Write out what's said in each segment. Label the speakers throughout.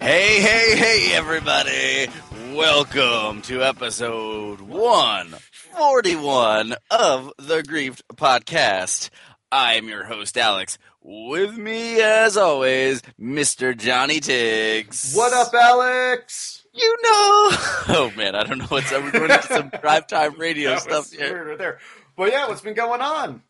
Speaker 1: Hey, hey, hey, everybody! Welcome to episode 141 of the Grieved Podcast. I'm your host, Alex. With me, as always, Mr. Johnny Tiggs.
Speaker 2: What up, Alex?
Speaker 1: You know! Oh, man, I don't know what's up. We're going into some drive time radio
Speaker 2: That
Speaker 1: stuff
Speaker 2: was
Speaker 1: here.
Speaker 2: weird right there. Well, yeah, what's been going on?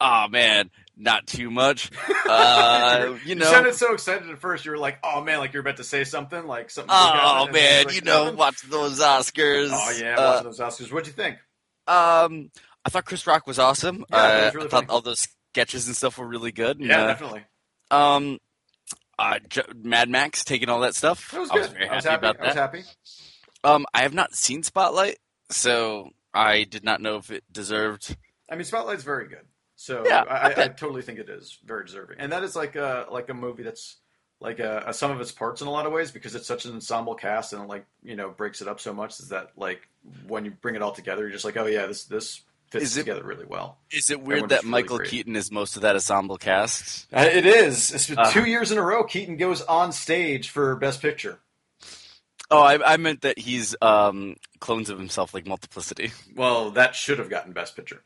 Speaker 1: Oh, man, not too much. Uh, you know.
Speaker 2: sounded so excited at first. You were like, "Oh man, like you're about to say something, like something."
Speaker 1: Oh,
Speaker 2: big happened," and then
Speaker 1: man,
Speaker 2: it's like,
Speaker 1: you know,
Speaker 2: nothing.
Speaker 1: watch those Oscars.
Speaker 2: Oh yeah,
Speaker 1: Uh,
Speaker 2: watching those Oscars. What'd you think?
Speaker 1: Um, I thought Chris Rock was awesome.
Speaker 2: Yeah, that was
Speaker 1: uh,
Speaker 2: really
Speaker 1: I thought
Speaker 2: funny.
Speaker 1: all those sketches and stuff were really good. and,
Speaker 2: Yeah,
Speaker 1: uh,
Speaker 2: definitely.
Speaker 1: um, uh, J- Mad Max taking all that stuff.
Speaker 2: It was
Speaker 1: I
Speaker 2: good.
Speaker 1: was very happy,
Speaker 2: happy.
Speaker 1: about
Speaker 2: I was
Speaker 1: that.
Speaker 2: happy.
Speaker 1: Um, I have not seen Spotlight, so I did not know if it deserved.
Speaker 2: I mean, Spotlight's very good. So
Speaker 1: Yeah, I
Speaker 2: I, I, I
Speaker 1: bet.
Speaker 2: totally think it is very deserving. And that is like a like a movie that's like a, a sum of its parts in a lot of ways because it's such an ensemble cast and it like you know breaks it up so much is that like when you bring it all together, you're just like, oh yeah, this this fits
Speaker 1: Is it-
Speaker 2: together really well.
Speaker 1: Is it
Speaker 2: one
Speaker 1: weird that
Speaker 2: was really
Speaker 1: Michael
Speaker 2: great.
Speaker 1: Keaton is most of that ensemble cast?
Speaker 2: Uh, It is. It's been
Speaker 1: Uh.
Speaker 2: two years in a row. Keaton goes on stage for Best Picture.
Speaker 1: Oh, I, I meant that he's um, clones of himself, like multiplicity.
Speaker 2: Well, that should have gotten Best Picture.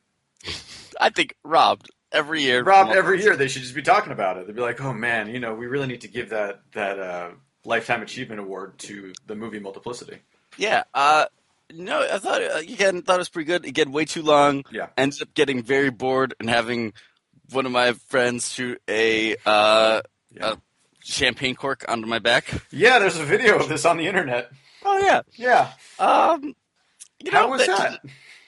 Speaker 1: I think robbed every year.
Speaker 2: Rob,
Speaker 1: Multi-
Speaker 2: every year they should just be talking about it. They'd be like, "Oh man, you know, we really need to give that that uh, lifetime achievement award to the movie Multiplicity."
Speaker 1: Yeah. Uh, no, I thought uh, again thought it was pretty good. Again, way too long.
Speaker 2: Yeah.
Speaker 1: Ended up getting very bored and having one of my friends shoot a uh,
Speaker 2: Yeah.
Speaker 1: Uh, champagne cork onto my back.
Speaker 2: yeah, there's a video of this on the internet.
Speaker 1: Oh yeah.
Speaker 2: Yeah,
Speaker 1: Um. You know,
Speaker 2: how was that?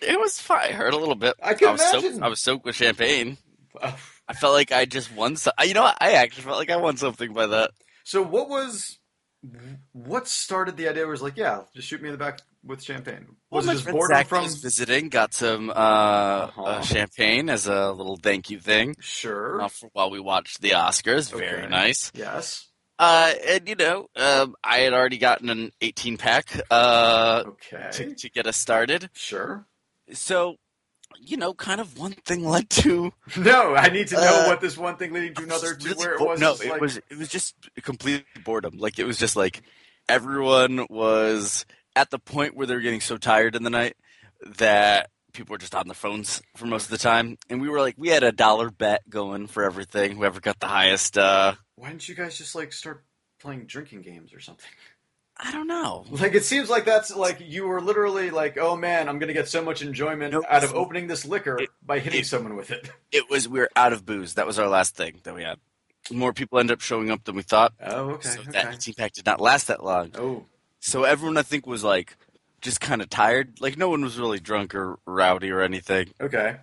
Speaker 1: It was fine. It hurt a little bit.
Speaker 2: I can
Speaker 1: was
Speaker 2: imagine.
Speaker 1: Soaked, I was soaked with champagne.
Speaker 2: Uh,
Speaker 1: I felt like I just won. So- I- you know, what? I actually felt like I won something by that.
Speaker 2: So, what was what started the idea? Was like, yeah, just shoot me in the back with champagne. Was
Speaker 1: Well,
Speaker 2: it
Speaker 1: my
Speaker 2: just
Speaker 1: friend
Speaker 2: boredom
Speaker 1: Zach
Speaker 2: from?
Speaker 1: was visiting, got some uh, uh,
Speaker 2: Uh-huh.
Speaker 1: champagne as a little thank you thing
Speaker 2: Sure.
Speaker 1: uh, for while we watched the Oscars. Very
Speaker 2: Okay.
Speaker 1: nice.
Speaker 2: Yes.
Speaker 1: Uh, and you know, um, I had already gotten an 18 pack uh, to,
Speaker 2: Okay.
Speaker 1: to get us started.
Speaker 2: Sure.
Speaker 1: So, you know, kind of one thing led to
Speaker 2: No, I need to know
Speaker 1: Uh,
Speaker 2: what this one thing leading to another to
Speaker 1: Really
Speaker 2: where it
Speaker 1: bo-
Speaker 2: was.
Speaker 1: No,
Speaker 2: just
Speaker 1: it
Speaker 2: like,
Speaker 1: was it was just complete boredom. Like it was just like everyone was at the point where they were getting so tired in the night that people were just on their phones for most of the time. And we were like, we had a dollar bet going for everything. Whoever got the highest, uh,
Speaker 2: Why didn't you guys just like start playing drinking games or something?
Speaker 1: I don't know.
Speaker 2: Like it seems like that's like you were literally like, oh man, I'm gonna get so much enjoyment
Speaker 1: No,
Speaker 2: out of
Speaker 1: it's-
Speaker 2: opening this liquor
Speaker 1: it-
Speaker 2: by hitting
Speaker 1: it-
Speaker 2: someone with it.
Speaker 1: It was we were out of booze. That was our last thing that we had. More people ended up showing up than we thought.
Speaker 2: Oh, okay,
Speaker 1: so
Speaker 2: okay.
Speaker 1: that 18 pack did not last that long.
Speaker 2: Oh,
Speaker 1: So everyone I think was like just kind of tired. Like no one was really drunk or rowdy or anything.
Speaker 2: okay.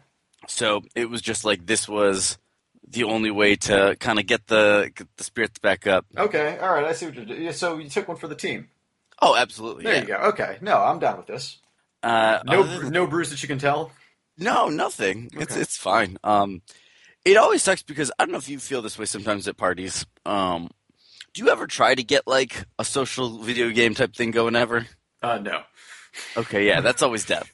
Speaker 1: So it was just like this was the only way to kind of get the get the spirits back up.
Speaker 2: Okay, all right, I see what you're doing. So you took one for the team.
Speaker 1: Oh, absolutely.
Speaker 2: There
Speaker 1: yeah.
Speaker 2: you go. Okay. No, I'm down with this.
Speaker 1: Uh,
Speaker 2: No
Speaker 1: other than-
Speaker 2: no bruise that you can tell.
Speaker 1: no, nothing. It's
Speaker 2: Okay.
Speaker 1: it's fine. Um, it always sucks because I don't know if you feel this way sometimes at parties. Um, do you ever try to get like a social video game type thing going ever?
Speaker 2: Uh no.
Speaker 1: Okay, yeah, that's always death.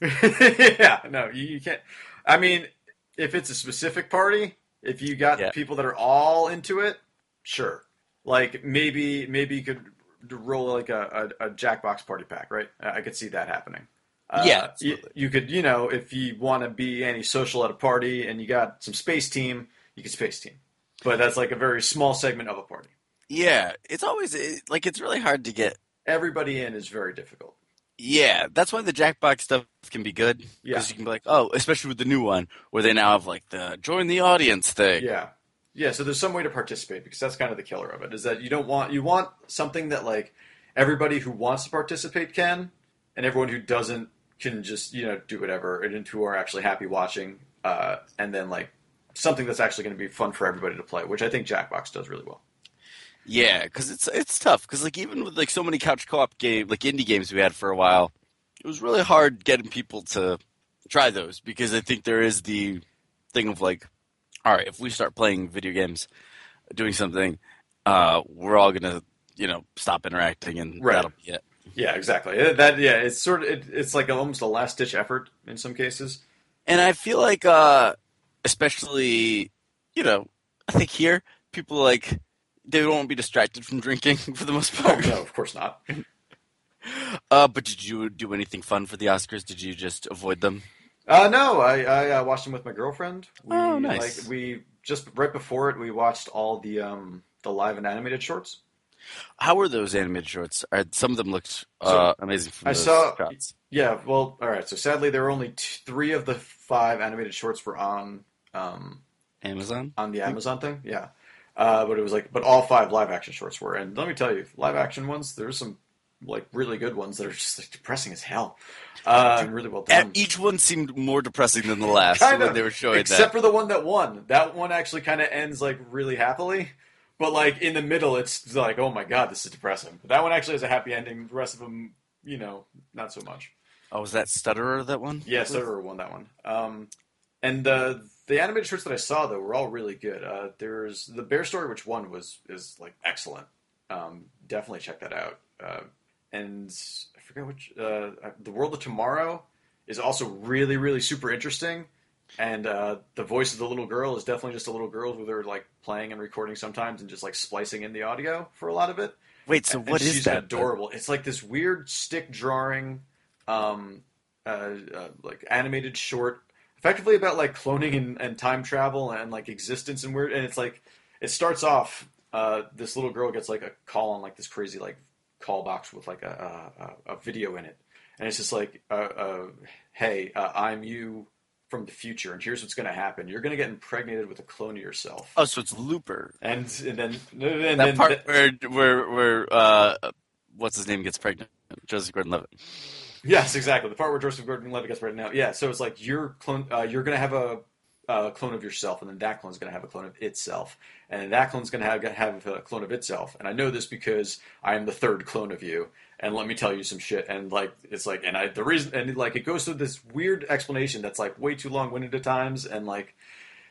Speaker 2: yeah, no, you, you can't. I mean, if it's a specific party, if you got
Speaker 1: Yeah.
Speaker 2: people that are all into it, sure. Like maybe maybe you could d- roll like a, a, a Jackbox party pack, right? I I could see that happening. Uh,
Speaker 1: Yeah,
Speaker 2: y- you,
Speaker 1: absolutely.
Speaker 2: could, you know, if you want to be any social at a party and you got some space team, you could space team. But that's like a very small segment of a party.
Speaker 1: Yeah, it's always it, like it's really hard to get.
Speaker 2: Everybody in is very difficult.
Speaker 1: Yeah, that's why the Jackbox stuff can be good.
Speaker 2: Yeah,
Speaker 1: Because you can be like, oh, especially with the new one, where they now have like the join the audience thing.
Speaker 2: Yeah. Yeah, so there's some way to participate because that's kind of the killer of it is that you don't want you want something that like everybody who wants to participate can and everyone who doesn't can just, you know, do whatever and who are actually happy watching uh, and then like something that's actually going to be fun for everybody to play, which I think Jackbox does really well.
Speaker 1: Yeah, because it's it's tough. Because like even with like so many couch co-op game, like indie games we had for a while, it was really hard getting people to try those because I think there is the thing of like, all right, if we start playing video games, doing something, uh, we're all gonna you know stop interacting and
Speaker 2: Right.
Speaker 1: that'll be it.
Speaker 2: Yeah, exactly. That yeah, it's sort of it, it's like almost a last ditch effort in some cases.
Speaker 1: And I feel like, uh, especially, you know, I think here people like they won't be distracted from drinking for the most
Speaker 2: Oh
Speaker 1: part.
Speaker 2: no, of course not.
Speaker 1: Uh, but did you do anything fun for the Oscars? Did you just avoid them?
Speaker 2: Uh, no, I, I uh, watched them with my girlfriend. We,
Speaker 1: Oh, nice.
Speaker 2: Like, we just right before it, we watched all the um, the live and animated shorts.
Speaker 1: How were those animated shorts? Uh, some of them looked uh, amazing. From
Speaker 2: I
Speaker 1: those
Speaker 2: saw-
Speaker 1: shots.
Speaker 2: Yeah, well, all right. So sadly, there were only t- three of the five animated shorts were on um,
Speaker 1: Amazon.
Speaker 2: on the Amazon thing. Yeah, uh, but it was like, but all five live action shorts were. And let me tell you, live action ones, there's some like really good ones that are just like depressing as hell. Uh, and really well done.
Speaker 1: And E-, each one seemed more depressing than the last
Speaker 2: Kind
Speaker 1: when
Speaker 2: of,
Speaker 1: they were showing
Speaker 2: except for the one that won. That one actually kind of ends like really happily, but like in the middle, it's like, oh my god, this is depressing. But that one actually has a happy ending. The rest of them, you know, not so
Speaker 1: that.
Speaker 2: much.
Speaker 1: Oh, was that Stutterer that one?
Speaker 2: Yeah, Server won that one. Um, and the the animated shorts that I saw though were all really good. Uh, there's the Bear Story, which one was is like excellent. Um, definitely check that out. Uh, and I forget which uh, the World of Tomorrow is also really really super interesting. And uh, the voice of the little girl is definitely just a little girl who they're like playing and recording sometimes and just like splicing in the audio for a lot of it.
Speaker 1: Wait, so
Speaker 2: And
Speaker 1: what is
Speaker 2: she's
Speaker 1: that?
Speaker 2: Adorable. It's like this weird stick drawing, um, uh, uh, like animated short, effectively about like cloning and, and time travel and like existence and weird. And it's like it starts off. Uh, this little girl gets like a call on like this crazy like call box with like a a, a- a video in it, and it's just like, uh, uh, hey, uh, I'm you from the future, and here's what's gonna happen. You're gonna get impregnated with a clone of yourself.
Speaker 1: Oh, so it's Looper.
Speaker 2: And, and then and
Speaker 1: that
Speaker 2: then
Speaker 1: part where where where uh, what's his name gets pregnant? Joseph Gordon-Levitt.
Speaker 2: Yes, exactly. The part where Joseph Gordon-Levitt gets right now. Yeah, so it's like you're clone. Uh, you're gonna have a uh, clone of yourself, and then that clone's gonna have a clone of itself, and then that clone's gonna have, gonna have a clone of itself. And I know this because I am the third clone of you. And let me tell you some shit. And like it's like, and I the reason, and like it goes through this weird explanation that's like way too long-winded at times, and like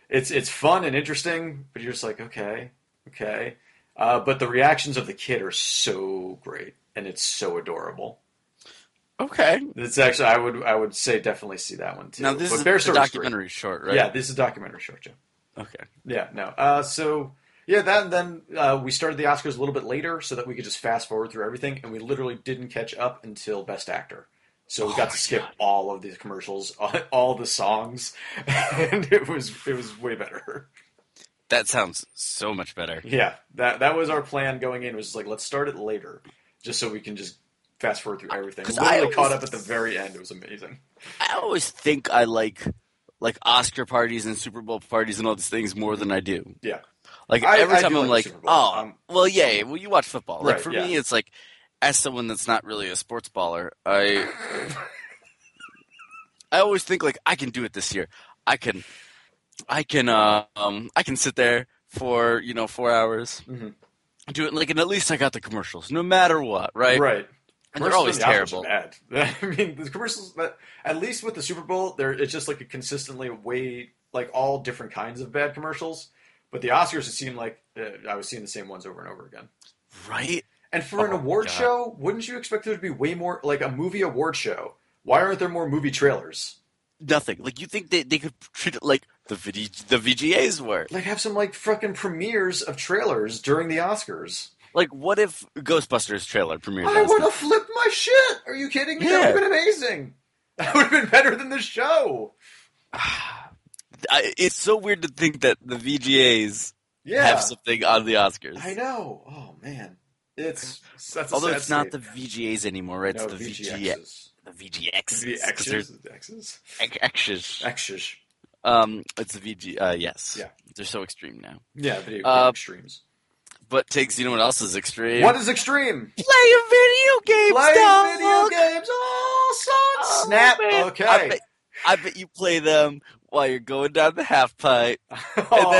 Speaker 2: it's it's fun and interesting, but you're just like, okay, okay. Uh, but the reactions of the kid are so great, and it's so adorable.
Speaker 1: Okay.
Speaker 2: It's actually I would I would say definitely see that one too.
Speaker 1: Now this
Speaker 2: But
Speaker 1: is
Speaker 2: Bear
Speaker 1: a
Speaker 2: Story's
Speaker 1: documentary short,
Speaker 2: great.
Speaker 1: right?
Speaker 2: Yeah, this is a documentary short show.
Speaker 1: Okay.
Speaker 2: Yeah, no. Uh, so yeah, that and then uh, we started the Oscars a little bit later so that we could just fast forward through everything, and we literally didn't catch up until Best Actor. So we
Speaker 1: Oh
Speaker 2: got
Speaker 1: my
Speaker 2: to skip all of these commercials, all, all the songs, and it was it was way better.
Speaker 1: That sounds so much better.
Speaker 2: Yeah, that that was our plan going in. Was just like let's start it later, just so we can just fast forward through everything.
Speaker 1: 'Cause I
Speaker 2: Literally caught
Speaker 1: always-
Speaker 2: up at the very end. It was amazing.
Speaker 1: I always think I like like Oscar parties and Super Bowl parties and all these things more than I do.
Speaker 2: Yeah.
Speaker 1: Like
Speaker 2: I-
Speaker 1: every
Speaker 2: I
Speaker 1: time
Speaker 2: do
Speaker 1: I'm
Speaker 2: like
Speaker 1: like,
Speaker 2: Super Bowl.
Speaker 1: oh,
Speaker 2: Um,
Speaker 1: well, yeah. Well, you watch football. Like
Speaker 2: Right,
Speaker 1: for
Speaker 2: yeah.
Speaker 1: me, it's like as someone that's not really a sports baller, I I always think like I can do it this year. I can, I can, uh, um, I can sit there for you know four hours,
Speaker 2: Mhm.
Speaker 1: do it. Like and at least I got the commercials, no matter what, right?
Speaker 2: Right.
Speaker 1: And they're always
Speaker 2: Commercials on the Oscars
Speaker 1: terrible.
Speaker 2: are bad. I mean, the commercials. But at least with the Super Bowl, there it's just like a consistently way like all different kinds of bad commercials. But the Oscars, it seemed like uh, I was seeing the same ones over and over again.
Speaker 1: Right?
Speaker 2: And for an
Speaker 1: Oh,
Speaker 2: award
Speaker 1: God.
Speaker 2: show, wouldn't you expect there to be way more like a movie award show? Why aren't there more movie trailers?
Speaker 1: Nothing. Like you think they they could treat it like the VG, the VGAs were.
Speaker 2: Like have some like fucking premieres of trailers during the Oscars.
Speaker 1: Like what if Ghostbusters trailer premiered?
Speaker 2: I
Speaker 1: last
Speaker 2: would
Speaker 1: night?
Speaker 2: have flipped my shit. Are you kidding me? That would have been amazing. That would have been better than the show.
Speaker 1: I, it's so weird to think that the VGAs
Speaker 2: Yeah.
Speaker 1: have something on the Oscars.
Speaker 2: I know. Oh man, it's that's a
Speaker 1: Although
Speaker 2: sad
Speaker 1: it's not the
Speaker 2: state.
Speaker 1: VGAs anymore, right? It's
Speaker 2: no,
Speaker 1: the VGX,
Speaker 2: VGXs.
Speaker 1: the VGX,
Speaker 2: VXs, X's,
Speaker 1: X's.
Speaker 2: X's.
Speaker 1: Um, it's the VG. Uh, yes.
Speaker 2: Yeah.
Speaker 1: They're so extreme now.
Speaker 2: Yeah, video game
Speaker 1: Uh,
Speaker 2: extremes.
Speaker 1: But takes you know what else is extreme?
Speaker 2: What is extreme?
Speaker 1: Play a video game.
Speaker 2: Playing
Speaker 1: dog!
Speaker 2: video games. all sorts.
Speaker 1: Oh,
Speaker 2: Snap.
Speaker 1: man. I
Speaker 2: Okay.
Speaker 1: bet, I bet you play them while you're going down the half pipe,
Speaker 2: Oh,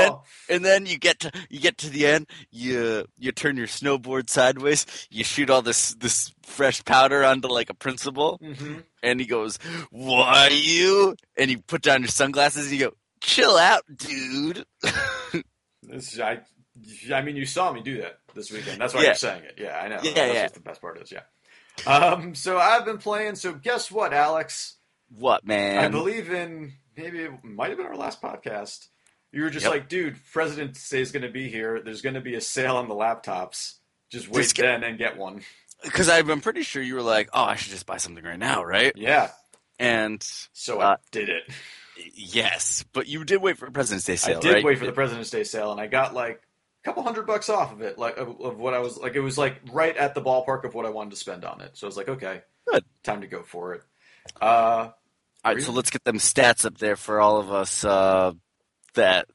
Speaker 1: then- and then you get to you get to the end. You you turn your snowboard sideways. You shoot all this this fresh powder onto like a principal.
Speaker 2: mhm.
Speaker 1: and he goes, "Why you?" And you put down your sunglasses and you go, "Chill out, dude."
Speaker 2: This, I, I mean, you saw me do that this weekend. That's why
Speaker 1: Yeah.
Speaker 2: you're saying it. Yeah, I know.
Speaker 1: Yeah,
Speaker 2: That's
Speaker 1: yeah.
Speaker 2: what the best part is. Yeah. Um. So I've been playing. So guess what, Alex?
Speaker 1: What, man?
Speaker 2: I believe in maybe it might have been our last podcast. You were just
Speaker 1: Yep.
Speaker 2: like, dude, President's Day is going to be here. There's going to be a sale on the laptops. Just wait
Speaker 1: Just get-
Speaker 2: then and get one.
Speaker 1: Because I'm pretty sure you were like, oh, I should just buy something right now, right?
Speaker 2: Yeah.
Speaker 1: And
Speaker 2: So I
Speaker 1: Uh,
Speaker 2: did it.
Speaker 1: yes, but you did wait for a President's Day sale,
Speaker 2: I did
Speaker 1: right?
Speaker 2: wait for the President's Day sale, and I got like a couple hundred bucks off of it, like of, of what I was like. It was like right at the ballpark of what I wanted to spend on it. So I was like, okay,
Speaker 1: Good.
Speaker 2: time to go for it. Uh,
Speaker 1: All right, so let's get them stats up there for all of us uh, that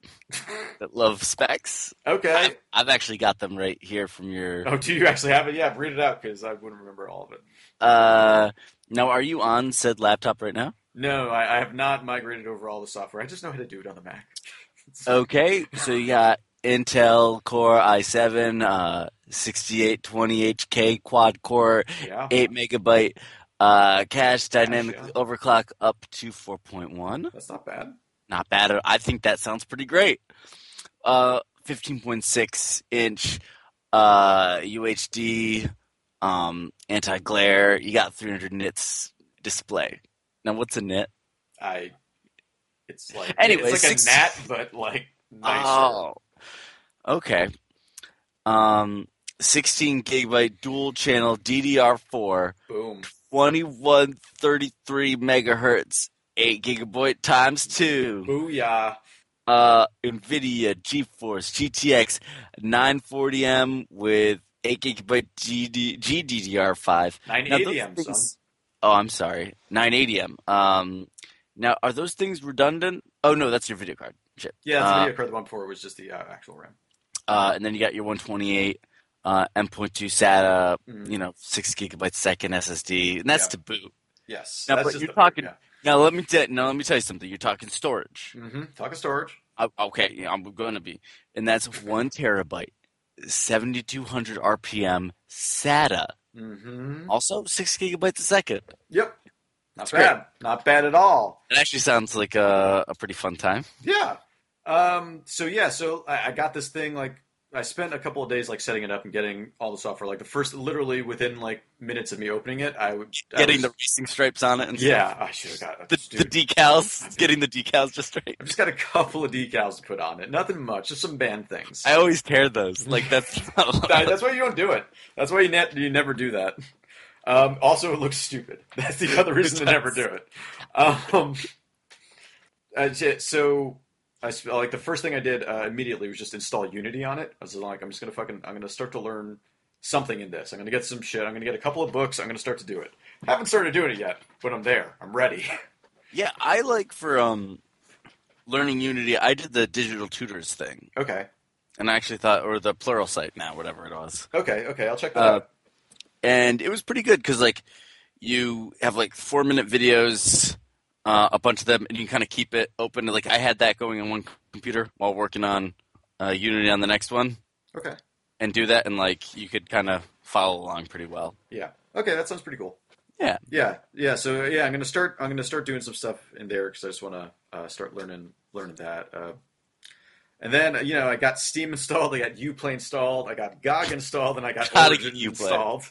Speaker 1: that love specs.
Speaker 2: okay.
Speaker 1: I've, I've actually got them right here from your.
Speaker 2: oh, do you actually have it? Yeah, read it out because I wouldn't remember all of it.
Speaker 1: Uh, now, are you on said laptop right now?
Speaker 2: No, I, I have not migrated over all the software. I just know how to do it on the Mac.
Speaker 1: Okay, so you got Intel Core i7, uh, 6820HK quad core,
Speaker 2: yeah.
Speaker 1: 8 megabyte uh, cache,
Speaker 2: yeah.
Speaker 1: dynamically overclock up to 4.1.
Speaker 2: That's not bad.
Speaker 1: Not bad. at- I think that sounds pretty great. Uh, 15.6 inch uh, UHD um, anti glare. You got 300 nits display. Now, what's a nit?
Speaker 2: I. It's like
Speaker 1: Anyway,
Speaker 2: it's like
Speaker 1: six-
Speaker 2: a gnat, but like nicer.
Speaker 1: Oh, okay. Um, 16 gigabyte dual channel DDR4,
Speaker 2: Boom.
Speaker 1: 2133 megahertz, 8 gigabyte times 2.
Speaker 2: Booyah.
Speaker 1: Uh, NVIDIA GeForce GTX 940M with 8 gigabyte GD, GDDR5. Now, those
Speaker 2: 980M, son.
Speaker 1: things- Oh, I'm sorry. 980M. Um, now, are those things redundant? Oh, no, that's your video card. Shit.
Speaker 2: Yeah, that's
Speaker 1: Uh,
Speaker 2: the video card the one before was just the uh, actual RAM.
Speaker 1: uh, and then you got your 128 uh, M.2 SATA,
Speaker 2: Mhm.
Speaker 1: you know, six gigabyte second SSD, and that's
Speaker 2: Yeah.
Speaker 1: to boot.
Speaker 2: Yes.
Speaker 1: Now,
Speaker 2: that's
Speaker 1: but
Speaker 2: just
Speaker 1: you're
Speaker 2: the-
Speaker 1: talking-
Speaker 2: yeah.
Speaker 1: Now let me tell now let me tell you something. You're talking storage.
Speaker 2: Mhm. Talk of storage.
Speaker 1: Uh, okay, yeah, I'm going to be, and that's one terabyte, 7,200 RPM SATA.
Speaker 2: Mm-hmm.
Speaker 1: Also six gigabytes a second.
Speaker 2: Yep. Not
Speaker 1: That's
Speaker 2: bad. Not bad at all.
Speaker 1: It actually sounds like a, a pretty fun time.
Speaker 2: Yeah. Um, so yeah, so I, I got this thing like I spent a couple of days like setting it up and getting all the software. Like the first, literally within like minutes of me opening it, I would I
Speaker 1: Getting
Speaker 2: was-
Speaker 1: the racing stripes on it and
Speaker 2: yeah. I should have got
Speaker 1: stuff. The, the
Speaker 2: dude,
Speaker 1: decals, getting the decals just right.
Speaker 2: I've just got a couple of decals to put on it. Nothing much, just some band things.
Speaker 1: I always tear those. Like that's
Speaker 2: That- that's why you don't do it. That's why you, ne- you never do that. Um, also, it looks stupid. That's the other reason to
Speaker 1: does.
Speaker 2: never do it. Um, that's it. so, I sp- like the first thing I did uh, immediately was just install Unity on it. I was like, I'm just gonna fucking, I'm gonna start to learn something in this. I'm gonna get some shit. I'm gonna get a couple of books. I'm gonna start to do it. haven't started doing it yet, but I'm there. I'm ready.
Speaker 1: Yeah, I like for um learning Unity. I did the digital tutors thing,
Speaker 2: okay,
Speaker 1: and I actually thought, or the plural site now, whatever it was,
Speaker 2: okay, okay. I'll check that
Speaker 1: Uh,
Speaker 2: out.
Speaker 1: and it was pretty good because like you have like four minute videos, uh, a bunch of them, and you kind of keep it open. Like I had that going on one computer while working on uh, Unity on the next one,
Speaker 2: Okay,
Speaker 1: and do that, and like you could kind of follow along pretty well.
Speaker 2: Yeah. Okay, that sounds pretty cool.
Speaker 1: Yeah.
Speaker 2: Yeah. Yeah. So yeah, I'm gonna start. I'm gonna start doing some stuff in there because I just want to uh, start learning learning that. Uh, and then you know I got Steam installed. I got Uplay installed. I got GOG installed, and I got
Speaker 1: Gotta
Speaker 2: Origin
Speaker 1: get Uplay.
Speaker 2: installed.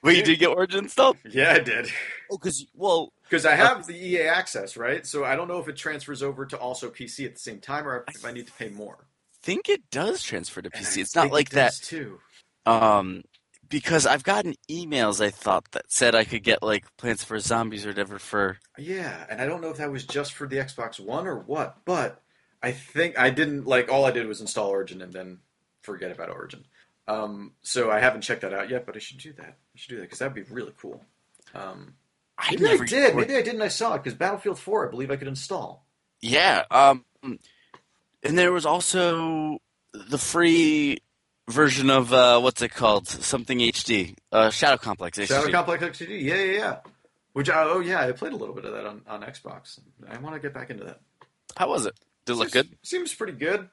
Speaker 1: Wait, you did get Origin installed?
Speaker 2: Yeah, I did.
Speaker 1: Oh, because well,
Speaker 2: Because I have the EA access, right? So I don't know if it transfers over to also PC at the same time, or if I need to pay more.
Speaker 1: think it does transfer to
Speaker 2: And
Speaker 1: PC.
Speaker 2: I
Speaker 1: It's not
Speaker 2: think it
Speaker 1: like that.
Speaker 2: does, too.
Speaker 1: Um, because I've gotten emails I thought that said I could get like Plants vs Zombies or whatever for.
Speaker 2: Yeah, and I don't know if that was just for the Xbox One or what, but I think I didn't like all I did was install Origin and then forget about Origin. Um, so I haven't checked that out yet, but I should do that. I should do that because that'd be really cool. Um,
Speaker 1: I
Speaker 2: maybe I
Speaker 1: never
Speaker 2: did. Maybe I didn't. I saw it because Battlefield Four, I believe I could install.
Speaker 1: Yeah. Um, and there was also the free version of uh, what's it called? Something HD. Uh, Shadow Complex HD.
Speaker 2: Shadow Complex XD. Yeah, yeah, yeah. Which I, oh yeah, I played a little bit of that on, on Xbox. I want to get back into that.
Speaker 1: How was it? Did it look
Speaker 2: Seems-
Speaker 1: good?
Speaker 2: Seems pretty good.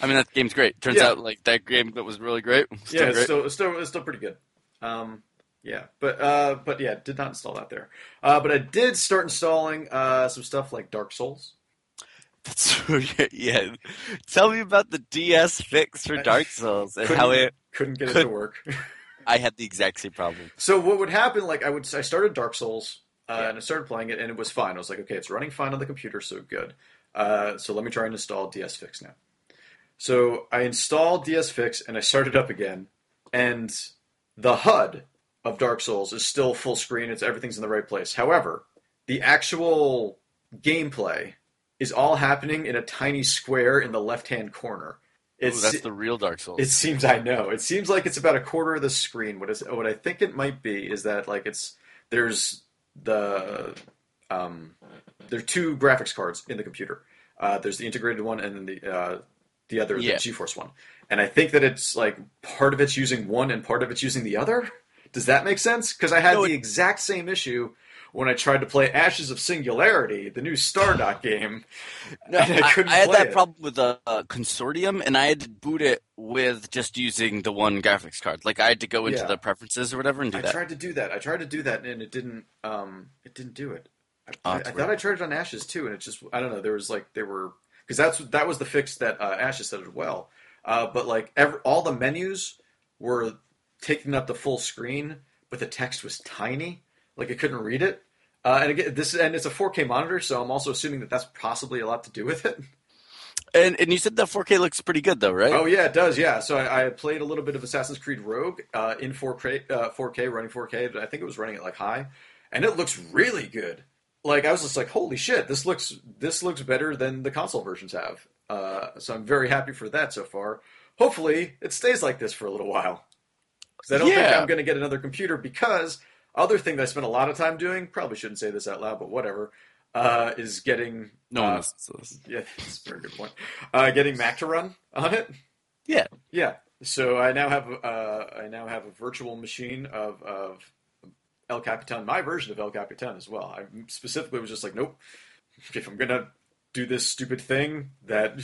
Speaker 1: I mean, that game's great. Turns
Speaker 2: Yeah.
Speaker 1: out, like that game that was really great. was Still
Speaker 2: yeah, it's
Speaker 1: great.
Speaker 2: still, it's still, it's still pretty good. Um, yeah, but uh, but yeah, did not install that there. Uh, but I did start installing uh, some stuff like Dark Souls.
Speaker 1: That's, yeah. Tell me about the DS fix for
Speaker 2: I-
Speaker 1: Dark Souls and
Speaker 2: couldn't-
Speaker 1: how it.
Speaker 2: Couldn't get it to
Speaker 1: Couldn't.
Speaker 2: work.
Speaker 1: I had the exact same problem.
Speaker 2: so what would happen? Like I would, I started Dark Souls uh,
Speaker 1: Yeah.
Speaker 2: and I started playing it, and it was fine. I was like, okay, it's running fine on the computer, so good. Uh, so let me try and install DS Fix now. So I installed DS Fix and I started up again, and the HUD of Dark Souls is still full screen. It's everything's in the right place. However, the actual gameplay is all happening in a tiny square in the left-hand corner.
Speaker 1: Ooh, that's the real Dark Souls.
Speaker 2: It seems I know. It seems like it's about a quarter of the screen. What is what I think it might be is that like it's there's the um there are two graphics cards in the computer. Uh, there's the integrated one and then the uh, the other
Speaker 1: Yeah.
Speaker 2: the GeForce one. And I think that it's like part of it's using one and part of it's using the other. Does that make sense? Because I had
Speaker 1: No,
Speaker 2: the exact same issue when I tried to play Ashes of Singularity, the new Stardot game.
Speaker 1: No,
Speaker 2: and I
Speaker 1: I,
Speaker 2: couldn't
Speaker 1: I had
Speaker 2: play
Speaker 1: that
Speaker 2: it.
Speaker 1: problem with the uh, consortium, and I had to boot it with just using the one graphics card. Like I had to go into
Speaker 2: Yeah.
Speaker 1: the preferences or whatever and do
Speaker 2: I
Speaker 1: that.
Speaker 2: tried to do that. I tried to do that, and it didn't. Um, it didn't do it. I,
Speaker 1: Oh,
Speaker 2: I, I
Speaker 1: that's
Speaker 2: thought I tried it on Ashes too, and it just. I don't know. There was like there were because that's that was the fix that uh, Ashes said as well. Uh, but like ev all the menus were taking up the full screen, but the text was tiny. Like I couldn't read it. Uh, and again, this and it's a 4K monitor, so I'm also assuming that that's possibly a lot to do with it.
Speaker 1: And and you said that 4K looks pretty good though, right?
Speaker 2: Oh yeah, it does. Yeah. So I, I played a little bit of Assassin's Creed Rogue uh, in 4K, uh, 4K, running 4K, but I think it was running at like high, and it looks really good. Like I was just like, holy shit, this looks this looks better than the console versions have. Uh, so I'm very happy for that so far. Hopefully, it stays like this for a little while. Because I don't think
Speaker 1: Yeah.
Speaker 2: I'm going to get another computer. Because other thing that I spent a lot of time doing, probably shouldn't say this out loud, but whatever, uh, is getting
Speaker 1: no one
Speaker 2: uh,
Speaker 1: listens to this.
Speaker 2: yeah, that's a very good point. Uh, getting Mac to run on it.
Speaker 1: Yeah.
Speaker 2: Yeah. So I now have uh, I now have a virtual machine of of El Capitan, my version of El Capitan as well. I specifically was just like, nope. If I'm gonna do this stupid thing that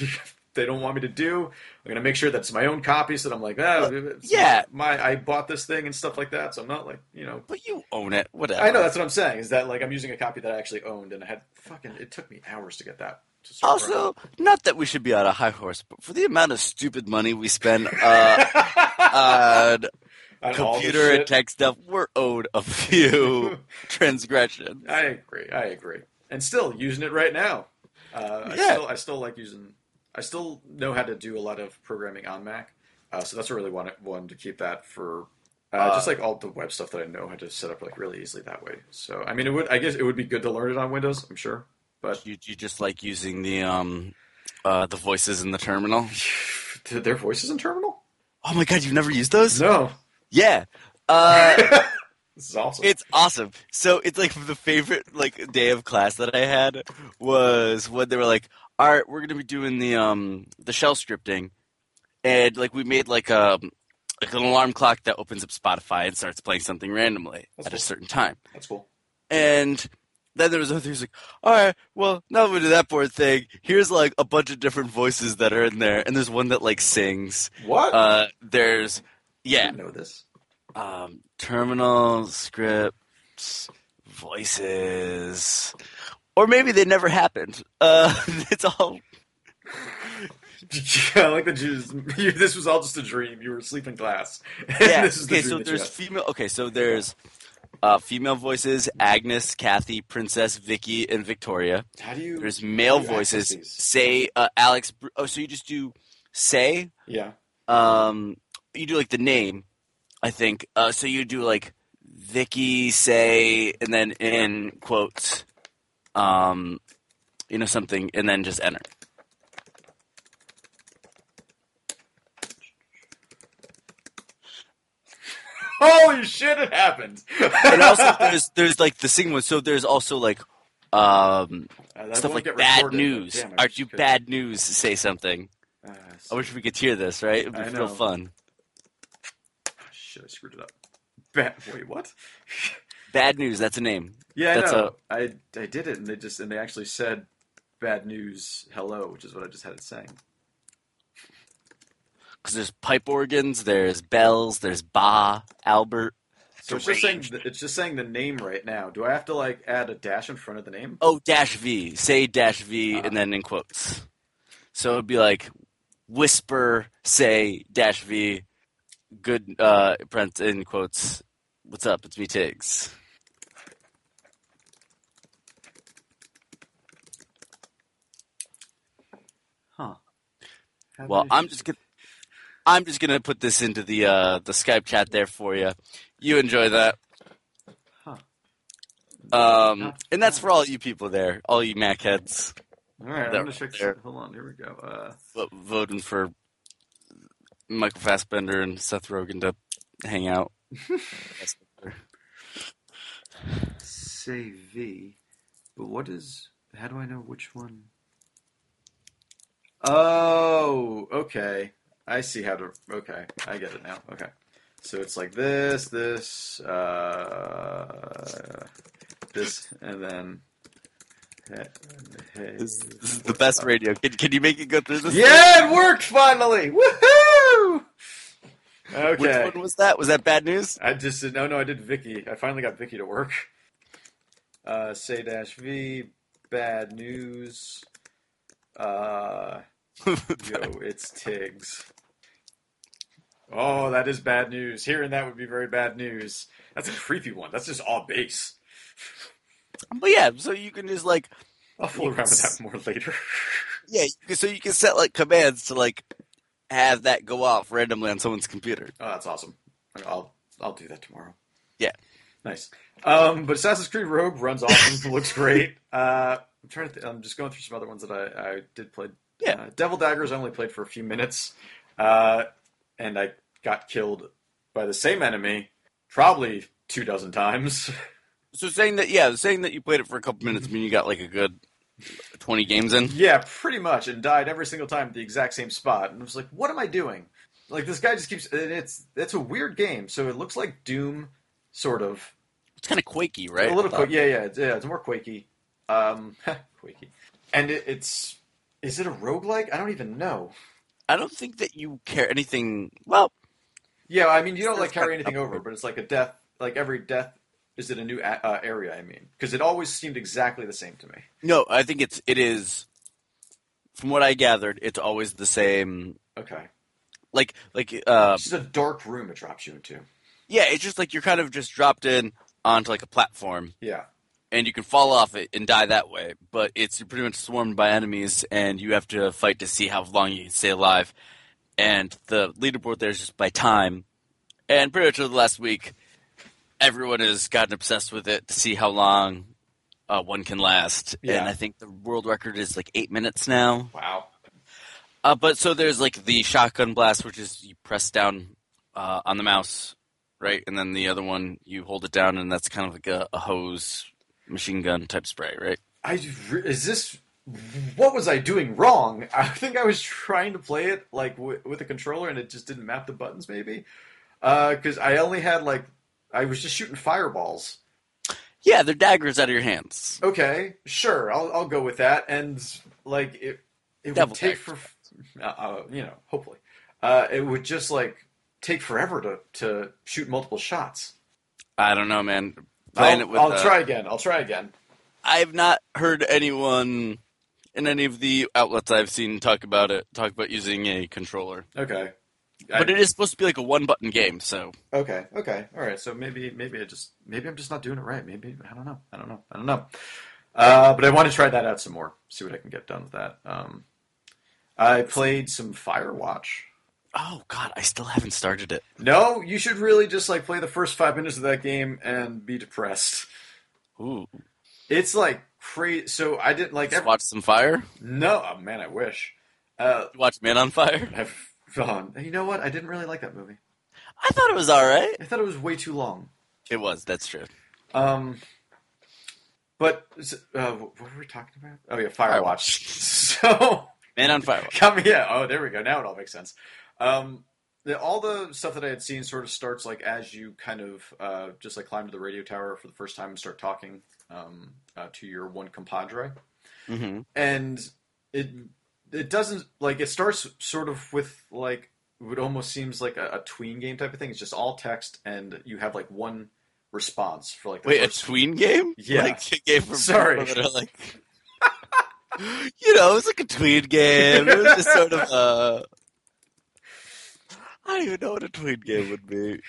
Speaker 2: they don't want me to do, I'm gonna make sure that's my own copy. So that I'm like, ah, it's
Speaker 1: yeah.
Speaker 2: my I bought this thing and stuff like that. So I'm not like, you know,
Speaker 1: But you own it, whatever.
Speaker 2: I know that's what I'm saying. Is that like I'm using a copy that I actually owned, and I had fucking it took me hours to get that. to start running.
Speaker 1: Also, not that we should be on a high horse, but for the amount of stupid money we spend uh, on
Speaker 2: On all this
Speaker 1: computer and
Speaker 2: shit.
Speaker 1: tech stuff, we're owed a few transgressions.
Speaker 2: I agree. I agree. And still using it right now. Uh,
Speaker 1: Yeah.
Speaker 2: I still I still like using. I still know how to do a lot of programming on Mac, uh, so that's what I really wanted one to keep that for. Uh,
Speaker 1: Uh,
Speaker 2: just like all the web stuff that I know how to set up like really easily that way. So I mean, it would I guess it would be good to learn it on Windows. I'm sure, but
Speaker 1: You, you just like using the um, uh, the voices in the terminal.
Speaker 2: did their voices in terminal?
Speaker 1: Oh my god, you've never used those?
Speaker 2: No,
Speaker 1: Yeah. Uh,
Speaker 2: this is awesome.
Speaker 1: It's awesome. So it's like the favorite like day of class that I had was when they were like, "All right, we're gonna be doing the um the shell scripting," and like we made like a like an alarm clock that opens up Spotify and starts playing something randomly
Speaker 2: That's
Speaker 1: at a
Speaker 2: cool.
Speaker 1: certain time.
Speaker 2: that's cool.
Speaker 1: And then there was other things like, "All right, well now that we do that board thing, here's like a bunch of different voices that are in there, and there's one that like sings.
Speaker 2: What?
Speaker 1: Uh, there's yeah,
Speaker 2: I know this.
Speaker 1: um, terminal scripts, voices, or maybe they never happened. Uh, it's all
Speaker 2: I like that you, just- you. This was all just a dream. You were sleeping class.
Speaker 1: yeah.
Speaker 2: this is the
Speaker 1: okay,
Speaker 2: dream
Speaker 1: so
Speaker 2: that you
Speaker 1: there's
Speaker 2: had.
Speaker 1: female. Okay, so there's uh, female voices: Agnes, Kathy, Princess, Vicky, and Victoria.
Speaker 2: How do you?
Speaker 1: There's male
Speaker 2: Ooh, access
Speaker 1: voices:
Speaker 2: these.
Speaker 1: say uh, Alex. Br- Oh, so you just do say.
Speaker 2: yeah.
Speaker 1: Um, you do like the name, I think. Uh, so you do like Vicky say, and then in quotes, um, you know something, and then just enter.
Speaker 2: Holy shit! It happened.
Speaker 1: And also, there's there's like the singing one. So there's also like um
Speaker 2: Uh, that
Speaker 1: stuff
Speaker 2: won't
Speaker 1: like
Speaker 2: get
Speaker 1: bad
Speaker 2: recorded, but
Speaker 1: news.
Speaker 2: damn, I
Speaker 1: or
Speaker 2: wish
Speaker 1: do
Speaker 2: it could.
Speaker 1: bad news say something?
Speaker 2: Uh,
Speaker 1: I wish we could hear this. Right, it'd be
Speaker 2: I know.
Speaker 1: real fun.
Speaker 2: oh, shit, I screwed it up. Bad, wait, what?
Speaker 1: Bad news. That's a name.
Speaker 2: Yeah, I
Speaker 1: That's
Speaker 2: know. I I did it, and they just and they actually said bad news. Hello, which is what I just had it saying.
Speaker 1: Because there's pipe organs. There's bells. There's Ba Albert.
Speaker 2: So it's just saying it's just saying the name right now. Do I have to like add a dash in front of the name?
Speaker 1: oh dash v say dash v
Speaker 2: Uh-huh.
Speaker 1: and then in quotes so it'd be like whisper say dash v good uh print in quotes what's up it's me tiggs
Speaker 2: How
Speaker 1: Well,
Speaker 2: many-
Speaker 1: I'm just gonna, I'm just gonna put this into the uh, the Skype chat there for you. You enjoy that.
Speaker 2: Huh.
Speaker 1: Um, and that's for all you people there, all you Mac heads
Speaker 2: All right, I'm
Speaker 1: there-
Speaker 2: gonna check.
Speaker 1: there.
Speaker 2: Hold on, here we go. Uh,
Speaker 1: vo- voting for Michael Fassbender and Seth Rogen to hang out.
Speaker 2: say V, but what is? How do I know which one? Oh, okay. I see how to. Okay, I get it now. Okay, so it's like this, this, uh, this, and then.
Speaker 1: This, this is the best radio. Can, can you make it go through this?
Speaker 2: Yeah, it worked finally! Woohoo!
Speaker 1: Which
Speaker 2: Okay.
Speaker 1: one was that? Was that bad news?
Speaker 2: I just did no, no. I did Vicky. I finally got Vicky to work. Uh, say dash V. Bad news. Uh, yo, it's Tiggs. Oh, that is bad news. Hearing that would be very bad news. That's a creepy one. That's just all bass.
Speaker 1: But yeah, so you can just like
Speaker 2: I'll fool around with that more later.
Speaker 1: yeah, you can- so you can set like commands to like have that go off randomly on someone's computer.
Speaker 2: Oh, that's awesome. I'll I'll do that tomorrow.
Speaker 1: Yeah.
Speaker 2: Nice. Um, but Assassin's Creed Rogue runs awesome. looks great. Uh, I'm trying to. Th- I'm just going through some other ones that I, I did play.
Speaker 1: Yeah.
Speaker 2: Uh, Devil Daggers I only played for a few minutes, uh, and I got killed by the same enemy probably two dozen times.
Speaker 1: So saying that yeah, saying that you played it for a couple minutes, I mean you got like a good twenty games in.
Speaker 2: yeah, pretty much, and died every single time at the exact same spot. And I was like, "What am I doing?" Like this guy just keeps. And it's it's a weird game. So it looks like Doom, sort of.
Speaker 1: It's kind of quaky, right? Um,
Speaker 2: A little quick, yeah, yeah, it's, yeah. It's more quakey, um, quakey, and it, it's is it a roguelike? I don't even know.
Speaker 1: I don't think that you care anything. Well,
Speaker 2: Yeah, I mean, you don't
Speaker 1: It's
Speaker 2: like carry
Speaker 1: kind of
Speaker 2: anything over, but it's like a death. Like every death, is it a new a- uh, area? I mean, because it always seemed exactly the same to me.
Speaker 1: no, I think it's it is. From what I gathered, it's always the same.
Speaker 2: Okay,
Speaker 1: Like like um,
Speaker 2: it's just a dark room it drops you into.
Speaker 1: yeah, it's just like you're kind of just dropped in onto like a platform,
Speaker 2: Yeah,
Speaker 1: and you can fall off it and die that way. But it's you're pretty much swarmed by enemies, and you have to fight to see how long you can stay alive. And the leaderboard there is just by time. And pretty much over the last week, everyone has gotten obsessed with it to see how long uh, one can last.
Speaker 2: Yeah.
Speaker 1: And I think the world record is like eight minutes now.
Speaker 2: wow.
Speaker 1: Uh, but so there's like the shotgun blast, which is you press down uh, on the mouse, right, and then the other one you hold it down, and that's kind of like a, a hose machine gun type spray, right?
Speaker 2: I is this. What was I doing wrong? I think I was trying to play it like w- with a controller, and it just didn't map the buttons. Maybe because I only had like I was just shooting fireballs.
Speaker 1: Yeah, they're daggers out of your hands.
Speaker 2: Okay, sure, I'll I'll go with that. And like it, it
Speaker 1: Devil
Speaker 2: would take for, uh, uh, you know, hopefully, uh, it would just like take forever to to shoot multiple shots.
Speaker 1: I don't know, man. Playing
Speaker 2: I'll,
Speaker 1: it with
Speaker 2: I'll
Speaker 1: uh,
Speaker 2: try again. I'll try again.
Speaker 1: I've not heard anyone in any of the outlets I've seen talk about it. Talk about using a controller,
Speaker 2: Okay.
Speaker 1: but
Speaker 2: I-
Speaker 1: it is supposed to be like a one-button game, so
Speaker 2: Okay. Okay. All right. So maybe, maybe I just, maybe I'm just not doing it right. Maybe I don't know. I don't know. I don't know. Uh, but I want to try that out some more. See what I can get done with that. Um, I played some Firewatch.
Speaker 1: oh god, I still haven't started it.
Speaker 2: No, you should really just like play the first five minutes of that game and be depressed.
Speaker 1: Ooh,
Speaker 2: It's like crazy. So I didn't like.
Speaker 1: Just
Speaker 2: Every-
Speaker 1: watch some fire.
Speaker 2: no, oh, man, I wish. Uh,
Speaker 1: Watch Man on Fire.
Speaker 2: I've gone. You know what? I didn't really like that movie.
Speaker 1: I thought it was all right.
Speaker 2: I thought it was way too long.
Speaker 1: It was. That's true.
Speaker 2: Um, but uh, what were we talking about? Oh yeah, Firewatch. so
Speaker 1: Man on Firewatch.
Speaker 2: come yeah. Oh, there we go. Now it all makes sense. Um, the, all the stuff that I had seen sort of starts like as you kind of uh, just like climb to the radio tower for the first time and start talking um, uh, to your one compadre.
Speaker 1: Mm-hmm.
Speaker 2: and it it doesn't like it starts sort of with like what almost seems like a, a tween game type of thing. It's just all text, and you have like one response for like the
Speaker 1: Wait, a
Speaker 2: first.
Speaker 1: tween game?
Speaker 2: Yeah.
Speaker 1: Like a game for
Speaker 2: Sorry.
Speaker 1: people that are like, you know, it was like a tween game. It was just sort of uh, I don't even know what a tween game would be.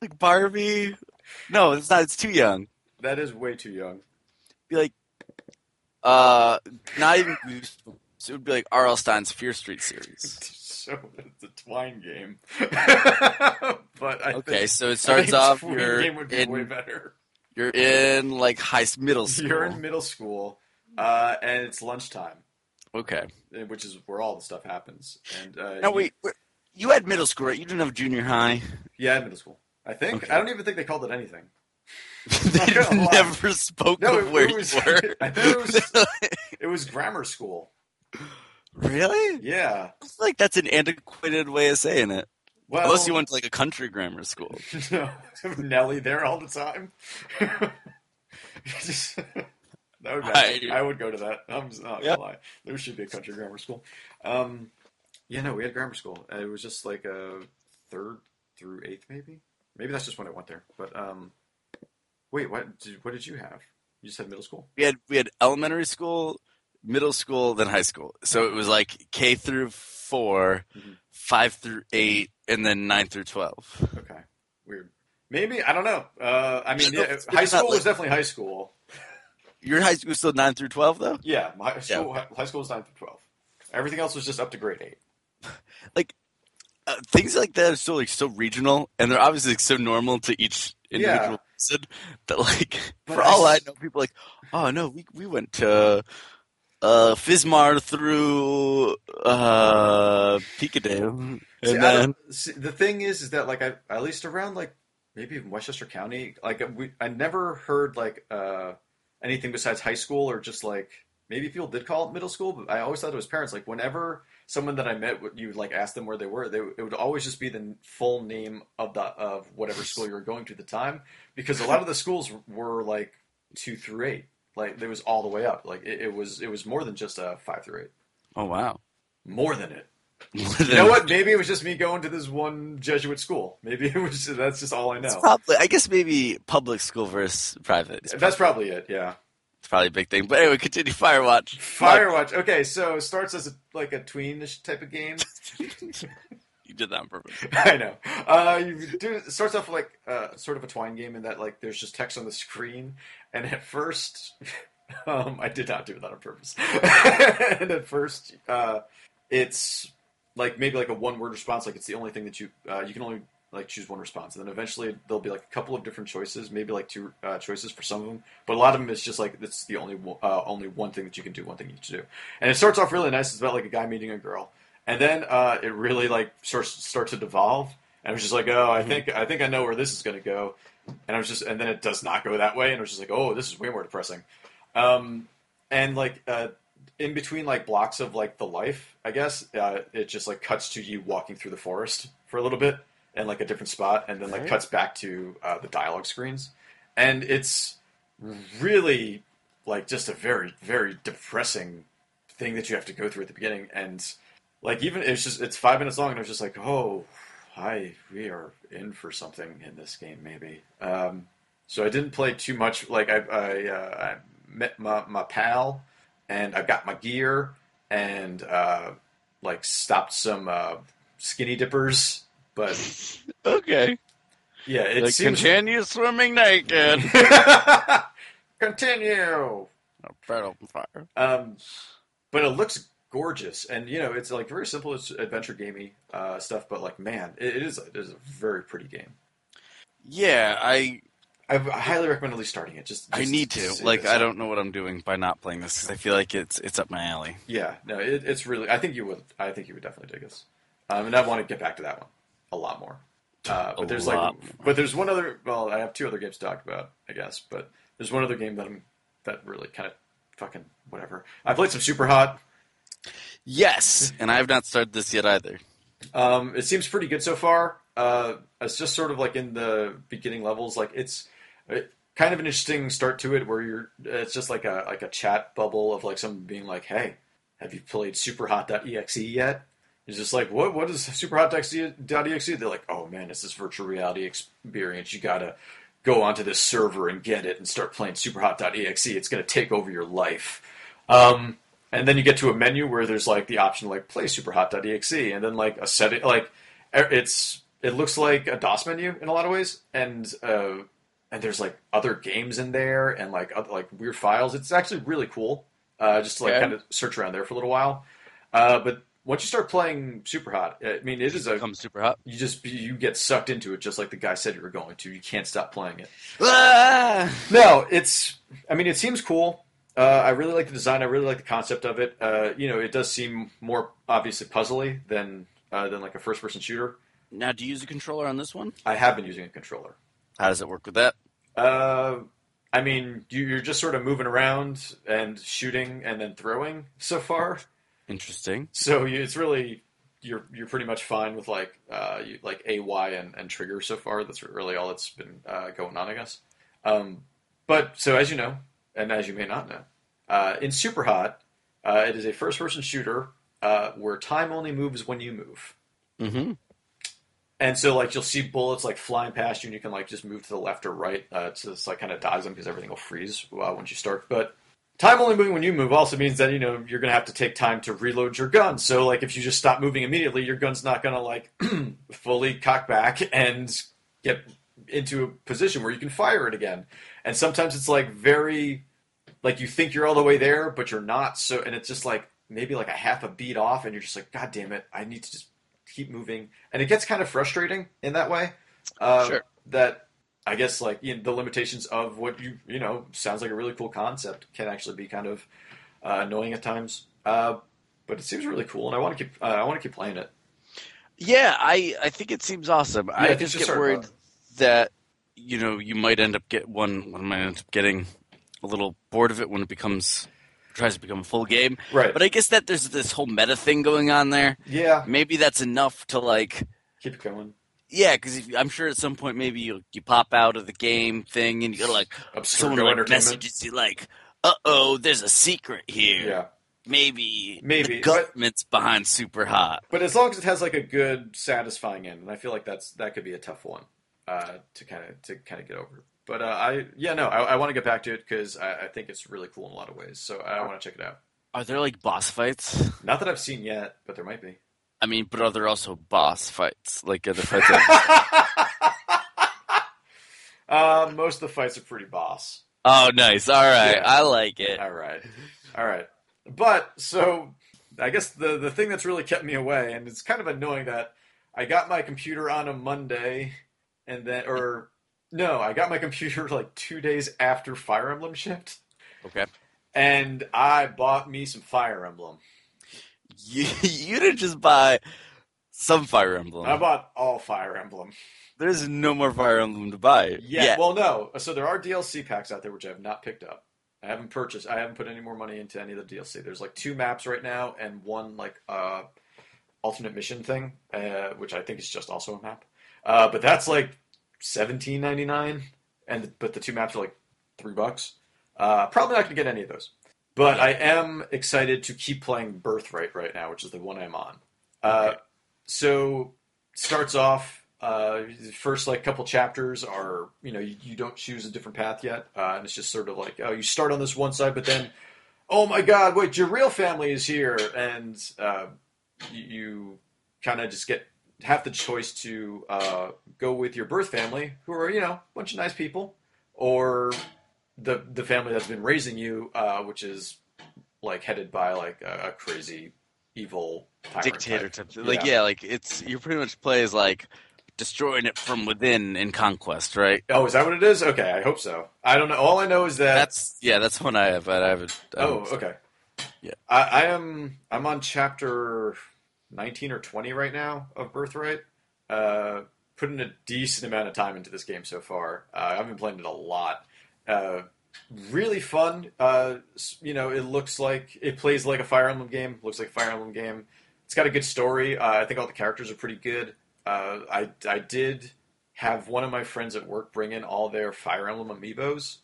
Speaker 1: Like Barbie. No, it's not. It's too young.
Speaker 2: that is way too young.
Speaker 1: Be like, uh, not even Goosebumps. It would be like R.L. Stein's Fear Street series.
Speaker 2: so it's a twine game. but I
Speaker 1: Okay,
Speaker 2: think,
Speaker 1: so it
Speaker 2: I think
Speaker 1: starts off
Speaker 2: twine
Speaker 1: you're
Speaker 2: game would be way
Speaker 1: in,
Speaker 2: better.
Speaker 1: you're in like high s- middle school.
Speaker 2: You're in middle school, uh, and it's lunchtime,
Speaker 1: okay.
Speaker 2: eh, which is where all the stuff happens. And uh,
Speaker 1: Now
Speaker 2: you-
Speaker 1: wait, wait, you had middle school, right? You didn't have junior high.
Speaker 2: yeah, middle school. I think
Speaker 1: Okay.
Speaker 2: I don't even think they called it anything.
Speaker 1: they
Speaker 2: gonna lie.
Speaker 1: never spoke
Speaker 2: No,
Speaker 1: of
Speaker 2: it-
Speaker 1: where
Speaker 2: it was-
Speaker 1: you were.
Speaker 2: I thought it was- It was grammar school.
Speaker 1: really?
Speaker 2: Yeah.
Speaker 1: I feel like that's an antiquated way of saying it.
Speaker 2: Well,
Speaker 1: Unless you went to like a country grammar school.
Speaker 2: No, Nelly there all the time. Just- that would be-
Speaker 1: I-
Speaker 2: I, would go to that. I'm just not
Speaker 1: Yeah.
Speaker 2: gonna lie. There should be a country grammar school. Um, yeah, no, we had grammar school. Uh, It was just like a third through eighth, maybe. Maybe that's just when I went there. But um, wait, what did what did you have? You just had middle school.
Speaker 1: We had we had elementary school, middle school, then high school. So it was like K through 4
Speaker 2: Mhm.
Speaker 1: five through eight, and then nine through twelve.
Speaker 2: Okay, weird. Maybe I don't know. Uh, I mean,
Speaker 1: No,
Speaker 2: yeah,
Speaker 1: it's
Speaker 2: high
Speaker 1: not
Speaker 2: school was
Speaker 1: like-
Speaker 2: definitely high school.
Speaker 1: Your high school was still nine through twelve though?
Speaker 2: Yeah, my school, high school was nine through twelve. Everything else was just up to grade eight.
Speaker 1: Uh, things like that are so like so regional and they're obviously like, so normal to each individual
Speaker 2: Yeah.
Speaker 1: person that like
Speaker 2: But
Speaker 1: for
Speaker 2: I
Speaker 1: all I
Speaker 2: s-
Speaker 1: know people are like, oh no, we we went to uh Fismar through uh Picadale. And
Speaker 2: See, I
Speaker 1: then
Speaker 2: don't- see, the thing is, is that like I at least around like maybe even Westchester County, like we I never heard like uh anything besides high school or just like maybe people did call it middle school, but I always thought it was parents. Like whenever someone that I met, would- you would like ask them where they were, they it would always just be the full name of the of whatever school you were going to at the time, because a lot of the schools were like two through eight, like it was all the way up, like it, it was it was more than just a five through eight,
Speaker 1: Oh wow.
Speaker 2: more than it.
Speaker 1: you
Speaker 2: You know what? Maybe it was just me going to this one Jesuit school. Maybe it was that's just all I
Speaker 1: It's
Speaker 2: know.
Speaker 1: probably I guess maybe public school versus private is
Speaker 2: that's probably it. Yeah.
Speaker 1: it's probably a big thing. But anyway, continue Firewatch.
Speaker 2: Firewatch. Okay, so it starts as a, like a tweenish type of game.
Speaker 1: you did that on purpose.
Speaker 2: I know. Uh, you do it starts off like uh, sort of a twine game in that like there's just text on the screen, and at first, um, I did not do that on purpose. and at first, uh, it's like maybe like a one word response, like it's the only thing that you uh, you can only like choose one response, and then eventually there'll be like a couple of different choices, maybe like two uh, choices for some of them, but a lot of them it's just like it's the only one- uh, only one thing that you can do, one thing you can do, and it starts off really nice. It's about like a guy meeting a girl and then uh, it really like starts starts to devolve. And I was just like, oh, I think I think I know where this is going to go. And I was just, and then it does not go that way. And I was just like, oh, this is way more depressing. Um, and like uh, in between like blocks of like the life, I guess uh, it just like cuts to you walking through the forest for a little bit and like a different spot, and then like
Speaker 1: Right.
Speaker 2: cuts back to uh, the dialogue screens. And it's really like just a very very depressing thing that you have to go through at the beginning and like even it's just it's five minutes long and i was just like oh hi we are in for something in this game maybe um, so i didn't play too much like i i, uh, I met my, my pal and i got my gear and uh, like stopped some uh, skinny dippers but
Speaker 1: Okay.
Speaker 2: yeah it
Speaker 1: Like,
Speaker 2: seems
Speaker 1: continue swimming naked.
Speaker 2: continue
Speaker 1: Fred open fire.
Speaker 2: Um, but it looks gorgeous, and you know it's like very simple. It's adventure gamey uh, stuff, but like man, it, it is it is a very pretty game.
Speaker 1: Yeah, I
Speaker 2: I, I highly recommend at least starting it. Just,
Speaker 1: I
Speaker 2: just
Speaker 1: need to.
Speaker 2: see
Speaker 1: Like
Speaker 2: this.
Speaker 1: I don't know what I'm doing by not playing this 'cause I feel like it's it's up my alley.
Speaker 2: Yeah, no, it, it's really. I think you would. I think you would definitely dig this, um, and I want to get back to that one a lot more. Uh, but
Speaker 1: A
Speaker 2: there's
Speaker 1: lot
Speaker 2: like, but there's one other. Well, I have two other games to talk about, I guess. But there's one other game that I'm that really kind of fucking whatever. I played some Super Hot.
Speaker 1: Yes, and I have not started this yet either.
Speaker 2: Um, it seems pretty good so far. Uh, it's just sort of like in the beginning levels, like it's uh kind of an interesting start to it, where you're. It's just like a like a chat bubble of like someone being like, "Hey, have you played Superhot.exe E yet?" It's just like, "What? What is Superhot.exe?" They're like, "Oh man, it's this virtual reality experience. You gotta go onto this server and get it and start playing Superhot.exe. E. It's gonna take over your life." Um, and then you get to a menu where there's like the option to like play superhot.exe E. and then like a setting like e- it's it looks like a DOS menu in a lot of ways and uh and there's like other games in there and like other, like weird files. It's actually really cool. Uh, just to like
Speaker 1: Okay.
Speaker 2: kind of search around there for a little while. Uh, but once you start playing super hot, I mean, it is a
Speaker 1: Comes super hot.
Speaker 2: you just you get sucked into it, just like the guy said you were going to. You can't stop playing it.
Speaker 1: Ah!
Speaker 2: No, it's. I mean, it seems cool. Uh, I really like the design. I really like the concept of it. Uh, you know, it does seem more obviously puzzly than uh, than like a first person shooter.
Speaker 1: Now, do you use a controller on this one?
Speaker 2: I have been using a controller.
Speaker 1: How does it work with that?
Speaker 2: Uh, I mean, you, you're just sort of moving around and shooting and then throwing so far.
Speaker 1: Interesting.
Speaker 2: So you, it's really you're you're pretty much fine with like uh, you, like AY and, and trigger so far. That's really all that's been uh, going on, I guess. Um, but so as you know, and as you may not know, uh, in Super Hot, uh, it is a first-person shooter uh, where time only moves when you move.
Speaker 1: Mm-hmm.
Speaker 2: And so, like, you'll see bullets like flying past you, and you can like just move to the left or right. Uh, so this like kind of dodge them because everything will freeze uh, once you start. But time only moving when you move also means that you know you're gonna have to take time to reload your gun. So like, if you just stop moving immediately, your gun's not gonna like fully cock back and get into a position where you can fire it again. And sometimes it's like very like you think you're all the way there, but you're not. So and it's just like maybe like a half a beat off, and you're just like, God damn it, I need to just keep moving, and it gets kind of frustrating in that way. Uh,
Speaker 1: Sure.
Speaker 2: That I guess like you know, the limitations of what you you know sounds like a really cool concept can actually be kind of uh, annoying at times. Uh, but it seems really cool, and I want to keep uh, I want to keep playing it.
Speaker 1: Yeah, I, I think it seems awesome.
Speaker 2: Yeah,
Speaker 1: I
Speaker 2: it's
Speaker 1: just get
Speaker 2: just sort of
Speaker 1: worried
Speaker 2: a-
Speaker 1: that you know you might end up get one one might end up getting a little bored of it when it becomes tries to become a full game.
Speaker 2: Right.
Speaker 1: But I guess that there's this whole meta thing going on there.
Speaker 2: yeah.
Speaker 1: Maybe that's enough to like
Speaker 2: Keep it going.
Speaker 1: yeah, because I'm sure at some point maybe you you pop out of the game thing and you go like
Speaker 2: Absurd
Speaker 1: someone like
Speaker 2: entertainment.
Speaker 1: messages you like uh oh there's a secret here
Speaker 2: Yeah.
Speaker 1: maybe
Speaker 2: Maybe,
Speaker 1: the
Speaker 2: but-
Speaker 1: government's behind super hot
Speaker 2: But as long as it has like a good, satisfying end, and I feel like that's that could be a tough one uh, to kind of to kind of get over. But uh, I yeah no I, I want to get back to it because I, I think it's really cool in a lot of ways. So I want to check it out.
Speaker 1: are there like boss fights.
Speaker 2: Not that I've seen yet, but there might be.
Speaker 1: I mean, but are there also boss fights? Like are the fights?
Speaker 2: uh, most of the fights are pretty boss.
Speaker 1: oh, nice. All right,
Speaker 2: Yeah.
Speaker 1: I like it.
Speaker 2: All right, all right. But so I guess the the thing that's really kept me away, and it's kind of annoying that I got my computer on a Monday, and then or no, I got my computer like two days after Fire Emblem shipped,
Speaker 1: Okay,
Speaker 2: and I bought me some Fire Emblem.
Speaker 1: you you didn't just buy some Fire Emblem.
Speaker 2: I bought all Fire Emblem.
Speaker 1: There's no more Fire Emblem to buy.
Speaker 2: Yeah, Well, no. So there are DLC packs out there which I have not picked up. I haven't purchased. I haven't put any more money into any of the DLC. There's like two maps right now and one like uh, alternate mission thing, uh, which I think is just also a map. Uh, but that's like seventeen ninety nine, and but the two maps are like three bucks. Uh, probably not gonna get any of those. But I am excited to keep playing Birthright right now, which is the one I'm on. Uh,
Speaker 1: Okay.
Speaker 2: So starts off uh, the first like couple chapters are you know you, you don't choose a different path yet, uh, and it's just sort of like oh you start on this one side, but then oh my god, wait your real family is here, and uh, you, you kind of just get have the choice to uh, go with your birth family, who are you know a bunch of nice people, or the the family that's been raising you, uh, which is like headed by like a, a crazy evil tyrant type.
Speaker 1: dictator type. Like yeah, like it's you pretty much play as like destroying it from within in conquest, right?
Speaker 2: Oh, is that what it is? Okay, I hope so. I don't know. All I know is that.
Speaker 1: That's yeah, that's one I have. But I haven't. I
Speaker 2: oh,
Speaker 1: haven't-
Speaker 2: okay.
Speaker 1: Yeah.
Speaker 2: I, I am. I'm on chapter nineteen or twenty right now of Birthright. Uh, putting a decent amount of time into this game so far. Uh, I've been playing it a lot. Uh, really fun. Uh, s- you know, it looks like it plays like a Fire Emblem game. Looks like a Fire Emblem game. It's got a good story. Uh, I think all the characters are pretty good. Uh, I I did have one of my friends at work bring in all their Fire Emblem amiibos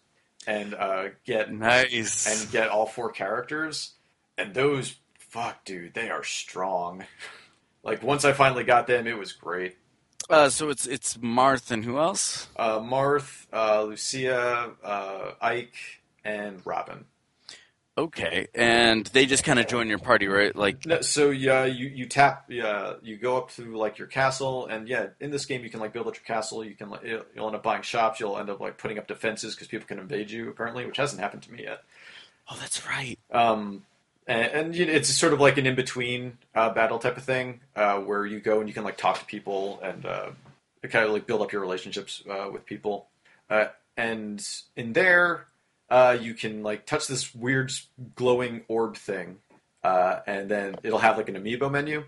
Speaker 2: and uh, get
Speaker 1: nice.
Speaker 2: and get all four characters. And those, fuck, dude, they are strong. like once I finally got them, it was great.
Speaker 1: uh, so it's it's Marth and who else?
Speaker 2: Uh, Marth, uh, Lucia, uh, Ike, and Robin.
Speaker 1: Okay, and they just kind of join your party, right? Like
Speaker 2: No, so yeah, you you tap yeah, you go up to like your castle, and yeah, in this game you can like build up your castle. You can like, you'll you'll end up buying shops. You'll end up like putting up defenses because people can invade you apparently, which hasn't happened to me yet.
Speaker 1: oh, that's right.
Speaker 2: Um, and, and you know, it's sort of like an in between uh, battle type of thing uh, where you go and you can like talk to people and uh, kind of like build up your relationships uh, with people. Uh, and in there, uh, you can like touch this weird glowing orb thing, uh, and then it'll have like an amiibo menu.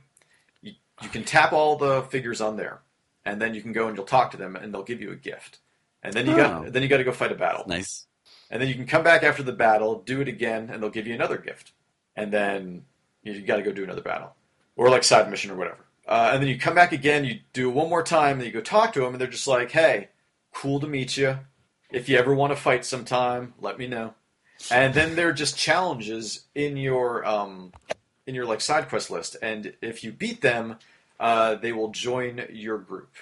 Speaker 2: You, you can tap all the figures on there, and then you can go and you'll talk to them, and they'll give you a gift. And then you
Speaker 1: Oh.
Speaker 2: got then you got to go fight a battle.
Speaker 1: Nice.
Speaker 2: And then you can come back after the battle, do it again, and they'll give you another gift. And then you got to go do another battle, or like side mission or whatever. Uh, and then you come back again, you do it one more time, then you go talk to them, and they're just like, "Hey, cool to meet you. If you ever want to fight sometime, let me know." And then there are just challenges in your um, in your like side quest list, and if you beat them, uh, they will join your group.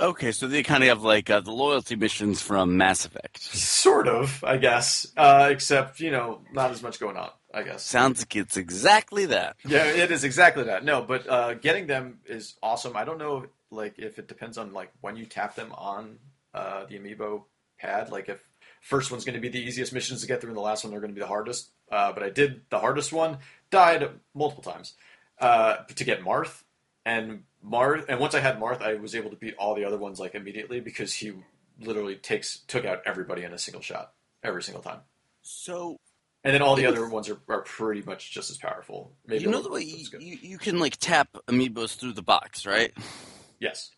Speaker 1: Okay, so they kind of have like uh, the loyalty missions from Mass Effect.
Speaker 2: Sort of, I guess. Uh, except you know, not as much going on. I guess.
Speaker 1: Sounds like it's exactly that.
Speaker 2: Yeah, it is exactly that. No, but uh, getting them is awesome. I don't know, like, if it depends on like when you tap them on uh, the amiibo pad. Like, if first one's going to be the easiest missions to get through, and the last one are going to be the hardest. Uh, but I did the hardest one, died multiple times uh, to get Marth, and Marth, and once I had Marth, I was able to beat all the other ones like immediately because he literally takes took out everybody in a single shot every single time.
Speaker 1: So
Speaker 2: And then all the other ones are, are pretty much just as powerful. Maybe
Speaker 1: you
Speaker 2: a
Speaker 1: know the
Speaker 2: little
Speaker 1: way
Speaker 2: bit, but
Speaker 1: you,
Speaker 2: it's good.
Speaker 1: you, you can like tap amiibos through the box, right?
Speaker 2: Yes.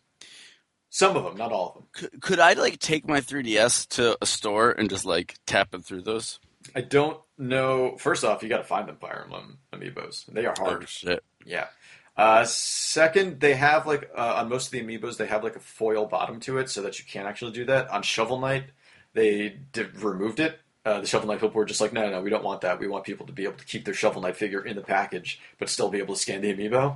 Speaker 2: Some of them, not all of them.
Speaker 1: Could, could I like take my 3DS to a store and just like tap it through those?
Speaker 2: I don't know. First off, you got to find them Fire Emblem amiibos. They are hard.
Speaker 1: Oh shit!
Speaker 2: Yeah. Uh, second, they have like uh, on most of the amiibos, they have like a foil bottom to it, so that you can actually do that. On Shovel Knight, they d- removed it. Uh, the Shovel Knight people were just like, no, no, no, we don't want that. We want people to be able to keep their Shovel Knight figure in the package, but still be able to scan the amiibo.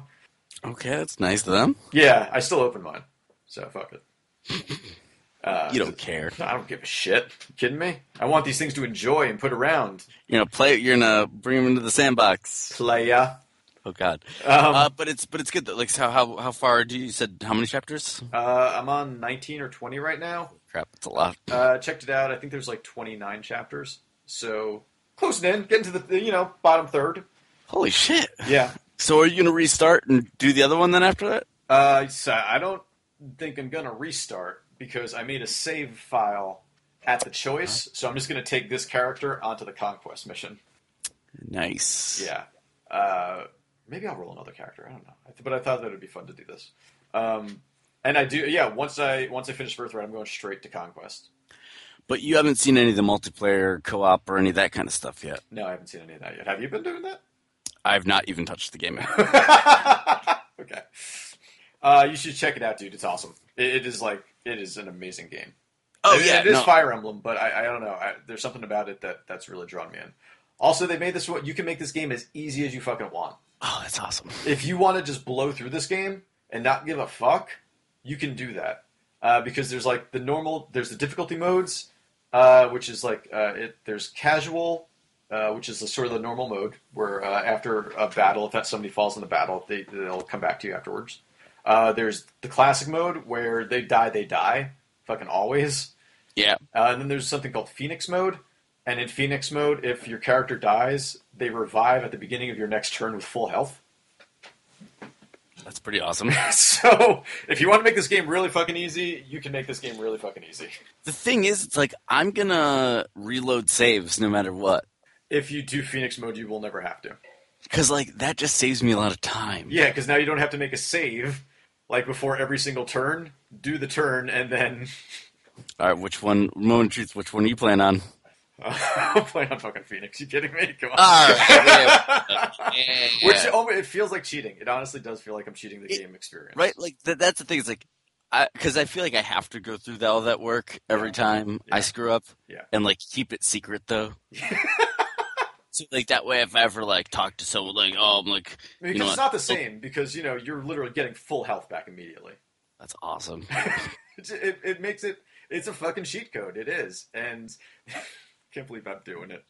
Speaker 1: Okay, that's nice of them.
Speaker 2: Yeah, I still open mine, so fuck it. Uh,
Speaker 1: You don't care.
Speaker 2: I don't give a shit. You kidding me? I want these things to enjoy and put around.
Speaker 1: You're gonna play. You're gonna bring them into the sandbox.
Speaker 2: Playa.
Speaker 1: Oh god.
Speaker 2: Um,
Speaker 1: uh, but it's but it's good though. Like how how how far do you, you said? How many chapters?
Speaker 2: uh, I'm on 19 or 20 right now.
Speaker 1: Crap, it's a lot.
Speaker 2: Uh, checked it out. I think there's like 29 chapters. So closing in, getting to the you know bottom third.
Speaker 1: Holy shit!
Speaker 2: Yeah.
Speaker 1: So are you gonna restart and do the other one then after that?
Speaker 2: Uh, so I don't think I'm gonna restart because I made a save file at the choice. So I'm just gonna take this character onto the conquest mission.
Speaker 1: Nice.
Speaker 2: Yeah. Uh, maybe I'll roll another character. I don't know. I th- But I thought that it would be fun to do this. Um, and I do. Yeah. Once I once I finish Birthright, I'm going straight to Conquest.
Speaker 1: But you haven't seen any of the multiplayer, co-op, or any of that kind of stuff yet.
Speaker 2: No, I haven't seen any of that yet. Have you been doing
Speaker 1: I've not even touched the game. yet.
Speaker 2: that? okay. Uh, you should check it out, dude. It's awesome. It, it is like it is an amazing game.
Speaker 1: Oh
Speaker 2: It-
Speaker 1: yeah,
Speaker 2: it is
Speaker 1: no.
Speaker 2: Fire Emblem, but I, I don't know. I, there's something about it that that's really drawn me in. Also, they made this. one- You can make this game as easy as you fucking want.
Speaker 1: Oh, that's awesome.
Speaker 2: if you want to just blow through this game and not give a fuck, you can do that uh, because there's like the normal, there's the difficulty modes, uh, which is like uh, it, there's casual, uh, which is the sort of the normal mode where uh, after a battle, if that somebody falls in the battle, they they'll come back to you afterwards. Uh, there's the classic mode where they die, they die, fucking always.
Speaker 1: Yeah.
Speaker 2: Uh, and then there's something called Phoenix mode. And in Phoenix mode, if your character dies, they revive at the beginning of your next turn with full health.
Speaker 1: That's pretty awesome.
Speaker 2: so if you want to make this game really fucking easy, you can make this game really fucking easy.
Speaker 1: The thing is, it's like I'm gonna reload saves no matter what,
Speaker 2: If you do Phoenix mode, you will never have to.
Speaker 1: because like that just saves me a lot of time.
Speaker 2: Yeah, because now you don't have to make a save like before every single turn. Do the turn and then
Speaker 1: All right, which one? Moment of truth. Which one are you playing on?
Speaker 2: uh, play on fucking Phoenix. You kidding me? Come on.
Speaker 1: All right.
Speaker 2: Which oh, it feels like cheating. It honestly does feel like I'm cheating the
Speaker 1: It-
Speaker 2: game experience.
Speaker 1: right? Like th- that's the thing. It's like, because I, feel like I have to go through that, all that work every
Speaker 2: Yeah.
Speaker 1: time
Speaker 2: Yeah.
Speaker 1: I screw up,
Speaker 2: Yeah.
Speaker 1: and like keep it secret though. so like that way, if I ever like talk to someone, like, oh, I'm like,
Speaker 2: Because
Speaker 1: You know
Speaker 2: it's
Speaker 1: what?
Speaker 2: not the same. Because you know you're literally getting full health back immediately.
Speaker 1: that's awesome.
Speaker 2: It's, it, it makes it it's a fucking cheat code. It is, and can't believe I'm doing it.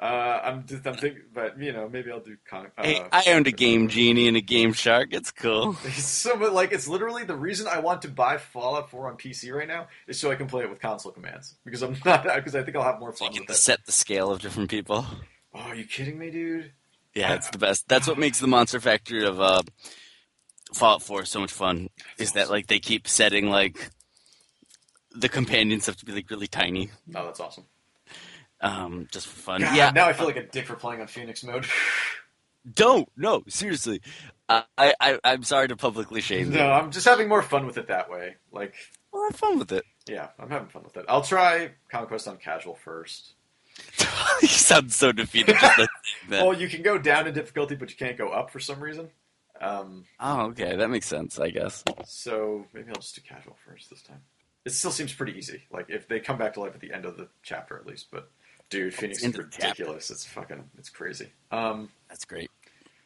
Speaker 2: Uh, I'm just I'm thinking, but you know, maybe I'll do. Con- uh,
Speaker 1: hey, I owned a Game Genie and a Game Shark. It's cool.
Speaker 2: It's so mu- like it's literally the reason I want to buy Fallout 4 on PC right now is so I can play it with console commands because I'm not because I think I'll have more
Speaker 1: So
Speaker 2: fun
Speaker 1: you
Speaker 2: with
Speaker 1: can
Speaker 2: it.
Speaker 1: set the scale of different people.
Speaker 2: Oh, are you kidding me, dude?
Speaker 1: Yeah, it's the best. That's what makes the Monster Factory of uh, Fallout 4 so much fun. Is that like they keep setting like the companions have to be like really tiny,
Speaker 2: Oh, that's awesome.
Speaker 1: um, just for fun.
Speaker 2: God,
Speaker 1: yeah,
Speaker 2: Now I feel like a dick for playing on Phoenix mode.
Speaker 1: don't no seriously. I, I I- I'm sorry to publicly shame you.
Speaker 2: no, I'm just having more fun with it that way. Like,
Speaker 1: Well, have fun with it.
Speaker 2: yeah, I'm having fun with it. I'll try Conquest on casual first.
Speaker 1: you sound so defeated. Just like that.
Speaker 2: Well, you can go down in difficulty, but you can't go up for some reason. Um,
Speaker 1: Oh, okay, that makes sense. I guess.
Speaker 2: so maybe I'll just do casual first this time. It still seems pretty easy. Like if they come back to life at the end of the chapter, at least. But dude, Phoenix
Speaker 1: end
Speaker 2: is
Speaker 1: of the chapter.
Speaker 2: ridiculous. It's fucking, it's crazy. Um,
Speaker 1: That's great.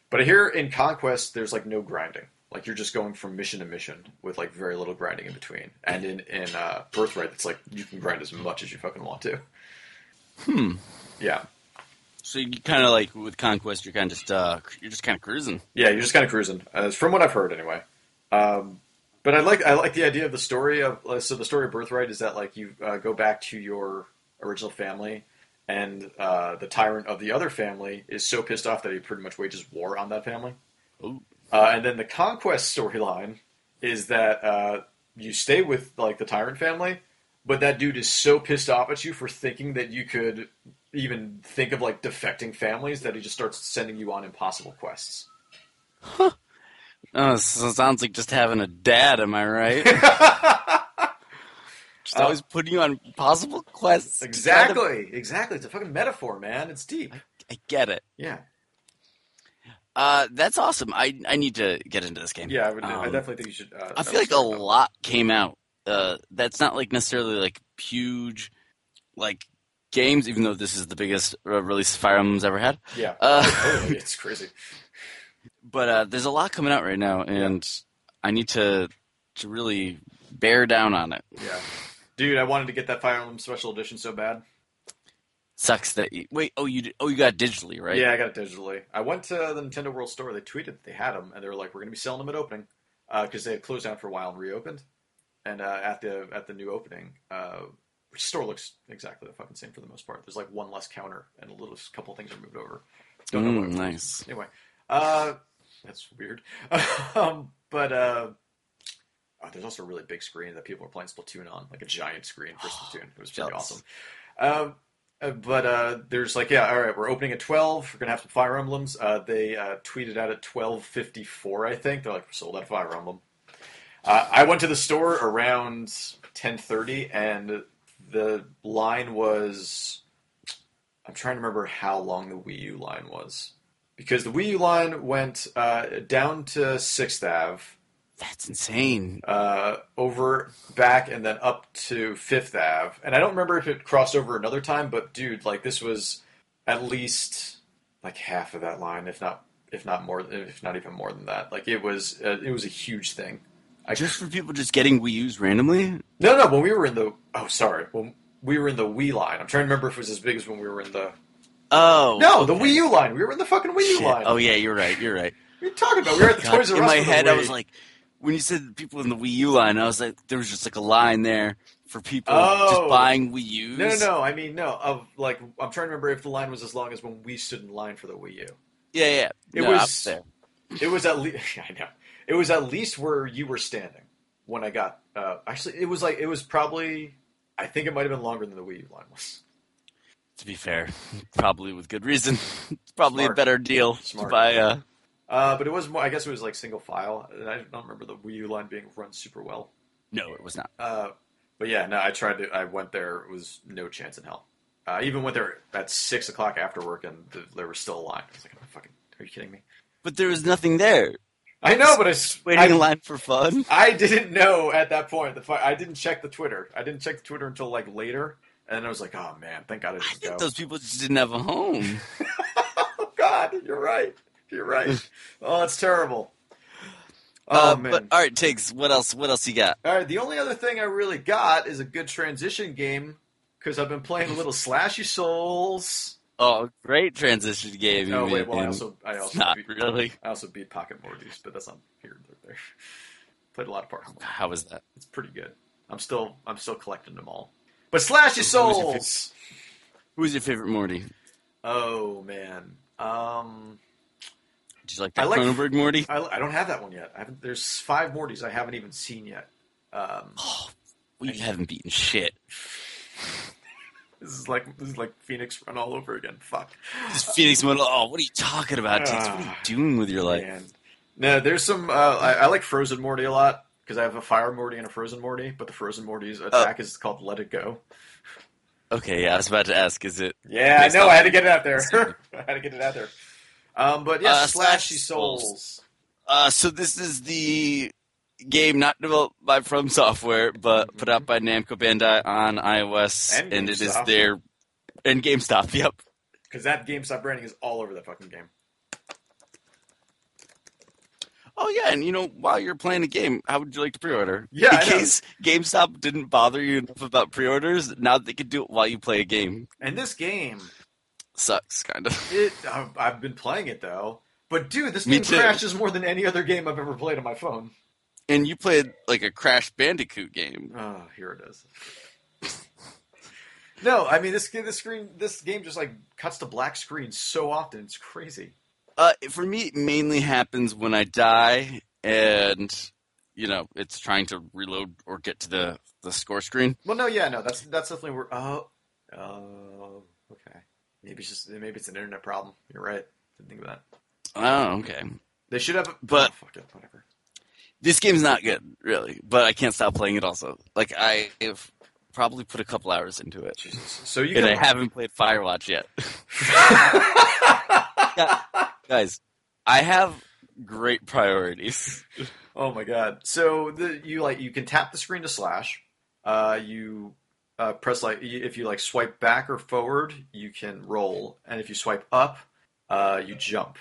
Speaker 2: But here in Conquest, there's like no grinding. Like you're just going from mission to mission with like very little grinding in between. And in in uh, Birthright, it's like you can grind as much as you fucking want to.
Speaker 1: Hmm.
Speaker 2: Yeah,
Speaker 1: So you kind of like with conquest, you're kind of just uh, you're just kind of cruising.
Speaker 2: yeah, you're just kind of cruising, uh, from what I've heard anyway. Um, but I like I like the idea of the story of uh, so the story of Birthright is that like you uh, go back to your original family, and uh, the tyrant of the other family is so pissed off that he pretty much wages war on that family.
Speaker 1: Ooh.
Speaker 2: Uh, and then the conquest storyline is that uh, you stay with like the tyrant family, but that dude is so pissed off at you for thinking that you could even think of like defecting families that he just starts sending you on impossible quests.
Speaker 1: Oh, so it sounds like just having a dad. Am I right? just
Speaker 2: Uh,
Speaker 1: always putting you on possible quests. to try to-
Speaker 2: Exactly, exactly. It's a fucking metaphor, man. It's deep.
Speaker 1: I get it.
Speaker 2: Yeah,
Speaker 1: Uh, that's awesome. I I need to get into this game.
Speaker 2: yeah. I, would,
Speaker 1: Um,
Speaker 2: I definitely think you should. Uh,
Speaker 1: I feel like a lot came out. Uh, that's not like necessarily like huge, like games. Even though this is the biggest uh, release Fire Emblem's ever had.
Speaker 2: Yeah,
Speaker 1: Uh,
Speaker 2: totally. it's crazy.
Speaker 1: but uh, there's a lot coming out right now, and I need to to really bear down on it.
Speaker 2: Yeah, dude. I wanted to get that Fire Emblem Special Edition so bad.
Speaker 1: Sucks that you, wait. Oh, you did- oh you got it digitally right?
Speaker 2: Yeah, I got it digitally. I went to the Nintendo World Store. They tweeted that they had them, and they were like, "We're going to be selling them at opening," because they had closed down for a while and reopened. And uh, at the at the new opening, uh, which store looks exactly the fucking same for the most part. There's like one less counter, and a little a couple things are moved over. Don't know
Speaker 1: Mm,
Speaker 2: what.
Speaker 1: nice.
Speaker 2: Anyway, uh, that's weird. um, but uh, oh, there's also a really big screen that people are playing Splatoon on, like a giant screen for Splatoon. It was pretty
Speaker 1: Jealous.
Speaker 2: awesome. Um, uh, but uh, there's like, yeah, all right, we're opening at 12. We're gonna have some Fire Emblems. Uh, they uh, tweeted out at 12:54, I think. They're like, we're sold out of Fire Emblem. Uh, I went to the store around 10:30, and the line was. I'm trying to remember how long the Wii U line was, because the Wii U line went uh, down to Sixth Ave,
Speaker 1: That's insane.
Speaker 2: uh, over back and then up to Fifth Ave. And I don't remember if it crossed over another time, but dude, like this was at least like half of that line, if not if not more, if not even more than that. Like it was uh, it was a huge thing. I
Speaker 1: Just for people just getting Wii U's randomly.
Speaker 2: no no when we were in the oh sorry when we were in the Wii line. I'm trying to remember if it was as big as when we were in the
Speaker 1: Oh
Speaker 2: no the Wii U line. We were in the fucking Wii U
Speaker 1: shit.
Speaker 2: line.
Speaker 1: Oh yeah, you're right. You're right.
Speaker 2: What are you talking about? We were at the
Speaker 1: God,
Speaker 2: Toys R
Speaker 1: in
Speaker 2: Us.
Speaker 1: my
Speaker 2: for the
Speaker 1: head, I
Speaker 2: Wii.
Speaker 1: was like, when you said people in the Wii U line, I was like, there was just like a line there for people
Speaker 2: Oh.
Speaker 1: just buying Wii U's.
Speaker 2: No, no, no. I mean, no. Of like, I'm trying to remember if the line was as long as when we stood in line for the Wii U.
Speaker 1: Yeah, yeah.
Speaker 2: It
Speaker 1: No,
Speaker 2: was-
Speaker 1: up there.
Speaker 2: It was at least. I know. It was at least where you were standing when I got. Uh, actually, it was like it was probably. I think it might have been longer than the Wii U line was.
Speaker 1: To be fair, probably with good reason. It's probably
Speaker 2: Smart.
Speaker 1: a better deal
Speaker 2: Smart.
Speaker 1: to buy. Uh,
Speaker 2: Uh, but it was more. I guess it was like single file, and I don't remember the Wii U line being run super well.
Speaker 1: no, it was not.
Speaker 2: Uh, but yeah, no. I tried to. I went there. It was no chance in hell. Uh, I even went there at six o'clock after work, and th- there was still a line. I was like, "Are you fucking? Are you kidding me?"
Speaker 1: But there was nothing there.
Speaker 2: I know, but I s-
Speaker 1: Waiting
Speaker 2: I-
Speaker 1: in line for fun.
Speaker 2: I didn't know at that point. The fi- I didn't check the Twitter. I didn't check the Twitter until like later, and I was like, "Oh man, thank God I
Speaker 1: I
Speaker 2: didn't
Speaker 1: think
Speaker 2: go."
Speaker 1: those people just didn't have a home.
Speaker 2: oh God, you're right. You're right. oh, it's terrible. Oh
Speaker 1: Uh,
Speaker 2: man.
Speaker 1: But all right, Tiggs, what else? What else you got?
Speaker 2: All right. The only other thing I really got is a good transition game because I've been playing a little Slashy Souls.
Speaker 1: Oh, great transition game.
Speaker 2: Oh
Speaker 1: you
Speaker 2: wait, well I
Speaker 1: made.
Speaker 2: also I
Speaker 1: It's
Speaker 2: also
Speaker 1: not
Speaker 2: beat,
Speaker 1: really.
Speaker 2: I also beat Pocket Morbius, but that's not here or there. Played a lot of parts.
Speaker 1: How was that?
Speaker 2: It's pretty good. I'm still I'm still collecting them all. But Slashy
Speaker 1: Who's your favorite?
Speaker 2: Souls.
Speaker 1: Who's your favorite Morty?
Speaker 2: Oh man. Um
Speaker 1: Did you like that
Speaker 2: I like-
Speaker 1: Cronenberg Morty?
Speaker 2: I, I don't have that one yet. I haven't, there's five Mortys I haven't even seen yet. Um,
Speaker 1: We haven't beaten shit.
Speaker 2: this is like this is like Phoenix Run all over again. Fuck.
Speaker 1: This Phoenix Model. Oh, what are you talking about, Tits? What are you
Speaker 2: Ah,
Speaker 1: doing with your life?
Speaker 2: Man. No, there's some. Uh, I, I like Frozen Morty a lot because I have a Fire Morty and a Frozen Morty, but the Frozen Morty's attack is called Let It Go.
Speaker 1: Okay, yeah, I was about to ask. Is it
Speaker 2: Yeah, I
Speaker 1: Based
Speaker 2: know.
Speaker 1: off-
Speaker 2: I had to get it out there. I had to get it out there. Um, but yeah,
Speaker 1: Uh,
Speaker 2: Slashy
Speaker 1: Slash
Speaker 2: Souls.
Speaker 1: Uh, so this is the game not developed by From Software, but put out by Namco Bandai on iOS,
Speaker 2: Mm-hmm. And
Speaker 1: and, it is
Speaker 2: GameStop.
Speaker 1: their and GameStop. Yep.
Speaker 2: because that GameStop branding is all over that fucking game.
Speaker 1: Oh yeah, and you know, while you're playing a game, how would you like to pre-order?
Speaker 2: Yeah,
Speaker 1: In
Speaker 2: I know.
Speaker 1: case GameStop didn't bother you enough about pre-orders, now they can do it while you play a game.
Speaker 2: And this game,
Speaker 1: Sucks, kind of.
Speaker 2: it I've, I've been playing it though. But dude, this
Speaker 1: Me
Speaker 2: game
Speaker 1: too.
Speaker 2: crashes more than any other game I've ever played on my phone.
Speaker 1: And you played like a Crash Bandicoot game.
Speaker 2: Oh, here it is. no, I mean this this screen this game just like cuts to black screen so often. It's crazy.
Speaker 1: Uh, for me, it mainly happens when I die, and you know, it's trying to reload or get to the the score screen.
Speaker 2: Well, no, yeah, no, that's that's definitely where. Oh, oh, okay. Maybe it's just maybe it's an internet problem. You're right. Didn't think of that.
Speaker 1: Oh, okay.
Speaker 2: They should have. A,
Speaker 1: But-
Speaker 2: oh, fuck it, whatever.
Speaker 1: This game's not good, really, but I can't stop playing it. Also, like I have probably put a couple hours into it,
Speaker 2: Jesus. So you
Speaker 1: and
Speaker 2: can.
Speaker 1: I haven't played Firewatch yet, guys. I have great priorities.
Speaker 2: oh my god. So the you like you can tap the screen to slash. Uh, you uh, press like y- if you like swipe back or forward, you can roll, and if you swipe up, uh, you jump.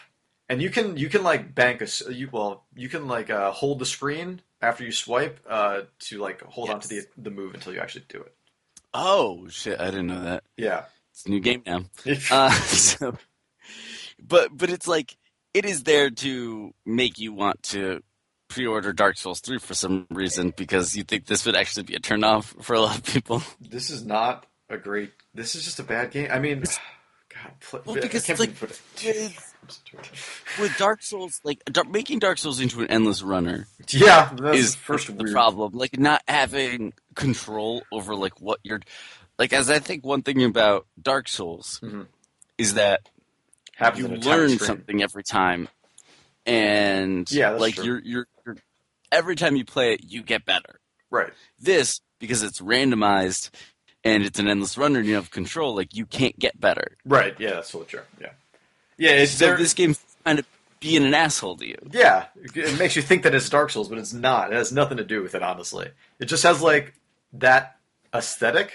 Speaker 2: And you can you can like bank a s- you well you can like uh, hold the screen after you swipe uh, to like hold on to the
Speaker 1: Yes.
Speaker 2: the move until you actually do it.
Speaker 1: Oh shit! I didn't know that.
Speaker 2: Yeah.
Speaker 1: It's a new game now. Uh, so, but but it's like it is there to make you want to pre-order Dark Souls three for some reason because you think this would actually be a turnoff for a lot of people.
Speaker 2: this is not a great. This is just a bad game. I mean, God, pl-
Speaker 1: Well,
Speaker 2: I
Speaker 1: because
Speaker 2: can't
Speaker 1: it's
Speaker 2: believe you put it-
Speaker 1: With Dark Souls, like dar- making Dark Souls into an endless runner
Speaker 2: yeah, that's
Speaker 1: is
Speaker 2: the first
Speaker 1: the
Speaker 2: weird.
Speaker 1: problem. Like not having control over like what you're like as I think one thing about Dark Souls
Speaker 2: Mhm.
Speaker 1: is that
Speaker 2: Happens
Speaker 1: you
Speaker 2: in a tiny
Speaker 1: learn
Speaker 2: screen.
Speaker 1: something every time. And
Speaker 2: Yeah, that's
Speaker 1: like
Speaker 2: true.
Speaker 1: you're, you're you're every time you play it, you get better.
Speaker 2: right?
Speaker 1: This because it's randomized and it's an endless runner and you have control, like you can't get better.
Speaker 2: Right? Yeah, that's totally true. Yeah, yeah. It's
Speaker 1: So
Speaker 2: there.
Speaker 1: this game's kind of being an asshole to you.
Speaker 2: yeah, it makes you think that it's Dark Souls, but it's not. It has nothing to do with it, honestly. It just has like that aesthetic.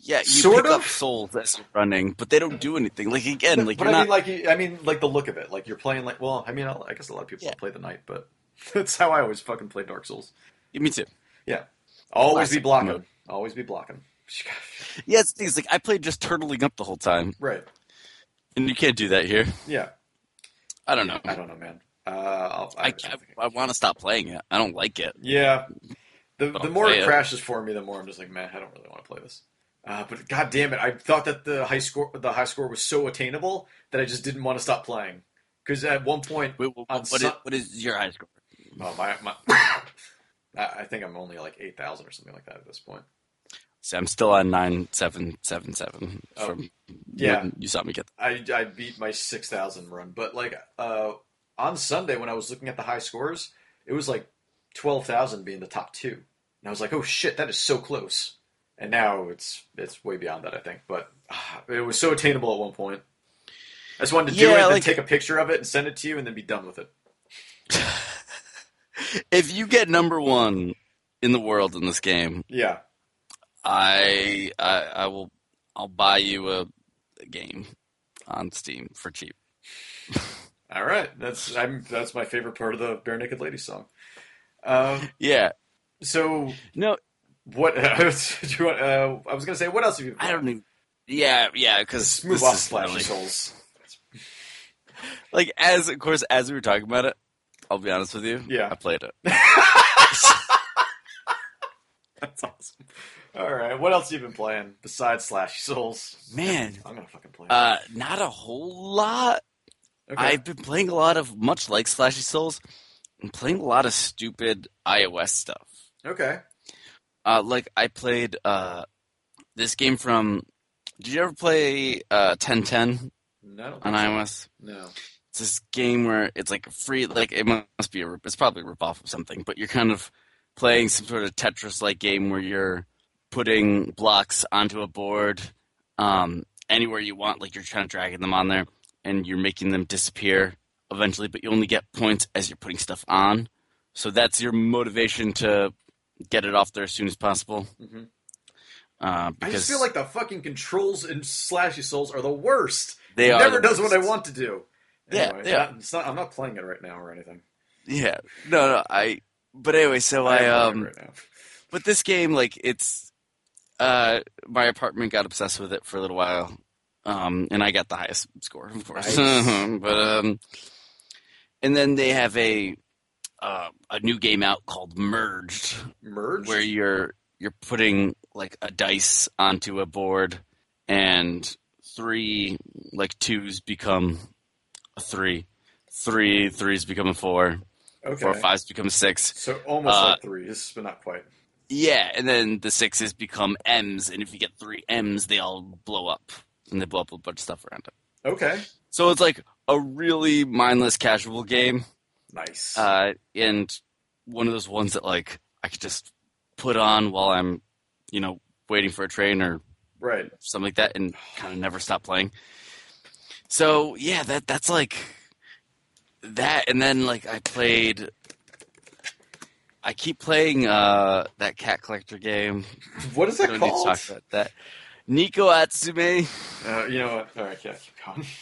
Speaker 1: Yeah, you
Speaker 2: Sort
Speaker 1: pick
Speaker 2: of.
Speaker 1: up souls as you're running, but they don't do anything. Like again, like
Speaker 2: but
Speaker 1: you're
Speaker 2: I
Speaker 1: not
Speaker 2: mean, like you- I mean, like the look of it. Like you're playing like well, I mean, I guess a lot of people
Speaker 1: Yeah.
Speaker 2: play the night, but that's how I always fucking play Dark Souls.
Speaker 1: Yeah, me too.
Speaker 2: Yeah. Always be
Speaker 1: Classic
Speaker 2: blocking.
Speaker 1: mode.
Speaker 2: Always be blocking.
Speaker 1: Yeah, it's things like I played just turtling up the whole time.
Speaker 2: Right.
Speaker 1: And you can't do that here.
Speaker 2: Yeah.
Speaker 1: I don't know.
Speaker 2: I don't know, man. Uh, I'll, I,
Speaker 1: I, I, I want to stop playing it. I don't like it.
Speaker 2: yeah. The, the
Speaker 1: I'll
Speaker 2: more
Speaker 1: play
Speaker 2: it
Speaker 1: it.
Speaker 2: crashes for me, the more I'm just like, man, I don't really want to play this. Uh, but god damn it, I thought that the high score the high score was so attainable that I just didn't want to stop playing. Because at one point,
Speaker 1: Wait, wh-
Speaker 2: On
Speaker 1: what, is,
Speaker 2: Sun-
Speaker 1: what is your high score?
Speaker 2: oh, my, my, I I think I'm only like eight thousand or something like that at this point.
Speaker 1: So I'm still on nine seven seven seven
Speaker 2: Oh,
Speaker 1: from
Speaker 2: yeah.
Speaker 1: when you saw me get.
Speaker 2: I, I beat my 6,000 run. But like uh, on Sunday when I was looking at the high scores, it was like 12,000 being the top two. And I was like, oh shit, that is so close. And now it's it's way beyond that, I think. But ah, it was so attainable at one point. I just wanted to do
Speaker 1: Yeah,
Speaker 2: it and
Speaker 1: like-
Speaker 2: then take a picture of it and send it to you and then be done with it.
Speaker 1: If you get number one in the world in this game,
Speaker 2: Yeah.
Speaker 1: I I, I will I'll buy you a, a game on Steam for cheap.
Speaker 2: All right. That's I'm that's my favorite part of the Bare Naked Ladies song. Um,
Speaker 1: Yeah.
Speaker 2: so
Speaker 1: No,
Speaker 2: what do you want, uh, I was gonna say what else have you
Speaker 1: I don't even. Yeah, yeah, because
Speaker 2: Let's move off Slash Souls.
Speaker 1: like as of course as we were talking about it. I'll be honest with you.
Speaker 2: Yeah.
Speaker 1: I played it.
Speaker 2: That's awesome. All right, what else you been playing besides Slash Souls?
Speaker 1: Man.
Speaker 2: I'm gonna fucking play. it.
Speaker 1: Uh, not a whole lot.
Speaker 2: Okay.
Speaker 1: I've been playing a lot of much like Slashy Souls, I'm playing a lot of stupid iOS stuff.
Speaker 2: okay.
Speaker 1: Uh, like I played uh, this game from. Did you ever play uh, 1010
Speaker 2: No, I don't
Speaker 1: on
Speaker 2: think so.
Speaker 1: iOS?
Speaker 2: No.
Speaker 1: It's this game where it's like free. Like it must be a. rip- It's probably a ripoff of something, but you're kind of playing some sort of Tetris-like game where you're putting blocks onto a board um, anywhere you want. Like you're trying to drag them on there, and you're making them disappear eventually. But you only get points as you're putting stuff on. So that's your motivation to get it off there as soon as possible.
Speaker 2: hmm
Speaker 1: Uh, because
Speaker 2: I just feel like the fucking controls in Slashy Souls are the worst.
Speaker 1: they
Speaker 2: it
Speaker 1: are
Speaker 2: never
Speaker 1: the
Speaker 2: does
Speaker 1: worst.
Speaker 2: what I want to do.
Speaker 1: Yeah,
Speaker 2: Anyway,
Speaker 1: they are.
Speaker 2: not- it's not, I'm not playing it right now or anything.
Speaker 1: Yeah, no, no, I. But anyway, so I,
Speaker 2: am playing
Speaker 1: um.
Speaker 2: it right now.
Speaker 1: but this game, like, it's uh, my apartment got obsessed with it for a little while, um, and I got the highest score, of course.
Speaker 2: Nice.
Speaker 1: but um, and then they have a uh, a new game out called Merged,
Speaker 2: Merged?
Speaker 1: where you're you're putting like a dice onto a board, and three like twos become a three, three threes become a four,
Speaker 2: okay.
Speaker 1: four fives become a six,
Speaker 2: So almost
Speaker 1: Uh,
Speaker 2: like threes, but not quite.
Speaker 1: yeah, and then the sixes become M's, and if you get three M's, they all blow up, and they blow up a bunch of stuff around it.
Speaker 2: Okay.
Speaker 1: So it's like a really mindless casual game,
Speaker 2: Nice.
Speaker 1: uh, and one of those ones that like I could just put on while I'm, you know, waiting for a train or
Speaker 2: right.
Speaker 1: something like that, and kind of never stop playing. So yeah, that that's like that, and then like I played. I keep playing uh, that cat collector game.
Speaker 2: What is
Speaker 1: We
Speaker 2: that
Speaker 1: don't need to
Speaker 2: called?
Speaker 1: talk about that. Nico Atsume.
Speaker 2: Uh, you know what? All right, yeah,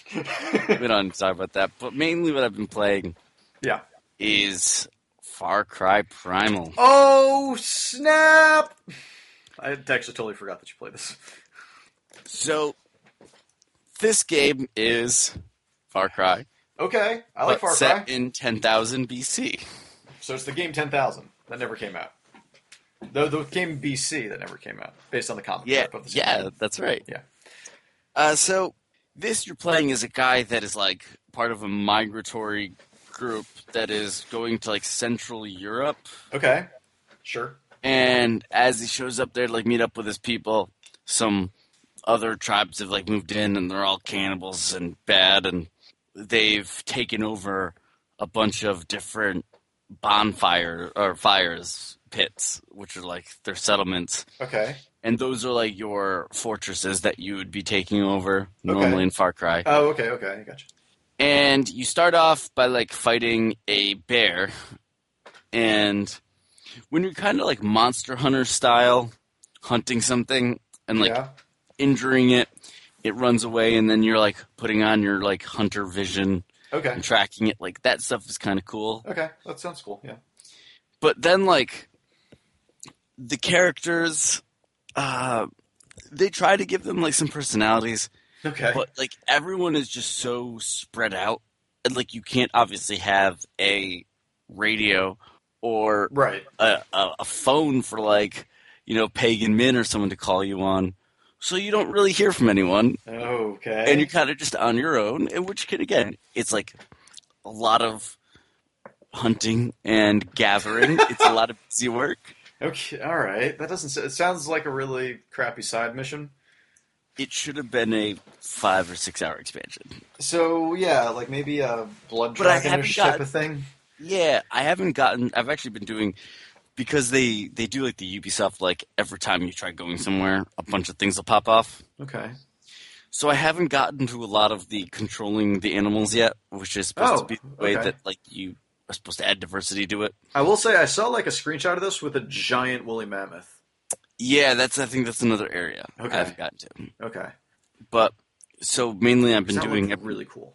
Speaker 2: keep going.
Speaker 1: We don't need to talk about that. But mainly what I've been playing
Speaker 2: yeah.
Speaker 1: is Far Cry Primal.
Speaker 2: Oh snap! I actually totally forgot that you played this.
Speaker 1: So this game is Far Cry,
Speaker 2: Okay, I like
Speaker 1: but
Speaker 2: Far Cry.
Speaker 1: set in 10,000 BC.
Speaker 2: So it's the game Ten Thousand that never came out. The the game BC that never came out, based on the comic
Speaker 1: Yeah,
Speaker 2: strip of the same
Speaker 1: yeah,
Speaker 2: name.
Speaker 1: that's right.
Speaker 2: Yeah.
Speaker 1: Uh, so this you're playing is a guy that is like part of a migratory group that is going to like Central Europe.
Speaker 2: Okay, sure.
Speaker 1: and as he shows up there to like meet up with his people, some other tribes have like moved in and they're all cannibals and bad and they've taken over a bunch of different bonfire or fires pits, which are like their settlements.
Speaker 2: Okay.
Speaker 1: And those are like your fortresses that you would be taking over
Speaker 2: Okay.
Speaker 1: normally in Far Cry.
Speaker 2: Oh, okay, okay, I gotcha.
Speaker 1: And you start off by like fighting a bear. And when you're kind of like monster hunter style, hunting something and like
Speaker 2: yeah.
Speaker 1: injuring it, it runs away. And then you're like putting on your like hunter vision
Speaker 2: Okay.
Speaker 1: and tracking it. Like that stuff is kind of cool.
Speaker 2: Okay, that sounds cool. Yeah.
Speaker 1: But then like the characters, uh, they try to give them like some personalities.
Speaker 2: Okay.
Speaker 1: But like everyone is just so spread out, and like you can't obviously have a radio or
Speaker 2: right.
Speaker 1: a, a, a phone for like you know pagan men or someone to call you on. So you don't really hear from anyone,
Speaker 2: Okay.
Speaker 1: and you're kind of just on your own. And which can again, it's like a lot of hunting and gathering. it's a lot of busy work.
Speaker 2: okay. All right. That doesn't. s- It sounds like a really crappy side mission.
Speaker 1: It should have been a five or six hour expansion.
Speaker 2: So yeah, like maybe a blood
Speaker 1: But I
Speaker 2: dragonish
Speaker 1: haven't
Speaker 2: type
Speaker 1: got-
Speaker 2: of thing.
Speaker 1: Yeah, I haven't gotten. I've actually been doing because they they do like the Ubisoft like every time you try going somewhere, a bunch of things will pop off.
Speaker 2: Okay.
Speaker 1: So I haven't gotten to a lot of the controlling the animals yet, which is supposed
Speaker 2: Oh,
Speaker 1: to be the way
Speaker 2: okay.
Speaker 1: that like you are supposed to add diversity to it.
Speaker 2: I will say I saw like a screenshot of this with a giant woolly mammoth.
Speaker 1: Yeah, that's I think that's another area
Speaker 2: Okay.
Speaker 1: I haven't gotten to.
Speaker 2: Okay.
Speaker 1: But so mainly I've been
Speaker 2: That
Speaker 1: doing
Speaker 2: looked really cool.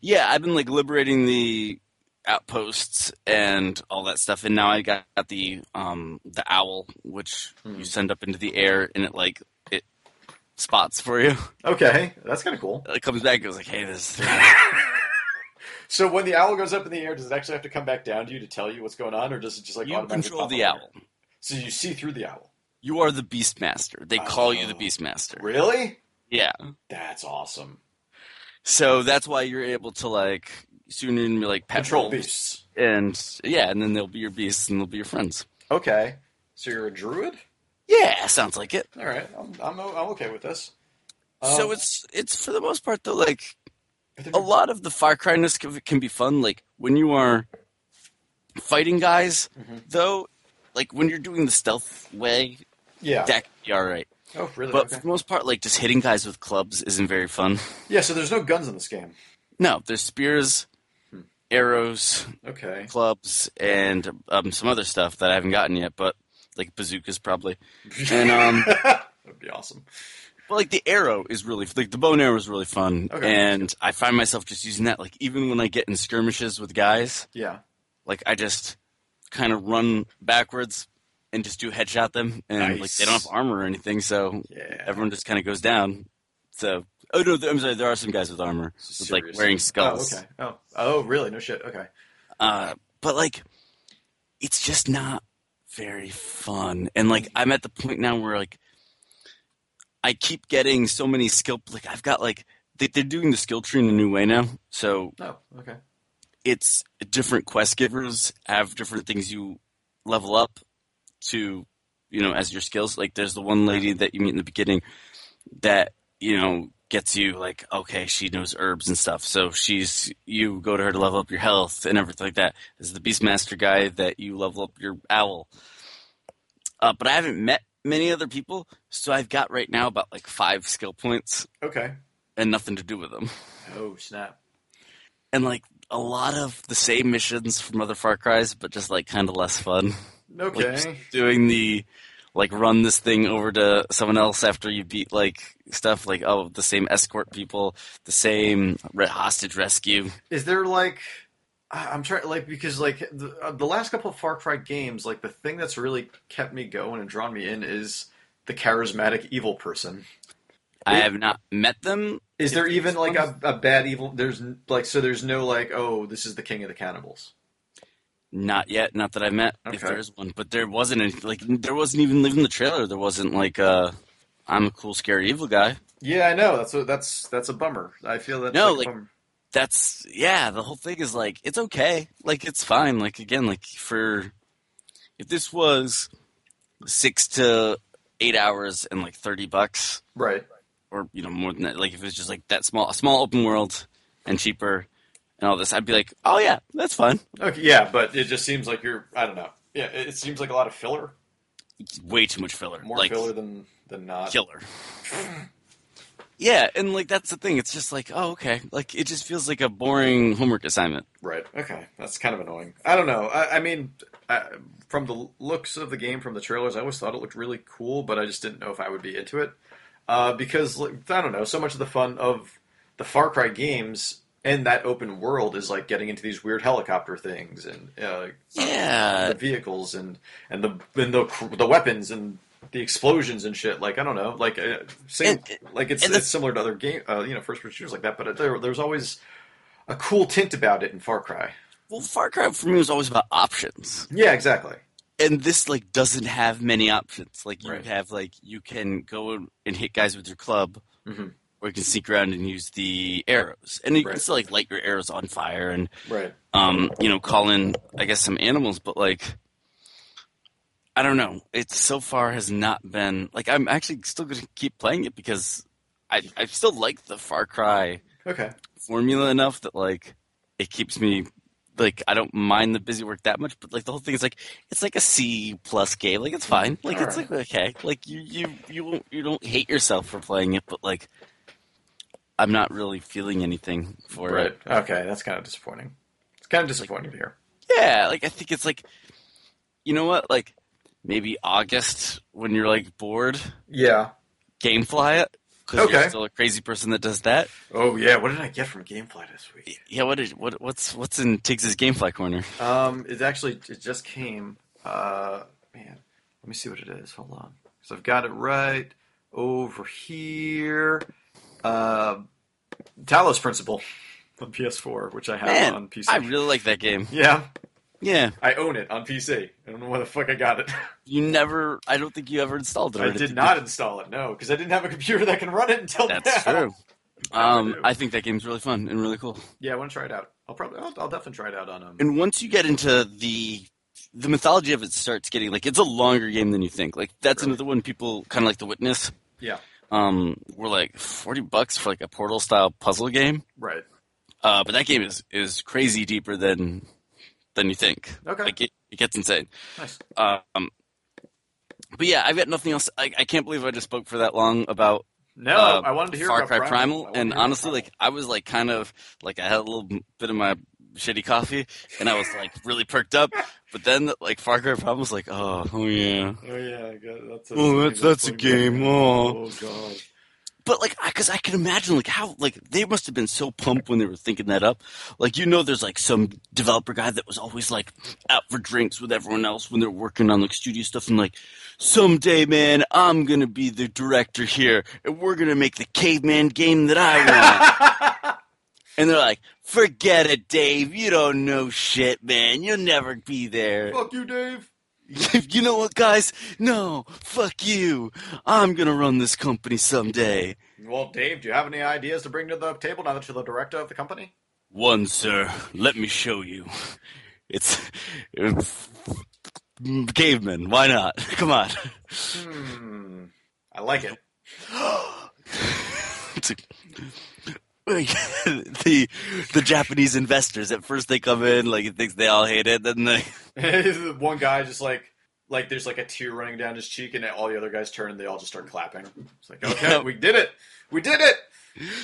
Speaker 1: yeah I've been like liberating the outposts and all that stuff, and now I got the um the owl which
Speaker 2: Hmm.
Speaker 1: you send up into the air and it like it spots for you.
Speaker 2: Okay, that's kind of cool.
Speaker 1: It comes back and goes like, "Hey, this."
Speaker 2: so when the owl goes up in the air, does it actually have to come back down to you to tell you what's going on, or does it just like
Speaker 1: you
Speaker 2: automatically
Speaker 1: control
Speaker 2: pop
Speaker 1: the
Speaker 2: up in
Speaker 1: owl.
Speaker 2: there? So you see through the owl.
Speaker 1: You are the beast master. They call you the
Speaker 2: Oh.
Speaker 1: beast master.
Speaker 2: Really?
Speaker 1: Yeah,
Speaker 2: That's awesome.
Speaker 1: So that's why you're able to like soon and like pet
Speaker 2: Control
Speaker 1: wolves.
Speaker 2: beasts.
Speaker 1: and yeah, and then they'll be your beasts and they'll be your friends.
Speaker 2: Okay, so you're a druid.
Speaker 1: Yeah, sounds like it.
Speaker 2: All right, I'm I'm, o- I'm okay with this.
Speaker 1: so
Speaker 2: Um,
Speaker 1: it's it's for the most part though like
Speaker 2: but they're-
Speaker 1: a lot of the Far Cryness can, can be fun. Like when you are fighting guys,
Speaker 2: Mhm.
Speaker 1: though, like when you're doing the stealth way,
Speaker 2: Yeah.
Speaker 1: that can be all right.
Speaker 2: oh, really?
Speaker 1: But
Speaker 2: okay.
Speaker 1: for the most part, like just hitting guys with clubs isn't very fun.
Speaker 2: Yeah. So there's no guns in this game.
Speaker 1: No, there's spears,
Speaker 2: Hmm.
Speaker 1: arrows,
Speaker 2: Okay.
Speaker 1: clubs, and um, some other stuff that I haven't gotten yet. But like bazookas, probably. And, um,
Speaker 2: that'd be awesome.
Speaker 1: But like the arrow is really like the bow and arrow is really fun,
Speaker 2: Okay.
Speaker 1: and I find myself just using that. Like even when I get in skirmishes with guys,
Speaker 2: Yeah.
Speaker 1: like I just kind of run backwards and just do headshot them, and like
Speaker 2: Nice.
Speaker 1: they don't have armor or anything, so
Speaker 2: Yeah.
Speaker 1: everyone just kind of goes down. So oh no, th- I'm sorry, there are some guys with armor, with, like
Speaker 2: Seriously.
Speaker 1: wearing
Speaker 2: Oh,
Speaker 1: skulls,
Speaker 2: okay. Oh, oh, really? No shit. Okay.
Speaker 1: uh, but like it's just not very fun. And like I'm at the point now where like I keep getting so many skill. Like I've got like they, they're doing the skill tree in a new way now, so
Speaker 2: No. Oh, Okay.
Speaker 1: it's different quest givers have different things you level up to, you know, as your skills. Like there's the one lady that you meet in the beginning that, you know, gets you like, okay, she knows herbs and stuff. So she's you go to her to level up your health and everything like that. There's the Beastmaster guy that you level up your owl. Uh, but I haven't met many other people, so I've got right now about like five skill points
Speaker 2: Okay.
Speaker 1: and nothing to do with them
Speaker 2: Oh snap.
Speaker 1: and like a lot of the same missions from other Far Cries, but just like kind of less fun. Like
Speaker 2: Okay.
Speaker 1: just doing the like run this thing over to someone else after you beat like stuff like oh the same escort people, the same re- hostage rescue.
Speaker 2: Is there like I- I'm trying like because like the, uh, the last couple of Far Cry games, like the thing that's really kept me going and drawn me in is the charismatic evil person.
Speaker 1: I have not met them.
Speaker 2: Is there
Speaker 1: If-
Speaker 2: even like a, a bad evil? There's n- like so there's no like oh this is the king of the cannibals.
Speaker 1: Not yet. Not that I met. If
Speaker 2: Okay.
Speaker 1: there is one, but there wasn't any, like there wasn't even leaving the trailer. There wasn't like uh, I'm a cool scary evil guy.
Speaker 2: Yeah, I know. That's a, that's that's a bummer. I feel that
Speaker 1: No,
Speaker 2: like,
Speaker 1: like-
Speaker 2: a bummer.
Speaker 1: that's yeah the whole thing is like it's okay like it's fine like again like for if this was six to eight hours and like 30 bucks
Speaker 2: right.
Speaker 1: or you know more than that like if it was just like that small a small open world and cheaper and all this i'd be like oh yeah that's fine
Speaker 2: Okay, yeah, but it just seems like you're. I don't know. Yeah, it, it seems like a lot of filler,
Speaker 1: It's way too much filler
Speaker 2: more
Speaker 1: like
Speaker 2: filler than than not.
Speaker 1: killer yeah and like that's the thing it's just like oh okay like it just feels like a boring homework assignment
Speaker 2: Right. Okay, that's kind of annoying. I don't know. I, I mean, I, from the looks of the game, from the trailers, I always thought it looked really cool, but I just didn't know if I would be into it uh, because like, I don't know. So much of the fun of the Far Cry games and that open world is like getting into these weird helicopter things and uh,
Speaker 1: yeah
Speaker 2: the vehicles and and the and the cr- the weapons and the explosions and shit. Like I don't know, like uh, same, like it's,
Speaker 1: and the-
Speaker 2: it's similar to other game, uh, you know, first person shooters like that. But there, there's always a cool tint about it in Far Cry.
Speaker 1: well far cry for me was always about options
Speaker 2: Yeah, exactly.
Speaker 1: and this like doesn't have many options. Like you
Speaker 2: Right.
Speaker 1: have like you can go and hit guys with your club,
Speaker 2: Mhm.
Speaker 1: or you can sneak around and use the arrows, and you
Speaker 2: Right.
Speaker 1: can still like light your arrows on fire and
Speaker 2: Right.
Speaker 1: um you know call in I guess some animals, but like I don't know. It so far has not been like I'm actually still going to keep playing it because I I still like the Far Cry
Speaker 2: Okay.
Speaker 1: formula enough that like it keeps me like I don't mind the busy work that much, but like the whole thing is like it's like a C plus game. Like it's fine. Like it's
Speaker 2: Alright.
Speaker 1: like okay. Like you you you won't, you don't hate yourself for playing it, but like I'm not really feeling anything for
Speaker 2: Right.
Speaker 1: it.
Speaker 2: Okay, that's kind of disappointing. It's kind of disappointing to hear.
Speaker 1: Yeah, like I think it's like you know what? Like maybe August when you're like bored,
Speaker 2: Yeah.
Speaker 1: gamefly it because
Speaker 2: Okay.
Speaker 1: you're still a crazy person that does that.
Speaker 2: Oh yeah. What did I get from GameFly this week?
Speaker 1: Yeah, what is what what's what's in Tiggs's gamefly corner?
Speaker 2: Um, it actually it just came. Uh, man, let me see what it is. Hold on, so I've got it right over here. Uh, Talos Principle on PS4, which I have
Speaker 1: Man,
Speaker 2: on PC.
Speaker 1: I really like that game.
Speaker 2: yeah,
Speaker 1: Yeah,
Speaker 2: I own it on PC. I don't know where the fuck I got it.
Speaker 1: you never. I don't think you ever installed it. or
Speaker 2: I
Speaker 1: anything.
Speaker 2: did not install it, no, because I didn't have a computer that can run it until
Speaker 1: That's
Speaker 2: now.
Speaker 1: true. Um,
Speaker 2: do.
Speaker 1: I think that game's really fun and really cool.
Speaker 2: Yeah, I want to try it out. I'll probably, I'll, I'll definitely try it out on um.
Speaker 1: And once you get into the the mythology of it starts getting like it's a longer game than you think. Like that's
Speaker 2: Really?
Speaker 1: another one people kind of like The Witness.
Speaker 2: Yeah.
Speaker 1: Um, we're like forty bucks for like a Portal style puzzle game.
Speaker 2: Right.
Speaker 1: Uh, but that game is is crazy deeper than than you think.
Speaker 2: Okay.
Speaker 1: Like it, it gets insane.
Speaker 2: Nice.
Speaker 1: Um, but yeah, I've got nothing else. I, I can't believe I just spoke for that long about
Speaker 2: No,
Speaker 1: uh,
Speaker 2: I wanted to hear
Speaker 1: Far
Speaker 2: about
Speaker 1: Cry
Speaker 2: Primal, I
Speaker 1: Primal,
Speaker 2: wanted to
Speaker 1: and
Speaker 2: hear about
Speaker 1: honestly,
Speaker 2: Primal.
Speaker 1: like I was like kind of like I had a little bit of my shitty coffee, and I was like really perked up. But then like Far Cry Primal was like, oh, oh yeah.
Speaker 2: Oh yeah, I guess that's a,
Speaker 1: Oh, that's- that's a game, oh.
Speaker 2: oh god,
Speaker 1: But like, because I, can imagine like how like they must have been so pumped when they were thinking that up. Like you know, there's like some developer guy that was always like out for drinks with everyone else when they're working on like studio stuff, and like someday, man, I'm gonna be the director here, and we're gonna make the caveman game that I want. and they're like, forget it, Dave. You don't know shit, man. You'll never be there.
Speaker 2: fuck you, Dave.
Speaker 1: you know what, guys? No, fuck you. I'm gonna run this company someday.
Speaker 2: Well, Dave, do you have any ideas to bring to the table now that you're the director of the company?
Speaker 1: One, sir. Let me show you. It's, it's caveman. Why not? Come on.
Speaker 2: Hmm, I like it.
Speaker 1: It's like- the the Japanese investors at first they come in like it thinks they all hate it, then they
Speaker 2: The One guy just like like there's like a tear running down his cheek, and all the other guys turn, and they all just start clapping. It's like, okay,
Speaker 1: Yeah.
Speaker 2: we did it, we did it.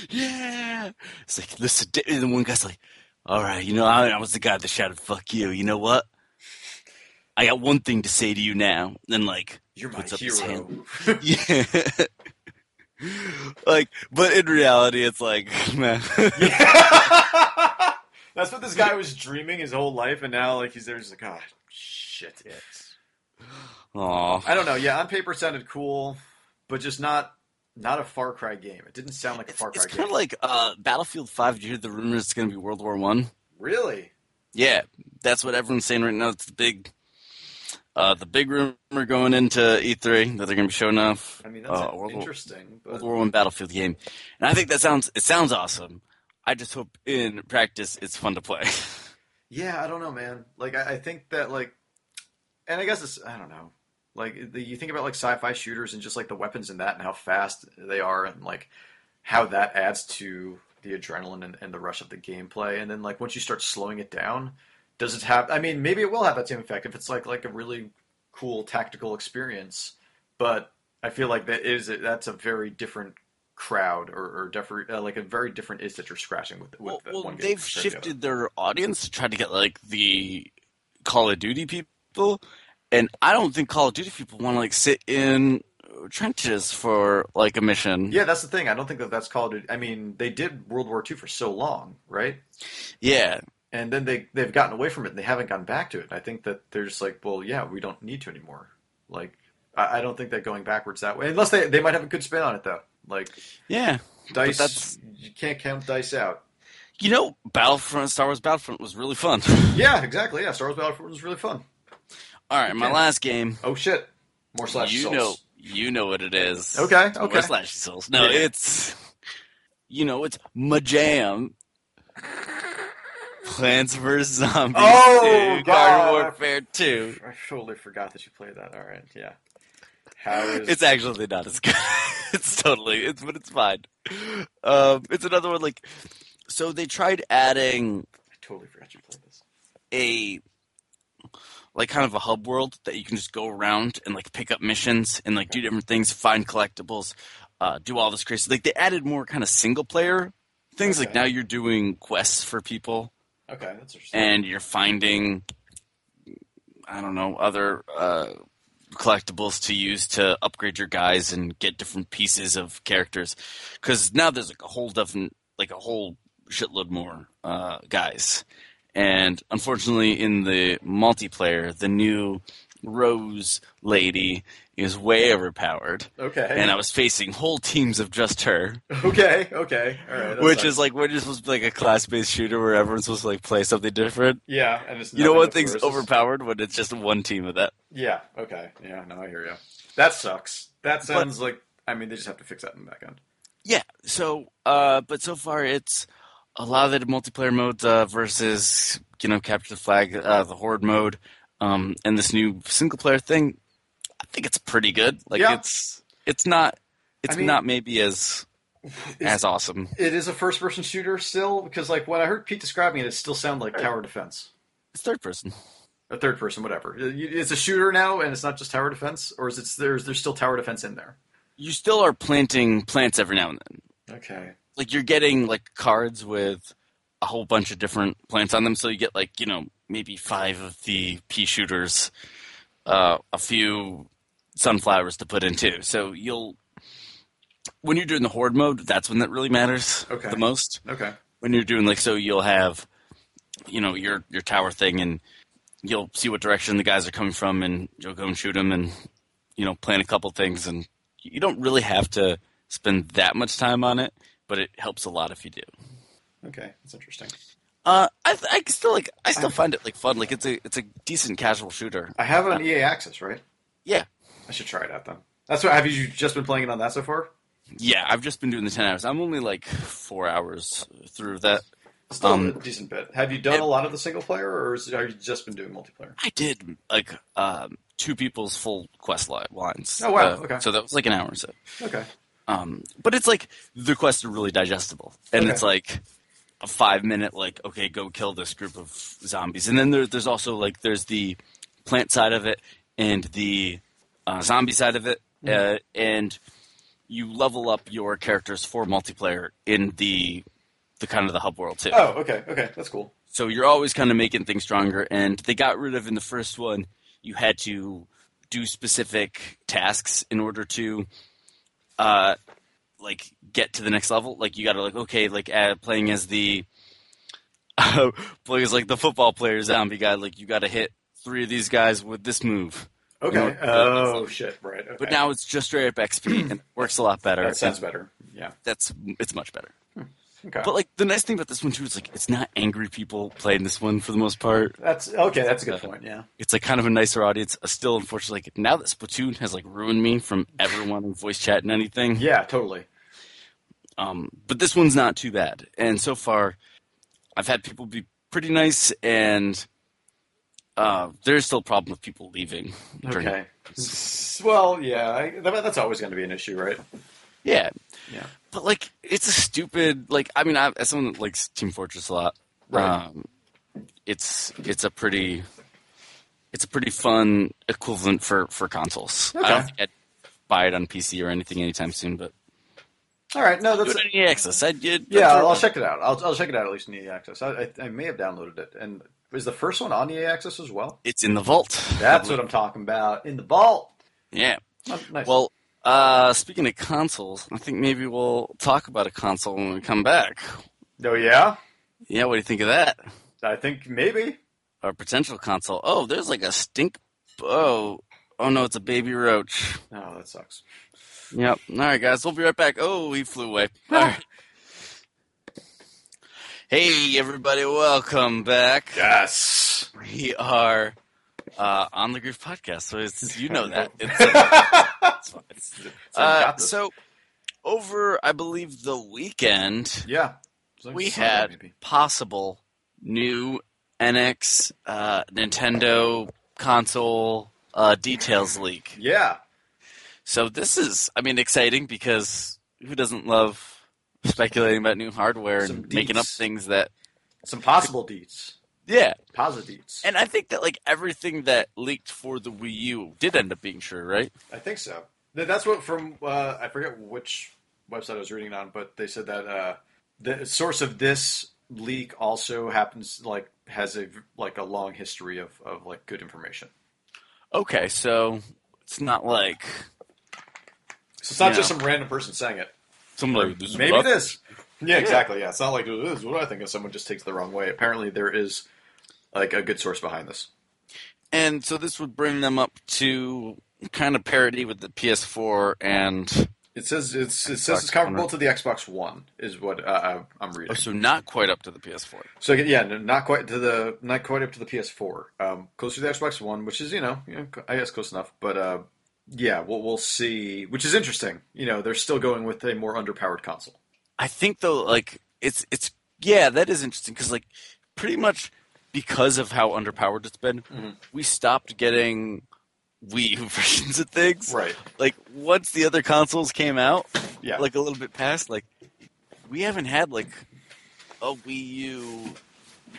Speaker 1: yeah. It's like listen, da-" and then one guy's like, all right, you know I, I was the guy that shouted fuck you. You know what? I got one thing to say to you now. Then like
Speaker 2: You're my
Speaker 1: Puts up his
Speaker 2: hero.
Speaker 1: yeah. like, but in reality, it's like, man.
Speaker 2: Yeah. That's what this guy was dreaming his whole life, and now like he's there, he's like, oh shit.
Speaker 1: Aw.
Speaker 2: I don't know. Yeah, on paper it sounded cool, but just not not a Far Cry game. It didn't sound like a
Speaker 1: It's,
Speaker 2: Far Cry
Speaker 1: it's
Speaker 2: game.
Speaker 1: kind of like uh, Battlefield 5. Did you hear the rumor it's going to be World War One?
Speaker 2: really?
Speaker 1: Yeah, that's what everyone's saying right now. It's the big, uh, the big rumor going into E3 that they're going to be showing off
Speaker 2: I mean, that's
Speaker 1: Uh, World War-
Speaker 2: interesting.
Speaker 1: World
Speaker 2: but
Speaker 1: War One Battlefield game, and I think that sounds it sounds awesome. I just hope in practice it's fun to play.
Speaker 2: yeah, I don't know, man. Like, I, I think that like, and I guess it's I don't know. Like, the, you think about like sci-fi shooters and just like the weapons in that and how fast they are and like how that adds to the adrenaline and, and the rush of the gameplay. And then like once you start slowing it down, does it have? I mean, maybe it will have that same effect if it's like like a really cool tactical experience. But I feel like that is that's a very different crowd or, or different uh, like a very different is that you're scratching with, with
Speaker 1: well,
Speaker 2: that
Speaker 1: well,
Speaker 2: one game
Speaker 1: they've
Speaker 2: compared to the other.
Speaker 1: shifted their audience to try to get like the Call of Duty people, and I don't think Call of Duty people want to like sit in trenches for like a mission.
Speaker 2: Yeah, that's the thing. I don't think that that's called. I mean, they did World War II for so long, right?
Speaker 1: yeah.
Speaker 2: And then they they've gotten away from it. and They haven't gotten back to it. I think that they're just like, well, yeah, we don't need to anymore. Like, I, I don't think that going backwards that way, unless they they might have a good spin on it though. Like
Speaker 1: Yeah.
Speaker 2: dice,
Speaker 1: that's-
Speaker 2: you can't count dice out.
Speaker 1: You know, Battlefront, Star Wars Battlefront was really fun.
Speaker 2: Yeah, exactly. Yeah, Star Wars Battlefront was really fun.
Speaker 1: All right, my
Speaker 2: Okay.
Speaker 1: last game.
Speaker 2: Oh shit, more slash
Speaker 1: you
Speaker 2: souls.
Speaker 1: know, you know what it is.
Speaker 2: Okay,
Speaker 1: Star Wars
Speaker 2: okay.
Speaker 1: Slash Souls. No,
Speaker 2: Yeah.
Speaker 1: it's you know, it's Majam. Plants vs Zombies.
Speaker 2: Oh,
Speaker 1: 2,
Speaker 2: God.
Speaker 1: Garden Warfare Two.
Speaker 2: I totally forgot that you played that. All right, yeah. How is
Speaker 1: It's actually not as good. it's totally it's but it's fine. Um, it's another one like so they tried adding
Speaker 2: I totally forgot you played this.
Speaker 1: a like kind of a hub world that you can just go around and like pick up missions and like do different things, find collectibles, uh, do all this crazy. Like they added more kind of single player things. Like
Speaker 2: Okay.
Speaker 1: now you're doing quests for people
Speaker 2: Okay, that's interesting.
Speaker 1: and you're finding I don't know other uh, collectibles to use to upgrade your guys and get different pieces of characters because now there's like a whole different like a whole shitload more uh, guys and unfortunately in the multiplayer the new rose lady is way overpowered
Speaker 2: okay,
Speaker 1: and i was facing whole teams of just her
Speaker 2: okay, okay. All right, that
Speaker 1: which
Speaker 2: sucks.
Speaker 1: is like we're just supposed to be like a class-based shooter where everyone's supposed to like play something different
Speaker 2: Yeah, and it's
Speaker 1: you know
Speaker 2: nothing
Speaker 1: what
Speaker 2: but
Speaker 1: thing's
Speaker 2: versus-
Speaker 1: overpowered when it's just one team of that?
Speaker 2: Yeah. Okay. Yeah. No, I hear you. That sucks. That sounds like. I mean, they just have to fix that in the back end.
Speaker 1: Yeah. So, uh, but so far it's a lot of the multiplayer modes uh, versus you know capture the flag, uh, the horde mode, um, and this new single player thing. I think it's pretty good. Like
Speaker 2: Yeah.
Speaker 1: it's it's not it's
Speaker 2: I mean-
Speaker 1: not maybe as as awesome.
Speaker 2: It is a first person shooter still because like when I heard Pete describing it, it still sounded like tower defense.
Speaker 1: It's third person.
Speaker 2: A third person, whatever. You- It's a shooter now, and it's not just tower defense, or is it there's there's still tower defense in there?
Speaker 1: You still are planting plants every now and then.
Speaker 2: Okay.
Speaker 1: Like you're getting like cards with a whole bunch of different plants on them, so you get like you know maybe five of the pea shooters, uh, a few sunflowers to put in too. So you'll when you're doing the horde mode, that's when that really matters
Speaker 2: Okay.
Speaker 1: the most.
Speaker 2: Okay.
Speaker 1: when you're doing like so you'll have you know your your tower thing and you'll see what direction the guys are coming from and you'll go and shoot them and you know plan a couple things and you don't really have to spend that much time on it but it helps a lot if you do
Speaker 2: Okay. That's interesting.
Speaker 1: uh i i still like i still find it like fun like it's a it's a decent casual shooter
Speaker 2: I have an EA access, right?
Speaker 1: yeah
Speaker 2: I should try it out then. That's what have you just been playing it on that so far?
Speaker 1: yeah i've just been doing the 10 hours i'm only like four hours through that
Speaker 2: Still
Speaker 1: Um,
Speaker 2: a decent bit. Have you done
Speaker 1: it-
Speaker 2: a lot of the single player, or is, have you just been doing multiplayer?
Speaker 1: I did like um, two people's full quest li- lines.
Speaker 2: Oh, wow.
Speaker 1: Uh,
Speaker 2: Okay.
Speaker 1: So that was like an hour or so.
Speaker 2: Okay.
Speaker 1: Um, but it's like the quests are really digestible, and
Speaker 2: Okay.
Speaker 1: it's like a five minute like okay, go kill this group of zombies, and then there, there's also like there's the plant side of it and the uh, zombie side of it, uh, and you level up your characters for multiplayer in the the kind of the hub world too.
Speaker 2: Oh, okay. Okay, that's cool.
Speaker 1: So you're always kind of making things stronger. And they got rid of in the first one, you had to do specific tasks in order to, uh, like get to the next level. Like you got to like okay, like uh, playing as the playing as like the football player zombie guy. Like you got to hit three of these guys with this move.
Speaker 2: Okay.
Speaker 1: know, uh,
Speaker 2: oh shit! Right. Okay.
Speaker 1: But now it's just straight up XP and it works a lot better.
Speaker 2: that sounds better. Yeah.
Speaker 1: That's it's much better.
Speaker 2: Okay.
Speaker 1: But like the nice thing about this one too is like it's not angry people playing this one for the most part.
Speaker 2: that's okay. That's
Speaker 1: uh,
Speaker 2: a good point. Yeah.
Speaker 1: it's like kind of a nicer audience. Uh, Still, unfortunately, like, now that Splatoon has like ruined me from ever wanting voice chat and anything.
Speaker 2: Yeah. Totally.
Speaker 1: Um, but this one's not too bad, and so far, I've had people be pretty nice, and uh, there's still a problem with people leaving. during-
Speaker 2: Okay. S- Well, yeah. I, that, that's always going to be an issue, right?
Speaker 1: Yeah,
Speaker 2: Yeah.
Speaker 1: but like it's a stupid like. I mean, I, as someone that likes Team Fortress a lot,
Speaker 2: Right.
Speaker 1: um, it's it's a pretty it's a pretty fun equivalent for for consoles. I don't
Speaker 2: Okay.
Speaker 1: think I'd buy it on PC or anything anytime soon, but
Speaker 2: All right. No, that's
Speaker 1: do it in EA access. I did.
Speaker 2: yeah. I'll, I'll check it out. I'll, I'll check it out at least in EA Access. I, I, I may have downloaded it. And is the first one on EA Access as well?
Speaker 1: It's in the vault.
Speaker 2: That's what I'm talking about. In the vault.
Speaker 1: Yeah.
Speaker 2: Oh, nice.
Speaker 1: Well, uh, speaking of consoles, I think maybe we'll talk about a console when we come back.
Speaker 2: oh yeah.
Speaker 1: Yeah, what do you think of that?
Speaker 2: I think maybe.
Speaker 1: Our potential console. Oh, there's like a stink. Oh, oh no, it's a baby roach.
Speaker 2: Oh, that sucks.
Speaker 1: Yep. All right, guys, we'll be right back. Oh, he flew away. All right. Hey, everybody, welcome back.
Speaker 2: Yes.
Speaker 1: We are uh, on the Groove Podcast, so it's, you know that. It's, it's fine. Uh,
Speaker 2: got this.
Speaker 1: so over, I believe, the weekend,
Speaker 2: yeah.
Speaker 1: we had possible new NX uh, Nintendo console uh, details leak.
Speaker 2: Yeah.
Speaker 1: So this is, I mean, exciting because who doesn't love speculating about new hardware and
Speaker 2: Some
Speaker 1: making up
Speaker 2: deets.
Speaker 1: things that,
Speaker 2: Some possible deets.
Speaker 1: yeah.
Speaker 2: Positive deets.
Speaker 1: And I think that like everything that leaked for the Wii U did end up being true, right?
Speaker 2: I think so. Th- That's what from uh, I forget which website I was reading it on, but they said that uh, the source of this leak also happens like has a like a long history of, of like good information.
Speaker 1: Okay, so it's not like
Speaker 2: So it's not
Speaker 1: Yeah.
Speaker 2: just some random person saying it.
Speaker 1: somebody is
Speaker 2: Maybe
Speaker 1: rough.
Speaker 2: it is. Yeah, exactly. Yeah, it's not like this is what I think if someone just takes it the wrong way. Apparently, there is like a good source behind this.
Speaker 1: And so this would bring them up to kind of parity with the PS4 and
Speaker 2: It says it's it says
Speaker 1: Xbox
Speaker 2: it's comparable to the Xbox One is what uh, I- I'm reading.
Speaker 1: oh, so not quite up to the PS4.
Speaker 2: So yeah, no, not quite to the not quite up to the PS4. Um, closer to the Xbox One, which is you know, you know, I guess close enough. But uh, yeah, we'll, we'll see, which is interesting. You know, they're still going with a more underpowered console.
Speaker 1: I think though, like it's it's yeah, that is interesting because like pretty much because of how underpowered it's been,
Speaker 2: Mhm.
Speaker 1: we stopped getting Wii U versions of things.
Speaker 2: Right.
Speaker 1: Like once the other consoles came out,
Speaker 2: Yeah.
Speaker 1: like a little bit past, like we haven't had like a Wii U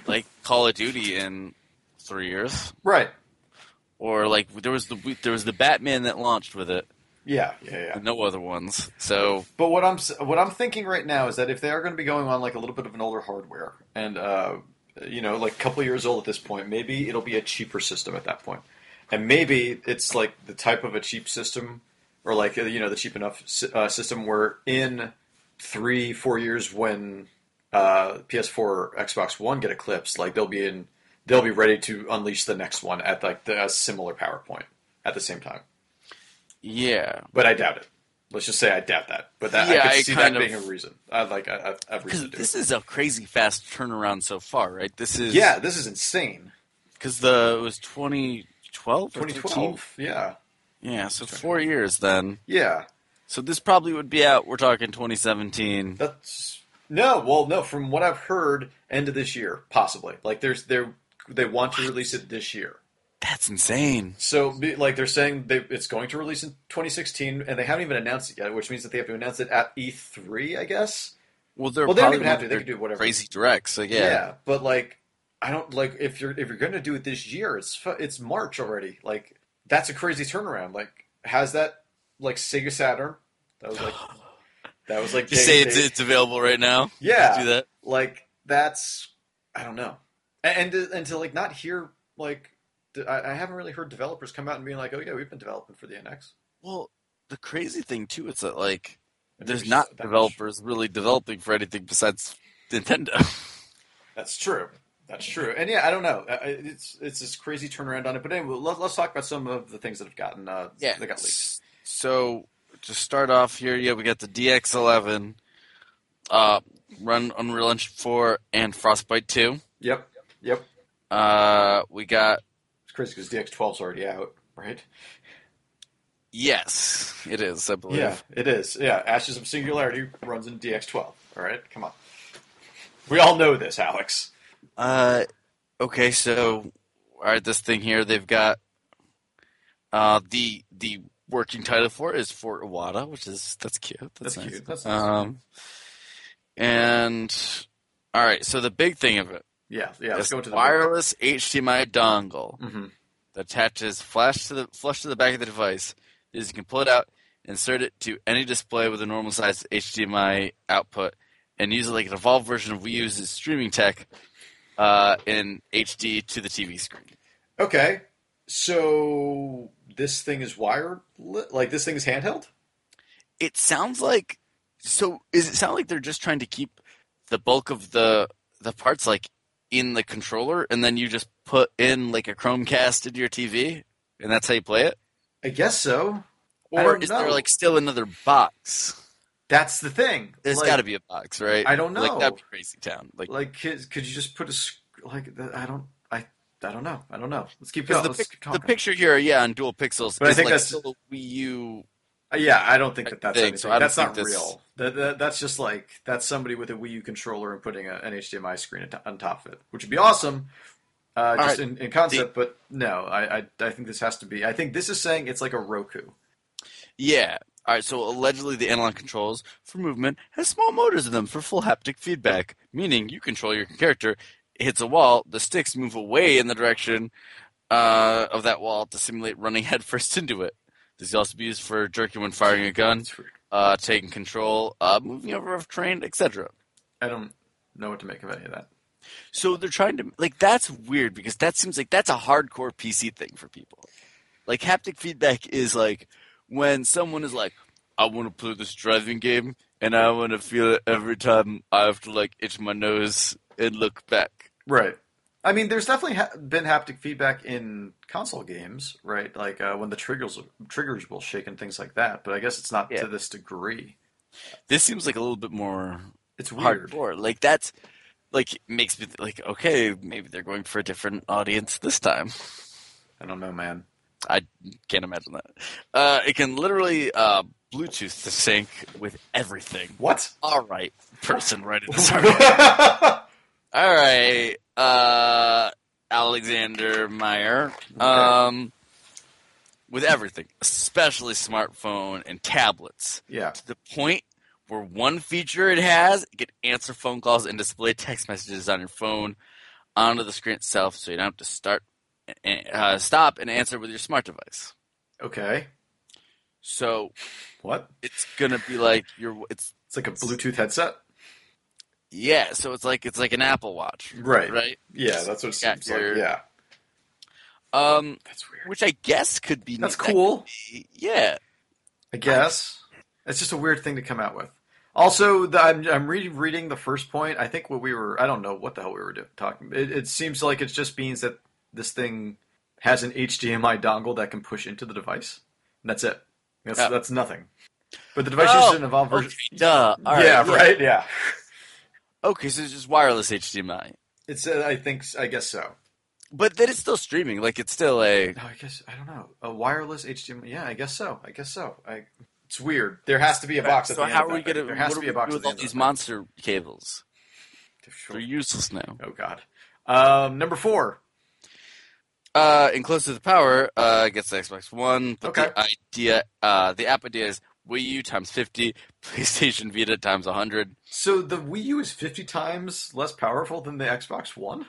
Speaker 1: like Call of Duty in three years,
Speaker 2: right.
Speaker 1: or like there was the there was the Batman that launched with it,
Speaker 2: Yeah. Yeah. Yeah.
Speaker 1: and no other ones. So
Speaker 2: But what I'm s- what I'm thinking right now is that if they are going to be going on like a little bit of an older hardware and uh, you know like a couple years old at this point, maybe it'll be a cheaper system at that point, and maybe it's like the type of a cheap system or like uh, you know the cheap enough sy- uh, system where in three four years when uh, PS4 or Xbox One get eclipsed, like they'll be in they'll be ready to unleash the next one at like the, a similar PowerPoint at the same time.
Speaker 1: yeah,
Speaker 2: But I doubt it. Let's just say I doubt that. But that
Speaker 1: Yeah,
Speaker 2: I
Speaker 1: I
Speaker 2: can see that
Speaker 1: kind of-
Speaker 2: being a reason. I like I, I, I
Speaker 1: because
Speaker 2: reason to do it.
Speaker 1: this is a crazy fast turnaround so far, right? This is
Speaker 2: Yeah, this is insane.
Speaker 1: because the it was 2012 or 13?
Speaker 2: 2012. Yeah,
Speaker 1: yeah so four years then
Speaker 2: yeah.
Speaker 1: so this probably would be out we're talking 2017
Speaker 2: That's no. Well, no. From what I've heard, end of this year, possibly. Like there's they they want to release it this year.
Speaker 1: that's insane
Speaker 2: So be- like they're saying they, it's going to release in 2016, and they haven't even announced it yet, which means that they have to announce it at E3, I guess.
Speaker 1: well they're
Speaker 2: Well, they don't
Speaker 1: probably
Speaker 2: even
Speaker 1: one
Speaker 2: have to.
Speaker 1: of
Speaker 2: They
Speaker 1: their
Speaker 2: can do whatever.
Speaker 1: crazy direct so yeah,
Speaker 2: but like, I don't like if you're if you're going to do it this year. It's fu- it's March already. Like, that's a crazy turnaround. Like, has that like Sega Saturn? That was like that was like
Speaker 1: just
Speaker 2: day-
Speaker 1: say it's,
Speaker 2: day-
Speaker 1: it's available right now
Speaker 2: Yeah.
Speaker 1: Just do that
Speaker 2: like that's I don't know. A- And and to, and to like not hear like d- I, I haven't really heard developers come out and being like, oh yeah, we've been developing for the NX.
Speaker 1: well the crazy thing too is that like
Speaker 2: And
Speaker 1: there's
Speaker 2: there's
Speaker 1: not
Speaker 2: that much.
Speaker 1: developers really developing for anything besides nintendo
Speaker 2: That's true. That's true. And yeah, I don't know. I- I- It's it's this crazy turnaround on it. But anyway, let, let's talk about some of the things that have gotten uh,
Speaker 1: yeah
Speaker 2: that got leaked.
Speaker 1: so to start off here yeah we got the dx11 uh run unreal engine 4 and frostbite 2
Speaker 2: Yep. Yep.
Speaker 1: Uh, we got
Speaker 2: It's crazy because DX12's already out, right?
Speaker 1: yes, it is. I believe.
Speaker 2: Yeah, it is. Yeah, Ashes of Singularity runs in DX12. All right, come on. We all know this, Alex.
Speaker 1: Uh, okay. So, all right, this thing here they've got. Uh, the the working title for it is Fort Iwata, which is that's cute. That's,
Speaker 2: That's
Speaker 1: nice.
Speaker 2: cute. That's nice.
Speaker 1: Um, and all right, so the big thing of it
Speaker 2: Yeah, yeah. Let's
Speaker 1: is
Speaker 2: go into the
Speaker 1: wireless HDMI dongle
Speaker 2: Mhm.
Speaker 1: that attaches flash to the flush to the back of the device. Is you can pull it out, insert it to any display with a normal sized HDMI output, and use it like an evolved version of Wii U's streaming tech uh, in HD to the TV screen.
Speaker 2: Okay, so this thing is wired, like this thing is handheld.
Speaker 1: It sounds like so. Is it sound like they're just trying to keep the bulk of the the parts like in the controller, and then you just put in like a Chromecast into your TV, and that's how you play it?
Speaker 2: I guess so. I
Speaker 1: Or
Speaker 2: don't
Speaker 1: is
Speaker 2: know.
Speaker 1: there like still another box?
Speaker 2: that's the thing?
Speaker 1: There's
Speaker 2: Like-
Speaker 1: got to be a box, right?
Speaker 2: I don't
Speaker 1: Like
Speaker 2: know.
Speaker 1: that'd be crazy town. Like,
Speaker 2: like could, could you just put a sc- like th- I don't I I don't know I don't know. Let's keep
Speaker 1: 'cause
Speaker 2: going.
Speaker 1: the,
Speaker 2: Let's
Speaker 1: pic-
Speaker 2: keep
Speaker 1: the
Speaker 2: talking.
Speaker 1: picture here, yeah, on dual pixels
Speaker 2: oh, But I
Speaker 1: is
Speaker 2: think
Speaker 1: like
Speaker 2: that's-
Speaker 1: still a Wii U.
Speaker 2: Uh, Yeah, I don't think that that's
Speaker 1: Thing,
Speaker 2: anything.
Speaker 1: so I don't
Speaker 2: that's
Speaker 1: think
Speaker 2: not
Speaker 1: this-
Speaker 2: real. That, that, that's just like that's somebody with a Wii U controller and putting a, an HDMI screen at- on top of it, which would be awesome, uh, just in, in concept. But no, I, I I think this has to be. I think this is saying it's like a Roku.
Speaker 1: Yeah. All right. So allegedly, the analog controls for movement has small motors in them for full haptic feedback, meaning you control your character. It hits a wall, the sticks move away in the direction uh, of that wall to simulate running headfirst into it. This can also be used for jerking when firing a gun,
Speaker 2: That's weird.
Speaker 1: uh, taking control, uh, moving over a train, etc.
Speaker 2: I don't know what to make of any of that.
Speaker 1: So they're trying to like that's weird because that seems like that's a hardcore PC thing for people. Like haptic feedback is like when someone is like, I want to play this driving game and I want to feel it every time I have to like itch my nose and look back.
Speaker 2: Right. I mean, there's definitely ha- been haptic feedback in console games, right? Like uh, when the triggers triggers will shake and things like that. But I guess it's not
Speaker 1: Yeah.
Speaker 2: to this degree.
Speaker 1: This seems like a little bit more
Speaker 2: It's weird.
Speaker 1: hardcore. Like that's like makes me th- like okay maybe they're going for a different audience this time.
Speaker 2: I don't know, man.
Speaker 1: I can't imagine that. Uh, it can literally uh, Bluetooth sync with everything.
Speaker 2: What?
Speaker 1: All right, person writing this article.
Speaker 2: okay.
Speaker 1: All right, uh, Alexander Meyer. Um, with everything, especially smartphone and tablets,
Speaker 2: Yeah.
Speaker 1: to the point where one feature it has it can answer phone calls and display text messages on your phone onto the screen itself, so you don't have to start, uh, stop, and answer with your smart device.
Speaker 2: Okay.
Speaker 1: So
Speaker 2: What?
Speaker 1: it's gonna be like your it's
Speaker 2: It's like a Bluetooth headset.
Speaker 1: yeah. So it's like it's like an Apple Watch,
Speaker 2: Right.
Speaker 1: right?
Speaker 2: Yeah, that's what it
Speaker 1: Yeah,
Speaker 2: seems like.
Speaker 1: you're-
Speaker 2: Yeah.
Speaker 1: Um,
Speaker 2: That's weird.
Speaker 1: which I guess could be
Speaker 2: That's
Speaker 1: that
Speaker 2: cool.
Speaker 1: could be- yeah,
Speaker 2: I guess it's just a weird thing to come out with. Also, the, I'm I'm re- reading the first point. I think what we were I don't know what the hell we were do- talking. It, it seems like it just means that this thing has an HDMI dongle that can push into the device, and that's it. That's,
Speaker 1: Yeah.
Speaker 2: that's nothing. But the device is
Speaker 1: Oh,
Speaker 2: just an evolved version.
Speaker 1: Okay, duh. All right,
Speaker 2: yeah, right. Yeah,
Speaker 1: Okay, so it's just wireless HDMI,
Speaker 2: it's uh, I think I guess so.
Speaker 1: but then it's still streaming. Like it's still a
Speaker 2: No, I guess I don't know a wireless HDMI. Yeah, I guess so. I guess so. I, it's weird. There has to be a box. At
Speaker 1: so
Speaker 2: the end
Speaker 1: how
Speaker 2: of
Speaker 1: are we
Speaker 2: that thing.
Speaker 1: gonna?
Speaker 2: There has
Speaker 1: what do
Speaker 2: to be
Speaker 1: we
Speaker 2: a
Speaker 1: do
Speaker 2: box at
Speaker 1: with
Speaker 2: the
Speaker 1: all
Speaker 2: end of
Speaker 1: these
Speaker 2: that
Speaker 1: monster cables?
Speaker 2: thing.
Speaker 1: They're useless now.
Speaker 2: Oh God. Um, number four.
Speaker 1: Uh, and close to the power, uh, gets the Xbox One. But the
Speaker 2: Okay.
Speaker 1: idea, uh, the app idea is Wii U times fifty, PlayStation Vita times hundred.
Speaker 2: So the Wii U is fifty times less powerful than the Xbox One.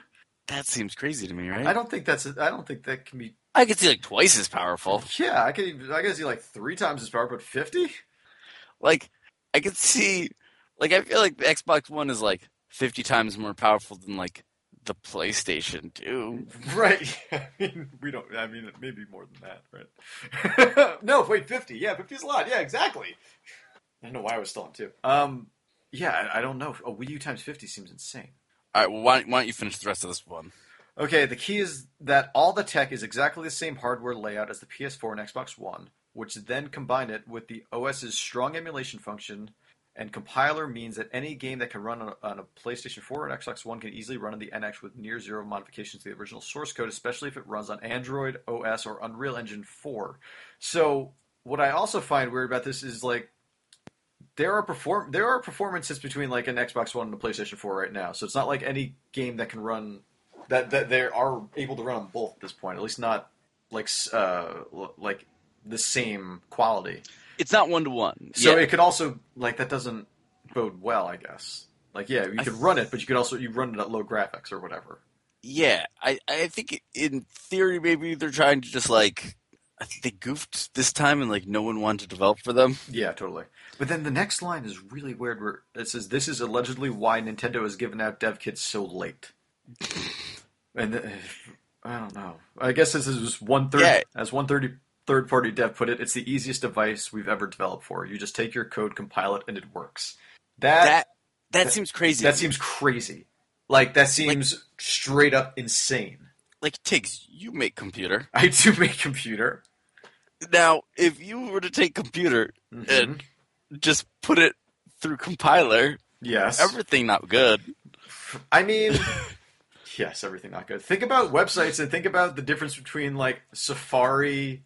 Speaker 1: That seems crazy to me, right?
Speaker 2: I don't think that's. I don't think that can be.
Speaker 1: I could see like twice as powerful.
Speaker 2: Yeah, I could. even- I guess see like three times as powerful, but fifty.
Speaker 1: Like I could see like I feel like the Xbox One is like fifty times more powerful than like the PlayStation two.
Speaker 2: Right. I mean, we don't. I mean, maybe more than that. Right. no, wait, fifty. Yeah, fifty is a lot. Yeah, exactly. I don't know why I was still on two. Um. Yeah, I, I don't know. A Wii U times fifty seems insane.
Speaker 1: Alright, well why don't, why don't you finish the rest of this one?
Speaker 2: Okay, the key is that all the tech is exactly the same hardware layout as the PS4 and Xbox One, which then combine it with the OS's strong emulation function. And compiler means that any game that can run on a, on a PlayStation 4 or an Xbox One can easily run on the NX with near zero modifications to the original source code, especially if it runs on Android, OS, or Unreal Engine 4. So, what I also find weird about this is like there are perform there are performances between like an Xbox One and a PlayStation 4 right now. So it's not like any game that can run that that they are able to run on both at this point. At least not like s- uh l- like the same quality.
Speaker 1: It's not one to one.
Speaker 2: So
Speaker 1: yeah.
Speaker 2: it could also like that doesn't bode well, I guess. Like yeah, you
Speaker 1: I
Speaker 2: could
Speaker 1: th-
Speaker 2: run it, but you could also you run it at low graphics or whatever.
Speaker 1: yeah. I, I think in theory maybe they're trying to just like I think they goofed this time and like no one wanted to develop for them.
Speaker 2: Yeah, totally. But then the next line is really weird. Where it says, "This is allegedly why Nintendo has given out dev kits so late." and uh, I don't know. I guess this is just one third,
Speaker 1: Yeah.
Speaker 2: as one thirty third party dev put it. It's the easiest device we've ever developed for. You just take your code, compile it, and it works. That that,
Speaker 1: That that, seems crazy. to me.
Speaker 2: seems crazy. Like that seems straight up insane.
Speaker 1: like Tiggs, you make computer.
Speaker 2: I do make computer.
Speaker 1: Now, if you were to take computer,
Speaker 2: Mhm.
Speaker 1: And- just put it through compiler,
Speaker 2: yes.
Speaker 1: everything not good.
Speaker 2: I mean, yes, everything not good. Think about websites and think about the difference between like Safari,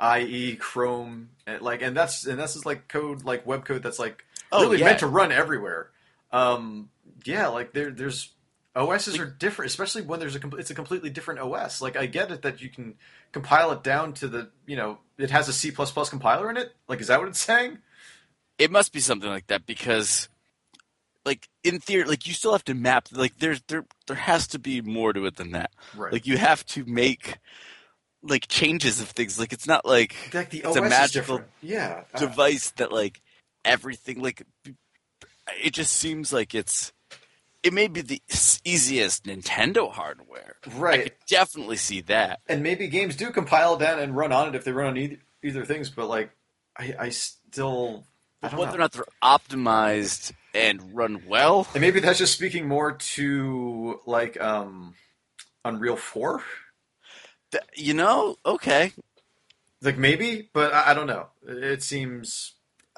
Speaker 2: IE, Chrome, and, like, and that's and that's just like code, like web code that's like
Speaker 1: Oh,
Speaker 2: really
Speaker 1: yeah.
Speaker 2: meant to run everywhere. Um, yeah, like there, there's OSs are different, especially when there's a com- it's a completely different OS. Like I get it that you can compile it down to the you know it has a C compiler in it. Like is that what it's saying?
Speaker 1: It must be something like that because like in theory like you still have to map like there's there there has to be more to it than that.
Speaker 2: Right.
Speaker 1: Like you have to make like changes of things. Like it's not like
Speaker 2: Like, the
Speaker 1: it's a
Speaker 2: OS is
Speaker 1: magical
Speaker 2: different. Yeah. uh,
Speaker 1: device that like everything like b- it just seems like it's it may be the s- easiest Nintendo hardware. I
Speaker 2: right.
Speaker 1: could definitely see that.
Speaker 2: and maybe games do compile down and run on it if they run on either, either things, but like I, I still I
Speaker 1: But
Speaker 2: don't
Speaker 1: whether
Speaker 2: know.
Speaker 1: or not they're optimized and run well,
Speaker 2: and maybe that's just speaking more to like um Unreal Four,
Speaker 1: th- you know, okay.
Speaker 2: like maybe, but I, I don't know. It seems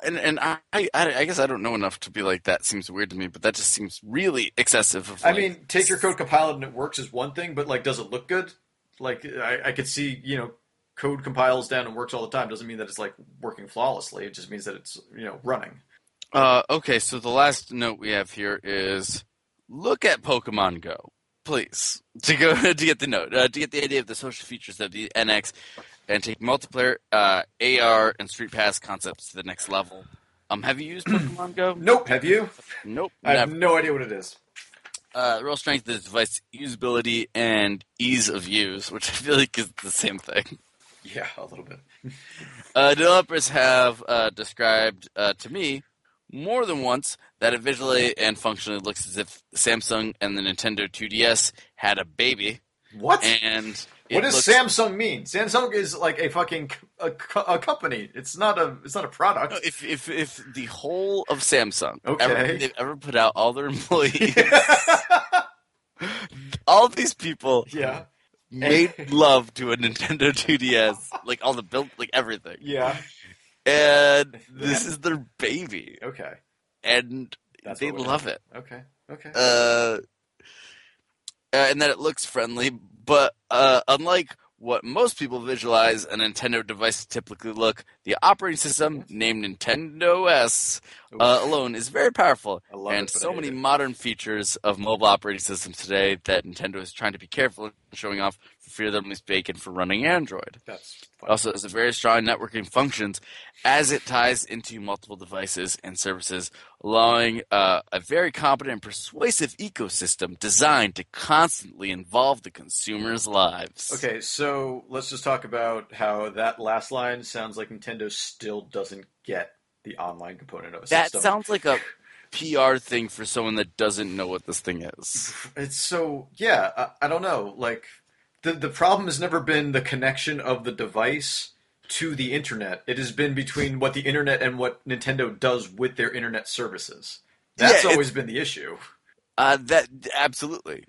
Speaker 1: And and I, I I guess I don't know enough to be like that seems weird to me, but that just seems really excessive. Of
Speaker 2: I
Speaker 1: like-
Speaker 2: mean, take your code, compile it, and it works is one thing, but like, does it look good? Like, I, I could see you know code compiles down and works all the time doesn't mean that it's like working flawlessly. It just means that it's you know running.
Speaker 1: Uh, okay, so the last note we have here is look at Pokemon Go, please, to go to get the note, uh, to get the idea of the social features of the NX, and take multiplayer, uh, AR, and Street Pass concepts to the next level. Um, have you used Pokemon Go?
Speaker 2: Nope. Have you?
Speaker 1: Nope.
Speaker 2: I have
Speaker 1: never.
Speaker 2: no idea what it is.
Speaker 1: Uh, the real strength is device usability and ease of use, which I feel like is the same thing.
Speaker 2: Yeah, a little bit.
Speaker 1: Uh, developers have uh, described uh, to me more than once that it visually and functionally looks as if Samsung and the Nintendo 2DS had a baby,
Speaker 2: What?
Speaker 1: and it
Speaker 2: what does
Speaker 1: looks-
Speaker 2: Samsung mean? Samsung is like a fucking c- a, co- a company. It's not a it's not a product.
Speaker 1: No, If if if the whole of Samsung
Speaker 2: Okay.
Speaker 1: ever, they've ever put out all their employees, all these people
Speaker 2: yeah.
Speaker 1: made love to a Nintendo 2DS, like all the built, like everything,
Speaker 2: Yeah.
Speaker 1: and this is their baby,
Speaker 2: Okay.
Speaker 1: and
Speaker 2: That's
Speaker 1: they
Speaker 2: what we're
Speaker 1: love it.
Speaker 2: Okay. Okay.
Speaker 1: uh, and that it looks friendly, but uh, unlike what most people visualize a Nintendo device to typically look, the operating system named Nintendo OS uh, alone is very powerful,
Speaker 2: I love
Speaker 1: and
Speaker 2: it, but
Speaker 1: so
Speaker 2: I hate
Speaker 1: many
Speaker 2: it.
Speaker 1: modern features of mobile operating systems today that Nintendo is trying to be careful in showing off for fear they'll mistake it for running Android.
Speaker 2: That's
Speaker 1: It
Speaker 2: fun.
Speaker 1: also has a very strong networking functions as it ties into multiple devices and services, allowing uh, a very competent and persuasive ecosystem designed to constantly involve the consumers' lives.
Speaker 2: Okay, so let's just talk about how that last line sounds like Nintendo still doesn't get the online component of a
Speaker 1: That
Speaker 2: system.
Speaker 1: sounds like a PR thing for someone that doesn't know what this thing is.
Speaker 2: it's so yeah. I, I don't know. Like the the problem has never been the connection of the device to the internet. It has been between what the internet and what Nintendo does with their internet services. That's
Speaker 1: Yeah, it-
Speaker 2: always been the issue.
Speaker 1: Uh, that absolutely.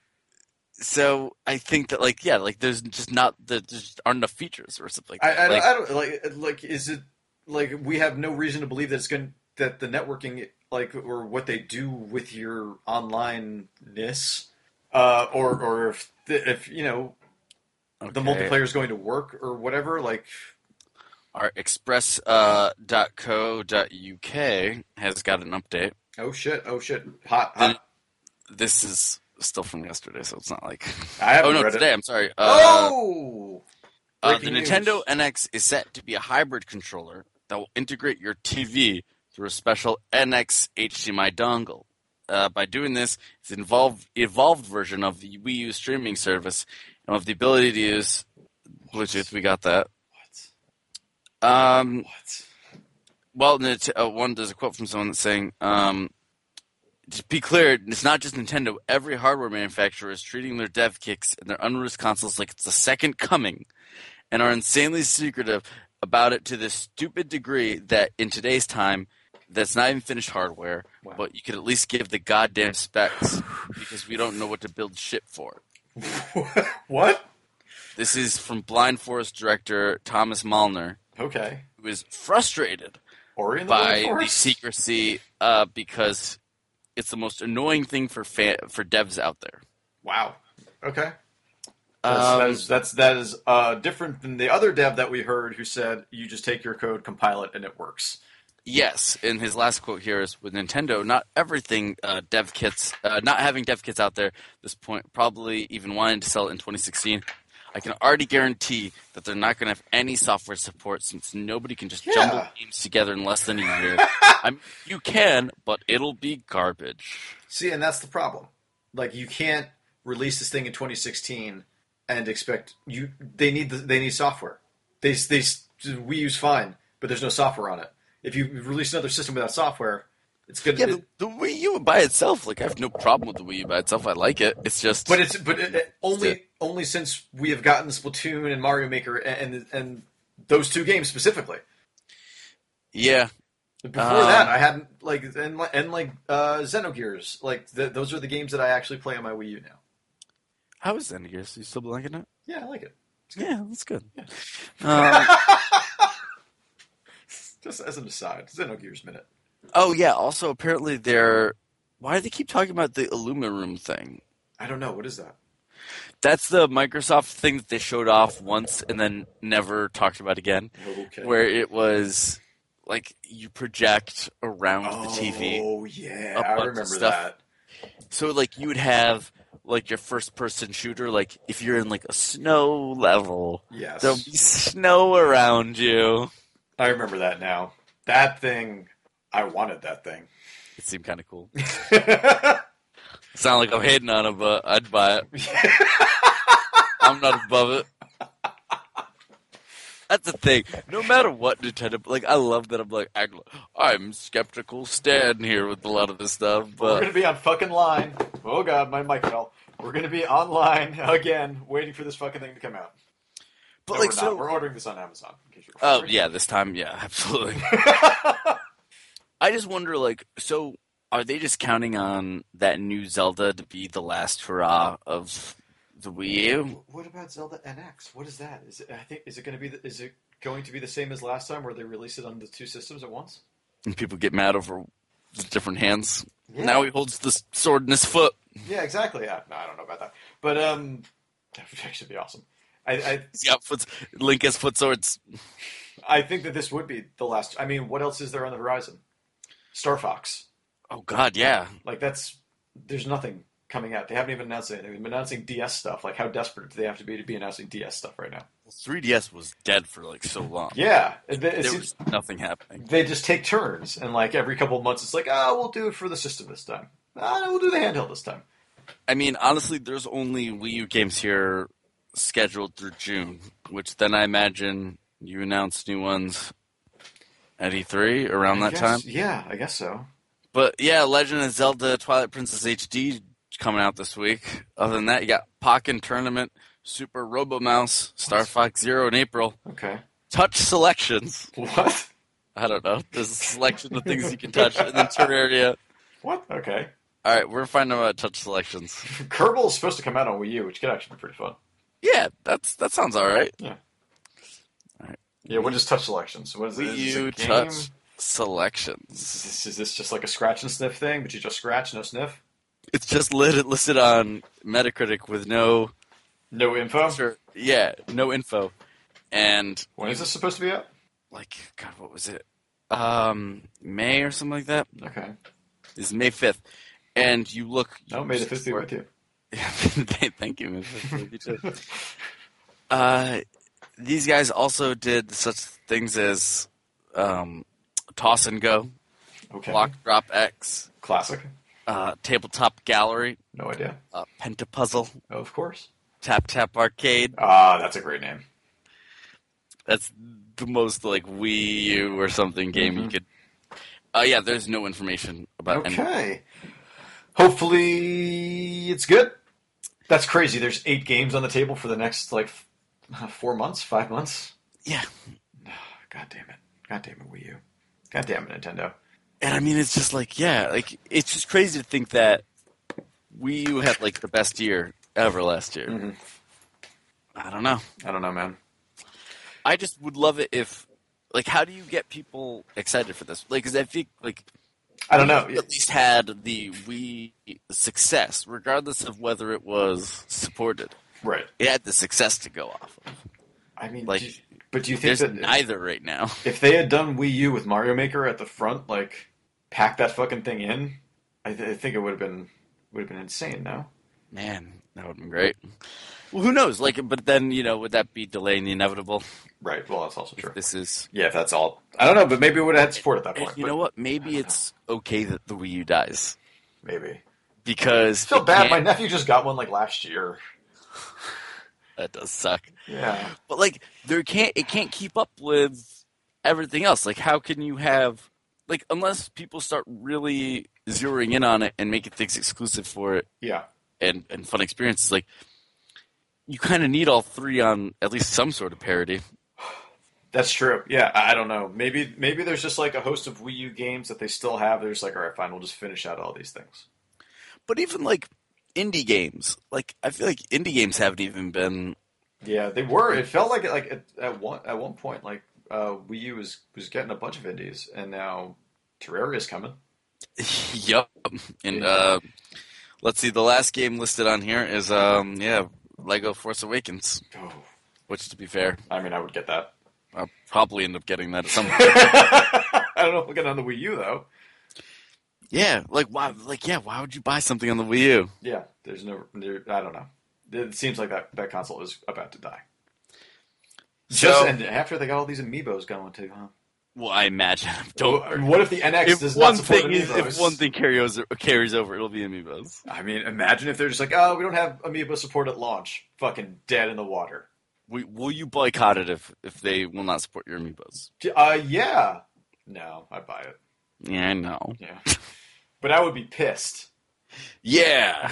Speaker 1: So I think that like yeah, like there's just not there just aren't enough features or something like
Speaker 2: I,
Speaker 1: that.
Speaker 2: I,
Speaker 1: Like-
Speaker 2: I don't like like is it like we have no reason to believe that it's going that the networking like or what they do with your onlineness uh, or or if the, if you know the
Speaker 1: Okay.
Speaker 2: multiplayer is going to work or whatever like
Speaker 1: Our uh, express.co.uk has got an update.
Speaker 2: oh shit oh shit hot hot
Speaker 1: This is still from yesterday, so it's not like.
Speaker 2: I haven't
Speaker 1: Oh no,
Speaker 2: read
Speaker 1: today.
Speaker 2: it
Speaker 1: I'm sorry. Uh,
Speaker 2: oh
Speaker 1: uh, the
Speaker 2: breaking news.
Speaker 1: Nintendo NX is set to be a hybrid controller that will integrate your TV through a special NX HDMI dongle. Uh, by doing this, it's an evolved, evolved version of the Wii U streaming service and with the ability to use Bluetooth. We got that. Um,
Speaker 2: what what
Speaker 1: Well, Nint- uh, one there's a quote from someone that's saying, um, "To be clear, it's not just Nintendo. Every hardware manufacturer is treating their dev kicks and their unreleased consoles like it's the second coming, and are insanely secretive about it to this stupid degree that in today's time, that's not even finished hardware.
Speaker 2: Wow.
Speaker 1: But you could at least give the goddamn specs because we don't know what to build shit for."
Speaker 2: what
Speaker 1: This is from Blind Forest director Thomas Malner,
Speaker 2: okay
Speaker 1: who is frustrated
Speaker 2: Ori and the
Speaker 1: by
Speaker 2: Blind
Speaker 1: the
Speaker 2: Forest?
Speaker 1: secrecy uh, because it's the most annoying thing for fa- for devs out there.
Speaker 2: wow okay That's, that
Speaker 1: Um,
Speaker 2: is, that's that is uh, different than the other dev that we heard who said you just take your code, compile it, and it works.
Speaker 1: yes, and his last quote here is with Nintendo, not everything uh, dev kits, uh, not having dev kits out there at this point, probably even wanting to sell it in 2016. I can already guarantee that they're not going to have any software support since nobody can just jumble
Speaker 2: Yeah.
Speaker 1: games together in less than a year. I mean, you can, but it'll be garbage.
Speaker 2: See, and that's the problem. Like you can't release this thing in 2016 and expect you. They need the, they need software. They they we use fine, but there's no software on it. If you release another system without software, it's gonna.
Speaker 1: Yeah,
Speaker 2: it-
Speaker 1: the, the Wii U by itself, like I have no problem with the Wii U by itself. I like it. It's just,
Speaker 2: But it's but it, it- only
Speaker 1: Yeah.
Speaker 2: only since we have gotten Splatoon and Mario Maker and and, and those two games specifically.
Speaker 1: yeah,
Speaker 2: Before
Speaker 1: Um,
Speaker 2: that, I hadn't like and li- and like uh, Xenogears. Like th- those are the games that I actually play on my Wii U now.
Speaker 1: how is that? I guess you still liking it?
Speaker 2: Yeah, I like it.
Speaker 1: Yeah, that's good. Um,
Speaker 2: Just as an aside, Xenogears minute.
Speaker 1: oh yeah. Also, apparently they're. Why do they keep talking about the Illuma Room thing?
Speaker 2: I don't know what is that.
Speaker 1: That's the Microsoft thing that they showed off once and then never talked about again,
Speaker 2: Okay.
Speaker 1: where it was like you project around
Speaker 2: oh,
Speaker 1: the TV.
Speaker 2: yeah,
Speaker 1: a
Speaker 2: I
Speaker 1: bunch of
Speaker 2: remember
Speaker 1: stuff.
Speaker 2: that.
Speaker 1: So like you would have like your first person shooter like if you're in like a snow level,
Speaker 2: Yes.
Speaker 1: there'll be snow around you.
Speaker 2: I remember that now. That thing, I wanted that thing.
Speaker 1: It seemed kind of cool. It's not like I'm hating on it, but I'd buy it. I'm not above it. That's the thing. No matter what Nintendo, like I love that. I'm like I, I'm skeptical Stan here with a lot of this stuff, but
Speaker 2: We're gonna be on fucking line. Oh god, my mic fell. We're gonna be online again, waiting for this fucking thing to come out.
Speaker 1: but
Speaker 2: No,
Speaker 1: like
Speaker 2: we're
Speaker 1: so.
Speaker 2: not. we're ordering this on Amazon. In case you're
Speaker 1: Oh
Speaker 2: wondering.
Speaker 1: yeah, this time yeah, absolutely. I just wonder like so are they just counting on that new Zelda to be the last hurrah of the Wii U?
Speaker 2: what about Zelda NX? What is that? Is it, I think is it gonna be? The, is it going to be the same as last time, where they release it on the two systems at once?
Speaker 1: And people get mad over the different hands. Now he holds the s- sword in his foot.
Speaker 2: yeah, exactly. Yeah, no, I don't know about that, but um, that would actually be awesome. I, I
Speaker 1: He's got foot. Link has foot swords.
Speaker 2: I think that this would be the last. I mean, what else is there on the horizon? Star Fox.
Speaker 1: Oh God, yeah.
Speaker 2: Like that's there's nothing coming out. They haven't even announced anything. They've been announcing DS stuff. Like how desperate do they have to be to be announcing DS stuff right now?
Speaker 1: 3DS was dead for like so long.
Speaker 2: Yeah, it, it
Speaker 1: there
Speaker 2: seems-
Speaker 1: was nothing happening.
Speaker 2: they just take turns, and like every couple of months, it's like, ah, we'll do it for the system this time. Ah, we'll do the handheld this time.
Speaker 1: I mean, honestly, there's only Wii U games here scheduled through June, which then I imagine you announce new ones at E3 around
Speaker 2: I
Speaker 1: that
Speaker 2: guess-
Speaker 1: time.
Speaker 2: yeah, I guess so.
Speaker 1: But yeah, Legend of Zelda: Twilight Princess HD coming out this week. Other than that, you got Pokken Tournament, Super Robo Mouse, Star Fox Zero in April.
Speaker 2: Okay,
Speaker 1: Touch selections.
Speaker 2: what?
Speaker 1: I don't know. There's a selection of things you can touch, and then Terraria.
Speaker 2: What? Okay,
Speaker 1: All right, we're finding out about touch selections.
Speaker 2: Kerbal is supposed to come out on Wii U, which could actually be pretty fun.
Speaker 1: Yeah, that's that sounds all right.
Speaker 2: Yeah, what is touch selection? So what is
Speaker 1: Wii
Speaker 2: it? Is it a
Speaker 1: U
Speaker 2: game?
Speaker 1: touch selections.
Speaker 2: Is, is this just like a scratch and sniff thing? But you just scratch, no sniff,
Speaker 1: It's just lit, listed on Metacritic with no
Speaker 2: no info.
Speaker 1: sure, yeah, no info, and
Speaker 2: When is this supposed to be out?
Speaker 1: like God, what was it? Um, May or something like that.
Speaker 2: Okay,
Speaker 1: This is May fifth, and you look.
Speaker 2: no, May the Oh, fifth be with you.
Speaker 1: Thank you, May 5th. You too. Uh, these guys also did such things as um, toss and go,
Speaker 2: Okay,
Speaker 1: block drop X,
Speaker 2: classic.
Speaker 1: uh, tabletop gallery,
Speaker 2: No idea.
Speaker 1: uh, pentapuzzle,
Speaker 2: Of course.
Speaker 1: tap tap arcade.
Speaker 2: Ah, that's a great name.
Speaker 1: That's the most like Wii U or something game you
Speaker 2: Mhm.
Speaker 1: could. Oh yeah, there's no information about any-
Speaker 2: Okay. Hopefully, it's good. That's crazy. There's eight games on the table for the next like f- four months, five months.
Speaker 1: Yeah,
Speaker 2: God damn it! God damn it, Wii U! God damn it, Nintendo!
Speaker 1: and I mean it's just like yeah, like it's just crazy to think that Wii U had like the best year ever last year.
Speaker 2: Mhm.
Speaker 1: I don't know.
Speaker 2: I don't know, man.
Speaker 1: I just would love it if, like, how do you get people excited for this? Like, because I think like
Speaker 2: I don't know.
Speaker 1: at least had the Wii success, regardless of whether it was supported.
Speaker 2: Right.
Speaker 1: It had the success to go off. of.
Speaker 2: I mean,
Speaker 1: Like,
Speaker 2: do you- but do you think
Speaker 1: There's
Speaker 2: that
Speaker 1: neither right now.
Speaker 2: if they had done Wii U with Mario Maker at the front, like pack that fucking thing in, I, th- I think it would have been would have been insane. No.
Speaker 1: Man, that would have been great. Well, who knows? Like, but then you know, would that be delaying the inevitable?
Speaker 2: Right. Well, that's also true.
Speaker 1: This is,
Speaker 2: Yeah, if that's all. I don't know, but maybe it would have had support at that
Speaker 1: and
Speaker 2: point.
Speaker 1: you
Speaker 2: but
Speaker 1: know what? Maybe it's okay that the Wii U dies
Speaker 2: Maybe.
Speaker 1: because
Speaker 2: Still
Speaker 1: it
Speaker 2: bad. My
Speaker 1: can't-
Speaker 2: nephew just got one like last year.
Speaker 1: that does suck.
Speaker 2: Yeah.
Speaker 1: But like there can't it can't keep up with everything else. Like how can you have like unless people start really zeroing in on it and making things exclusive for it
Speaker 2: Yeah.
Speaker 1: and, and fun experiences, like you kinda need all three on at least some sort of parody.
Speaker 2: That's true. Yeah, I I don't know. Maybe maybe there's just like a host of Wii U games that they still have. They're just like, all right, fine, we'll just finish out all these things.
Speaker 1: But even like indie games, like I feel like indie games haven't even been
Speaker 2: Yeah, they were. It felt like it like at, at one at one point like uh, Wii U was was getting a bunch of indies, and now Terraria's coming.
Speaker 1: Yup. And uh let's see, the last game listed on here is um yeah, Lego Force Awakens,
Speaker 2: Oh,
Speaker 1: which, to be fair,
Speaker 2: I mean, I would get that.
Speaker 1: I'll probably end up getting that at some point.
Speaker 2: I don't know if we'll get it on the Wii U though.
Speaker 1: yeah, like why? Like yeah, why would you buy something on the Wii U?
Speaker 2: Yeah, there's no. There, I don't know. It seems like that that console is about to die. Just
Speaker 1: So-
Speaker 2: and after they got all these amiibos going too, huh?
Speaker 1: Well, I imagine. Don't.
Speaker 2: Don't, what if the NX
Speaker 1: uh, If
Speaker 2: does
Speaker 1: one
Speaker 2: not support
Speaker 1: thing is, if
Speaker 2: amiibos?
Speaker 1: one thing carries carries over, it'll be Amiibos.
Speaker 2: I mean, imagine if they're just like, oh, we don't have amiibo support at launch. Fucking dead in the water.
Speaker 1: We, will you boycott it if if they will not support your Amiibos?
Speaker 2: Uh, yeah. No, I buy it.
Speaker 1: Yeah, I know.
Speaker 2: Yeah, but I would be pissed.
Speaker 1: Yeah,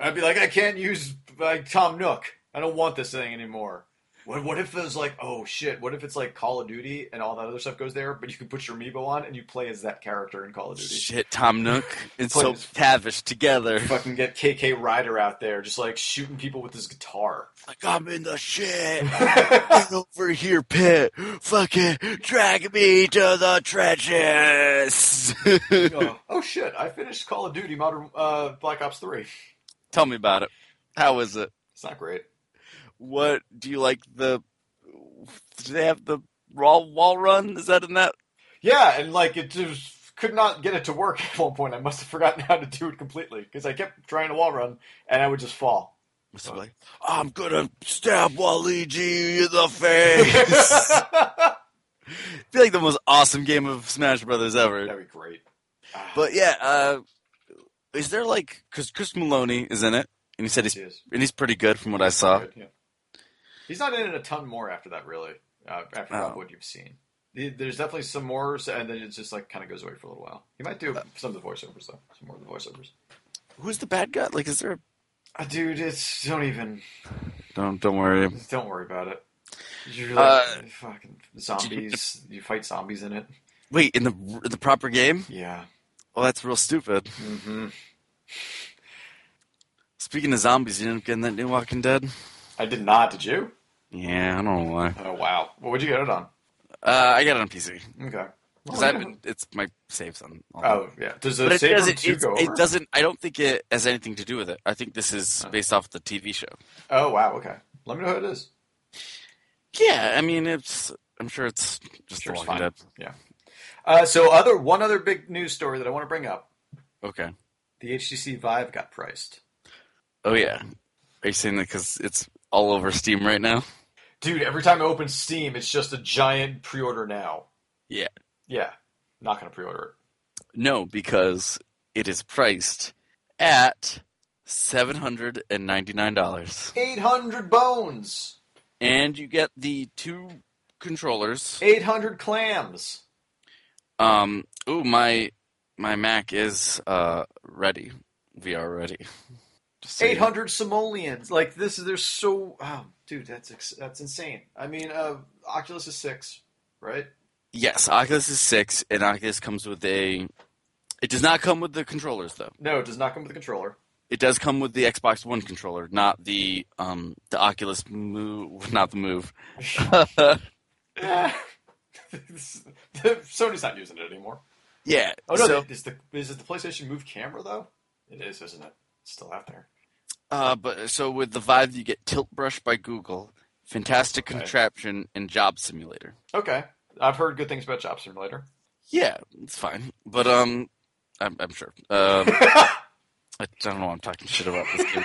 Speaker 2: I'd be like, I can't use like Tom Nook. I don't want this thing anymore. What, what if it's like, oh shit? What if it's like Call of Duty and all that other stuff goes there, but you can put your amiibo on and you play as that character in Call of Duty?
Speaker 1: shit. Tom Nook and so
Speaker 2: Please.
Speaker 1: Tavish together.
Speaker 2: Fucking get KK Ryder out there, just like shooting people with his guitar.
Speaker 1: Like I'm in the shit. Get over here, Pit. Fucking drag me to the trenches.
Speaker 2: oh, oh shit! I finished Call of Duty Modern uh, Black Ops Three.
Speaker 1: Tell me about it. How is it?
Speaker 2: It's not great.
Speaker 1: What do you like? The do they have the raw wall run? Is that in that?
Speaker 2: Yeah, and like it just could not get it to work at one point. I must have forgotten how to do it completely because I kept trying to wall run and I would just fall.
Speaker 1: It's like, I'm gonna stab Waluigi in the face. I feel like the most awesome game of Smash Brothers ever.
Speaker 2: That'd be great. Ah,
Speaker 1: But yeah, uh, is there like because Chris Maloney is in it, and he said he's
Speaker 2: He is.
Speaker 1: and he's pretty good from what I saw.
Speaker 2: Good, yeah. He's not in it a ton more after that, really. Uh, after
Speaker 1: Oh.
Speaker 2: what you've seen, The- there's definitely some more, so- and then it just like kind of goes away for a little while. He might do
Speaker 1: Uh,
Speaker 2: some of the voiceovers though, some more of the voiceovers.
Speaker 1: Who's the bad guy? Like, is there? A...
Speaker 2: Uh, dude, it's don't even
Speaker 1: Don't don't worry.
Speaker 2: don't worry about it. You're
Speaker 1: Uh,
Speaker 2: like fucking zombies. you fight zombies in it.
Speaker 1: Wait, in the in the proper game?
Speaker 2: Yeah.
Speaker 1: Well, that's real stupid.
Speaker 2: hmm
Speaker 1: Speaking of zombies, you end up getting that new Walking Dead.
Speaker 2: I did not. Did you?
Speaker 1: Yeah, I don't know why.
Speaker 2: Oh wow. What would you get it on?
Speaker 1: Uh, I got it on PC
Speaker 2: Okay.
Speaker 1: because I've been. It's my saves on. all
Speaker 2: Oh yeah. Does
Speaker 1: But
Speaker 2: the
Speaker 1: it
Speaker 2: save room
Speaker 1: doesn't.
Speaker 2: two
Speaker 1: It,
Speaker 2: go
Speaker 1: it
Speaker 2: over?
Speaker 1: doesn't. I don't think it has anything to do with it. I think this is based off the TV show.
Speaker 2: Oh wow. Okay. Let me know who it is.
Speaker 1: Yeah, I mean, it's. I'm sure it's just
Speaker 2: Sure,
Speaker 1: The
Speaker 2: it's
Speaker 1: Walking
Speaker 2: fine.
Speaker 1: Dead.
Speaker 2: Uh, so other one other big news story that I want to bring up:
Speaker 1: Okay.
Speaker 2: the HTC Vive got priced.
Speaker 1: Oh yeah. Are you saying that because it's all over Steam right now?
Speaker 2: Dude, every time I open Steam, it's just a giant pre-order now.
Speaker 1: Yeah.
Speaker 2: Yeah. Not gonna pre-order
Speaker 1: No, because it is priced at seven hundred and ninety nine dollars,
Speaker 2: it. Eight hundred bones.
Speaker 1: and you get the two controllers.
Speaker 2: Eight hundred clams.
Speaker 1: Um. Ooh, my my Mac is uh ready. VR ready. Just so you
Speaker 2: Eight
Speaker 1: know.
Speaker 2: hundred simoleons. Like this is. They're so. Oh, dude, that's ex- that's insane. I mean, uh, Oculus is six, right?
Speaker 1: Yes, Oculus is six, and Oculus comes with a. It does not come with the controllers though.
Speaker 2: No, it does not come with a controller.
Speaker 1: It does come with the Xbox One controller, not the um the Oculus Move, not the Move.
Speaker 2: Oh, Eh. Sony's not using it anymore.
Speaker 1: yeah.
Speaker 2: Oh no,
Speaker 1: so-
Speaker 2: is the is it the PlayStation Move camera though? It is, isn't it? It's still out there.
Speaker 1: Uh, but so with the Vive, you get Tilt Brush by Google, Fantastic
Speaker 2: Okay.
Speaker 1: Contraption, and Job Simulator.
Speaker 2: Okay, I've heard good things about Job Simulator.
Speaker 1: Yeah, it's fine. But um, I'm, I'm sure. Um,
Speaker 2: that,
Speaker 1: I don't know. why I'm talking shit about this game.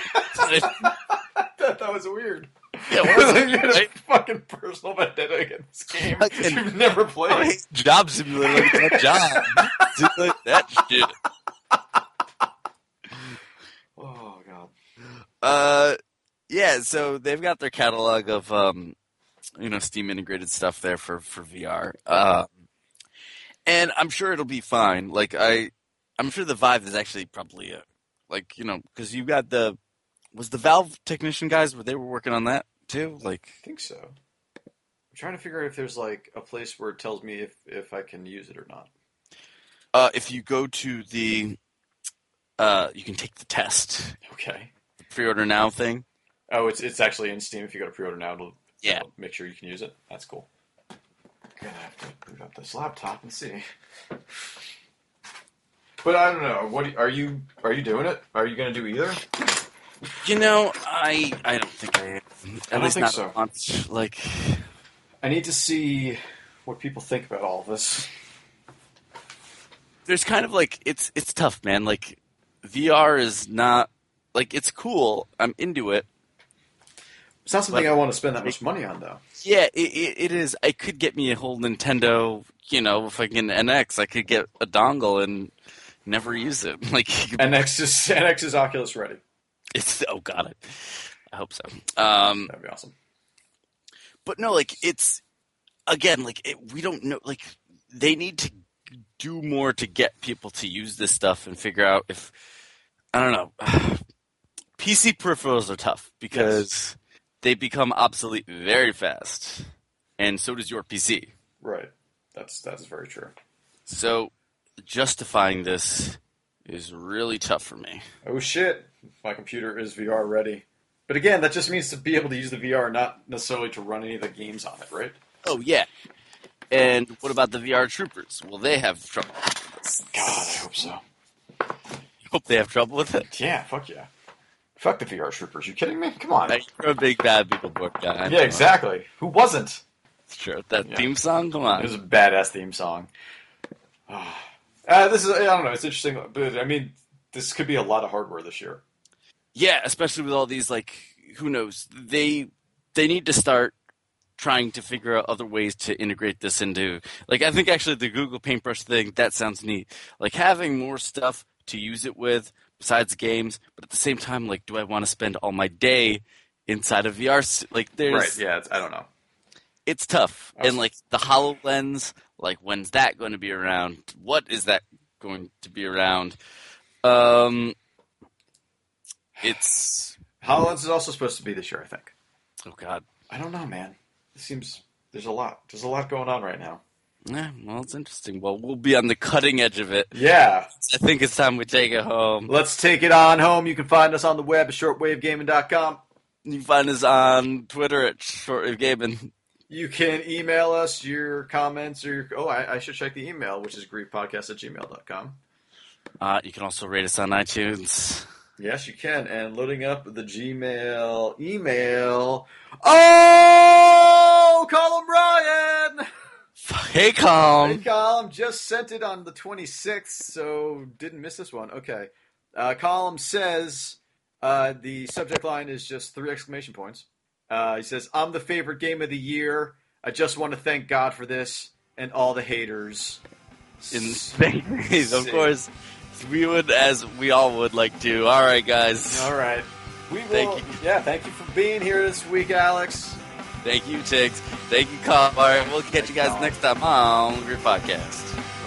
Speaker 2: that was weird.
Speaker 1: yeah, what was it?
Speaker 2: you had a
Speaker 1: Right?
Speaker 2: fucking personal vendetta against this game
Speaker 1: Fucking-
Speaker 2: you've never played.
Speaker 1: I hate Job Simulator. Like, that job. Simulate that shit.
Speaker 2: Oh god.
Speaker 1: Uh, yeah. So they've got their catalog of um, you know, Steam integrated stuff there for for VR. Uh, and I'm sure it'll be fine. Like I, I'm sure the Vive is actually probably a, like you know, because you got the was the Valve technician guys were they were working on that too. Like
Speaker 2: I think so. I'm trying to figure out if there's like a place where it tells me if if I can use it or not.
Speaker 1: uh, if you go to the, uh, you can take the test,
Speaker 2: Okay.
Speaker 1: the pre-order now thing.
Speaker 2: Oh, it's it's actually in Steam. If you go to pre-order now, it'll
Speaker 1: Yeah.
Speaker 2: it'll make sure you can use it. That's cool. Gonna have to boot up this laptop and see. But I don't know. What do- are you are you doing it? Are you gonna do either?
Speaker 1: You know, I I don't think I am. At
Speaker 2: I don't
Speaker 1: least
Speaker 2: think
Speaker 1: not
Speaker 2: so.
Speaker 1: at once. Like,
Speaker 2: I need to see what people think about all this.
Speaker 1: there's kind of like it's it's tough, man. Like, VR is not like it's cool. I'm into it.
Speaker 2: It's not something
Speaker 1: But-
Speaker 2: I want to spend that much money on, though.
Speaker 1: Yeah, it, it, it is. I could get me a whole Nintendo. You know, if I get an NX, I could get a dongle and never use it. Like,
Speaker 2: NX is NX is Oculus ready.
Speaker 1: it's oh god, I, I hope so. Um,
Speaker 2: That'd be awesome.
Speaker 1: but no, like it's again, like it, we don't know. Like they need to do more to get people to use this stuff and figure out if I don't know. PC peripherals are tough because they become obsolete very fast, and so does your PC.
Speaker 2: Right. That's that's very true.
Speaker 1: So justifying this is really tough for me.
Speaker 2: Oh shit! My computer is VR ready. But again, that just means to be able to use the VR, not necessarily to run any of the games on it, right?
Speaker 1: Oh yeah. And what about the VR troopers? Will they have trouble?
Speaker 2: God, I hope so.
Speaker 1: Hope they have trouble with it.
Speaker 2: Yeah, fuck yeah. Fuck the VR troopers. You kidding me? Come on.
Speaker 1: Like, You're a big bad people book guy.
Speaker 2: yeah, exactly. Who wasn't?
Speaker 1: Sure. That
Speaker 2: Yeah.
Speaker 1: theme song? Come
Speaker 2: It
Speaker 1: on.
Speaker 2: was a badass theme song. Ah. Uh, this is I don't know. It's interesting, but I mean, this could be a lot of hardware this year.
Speaker 1: Yeah, especially with all these like who knows. They they need to start trying to figure out other ways to integrate this into like I think actually the Google Paintbrush thing, that sounds neat. Like having more stuff to use it with besides games, but at the same time like do I want to spend all my day inside of VR s- like there's
Speaker 2: Yeah. It's, I don't know.
Speaker 1: it's tough.
Speaker 2: Awesome.
Speaker 1: And like the HoloLens, like when's that going to be around? What is that going to be around? Um it's
Speaker 2: HoloLens is also supposed to be this year, I think.
Speaker 1: oh god.
Speaker 2: I don't know, man. It seems there's a lot. There's a lot going on right now.
Speaker 1: Yeah, Eh, well it's interesting. Well, we'll be on the cutting edge of it.
Speaker 2: Yeah.
Speaker 1: I think it's time we take it home.
Speaker 2: Let's take it on home. You can find us on the web at shortwavegaming.com.
Speaker 1: You can find us on Twitter at Shortwave Gaming.
Speaker 2: You can email us your comments or your. Oh, I, I should check the email, which is griefpodcast at gmail.com.
Speaker 1: Uh, you can also rate us on iTunes.
Speaker 2: Yes, you can. And loading up the Gmail email. Oh, Colin Bryan!
Speaker 1: Hey,
Speaker 2: Hey,
Speaker 1: Calm.
Speaker 2: Colm, just sent it on the 26th, so didn't miss this one. Okay. Uh, Colm says uh, the subject line is just three exclamation points. Uh, he says, I'm the favorite game of the year. I just want to thank God for this and all the haters.
Speaker 1: In
Speaker 2: S-
Speaker 1: space, of course. We would, as we all would like to. All right, guys.
Speaker 2: All right. We will,
Speaker 1: Thank you.
Speaker 2: Yeah, thank you for being here this week, Alex.
Speaker 1: Thank you, Tiggs. Thank you, Colin. All right, we'll catch you guys
Speaker 2: Colin.
Speaker 1: next time on Hungry Podcast.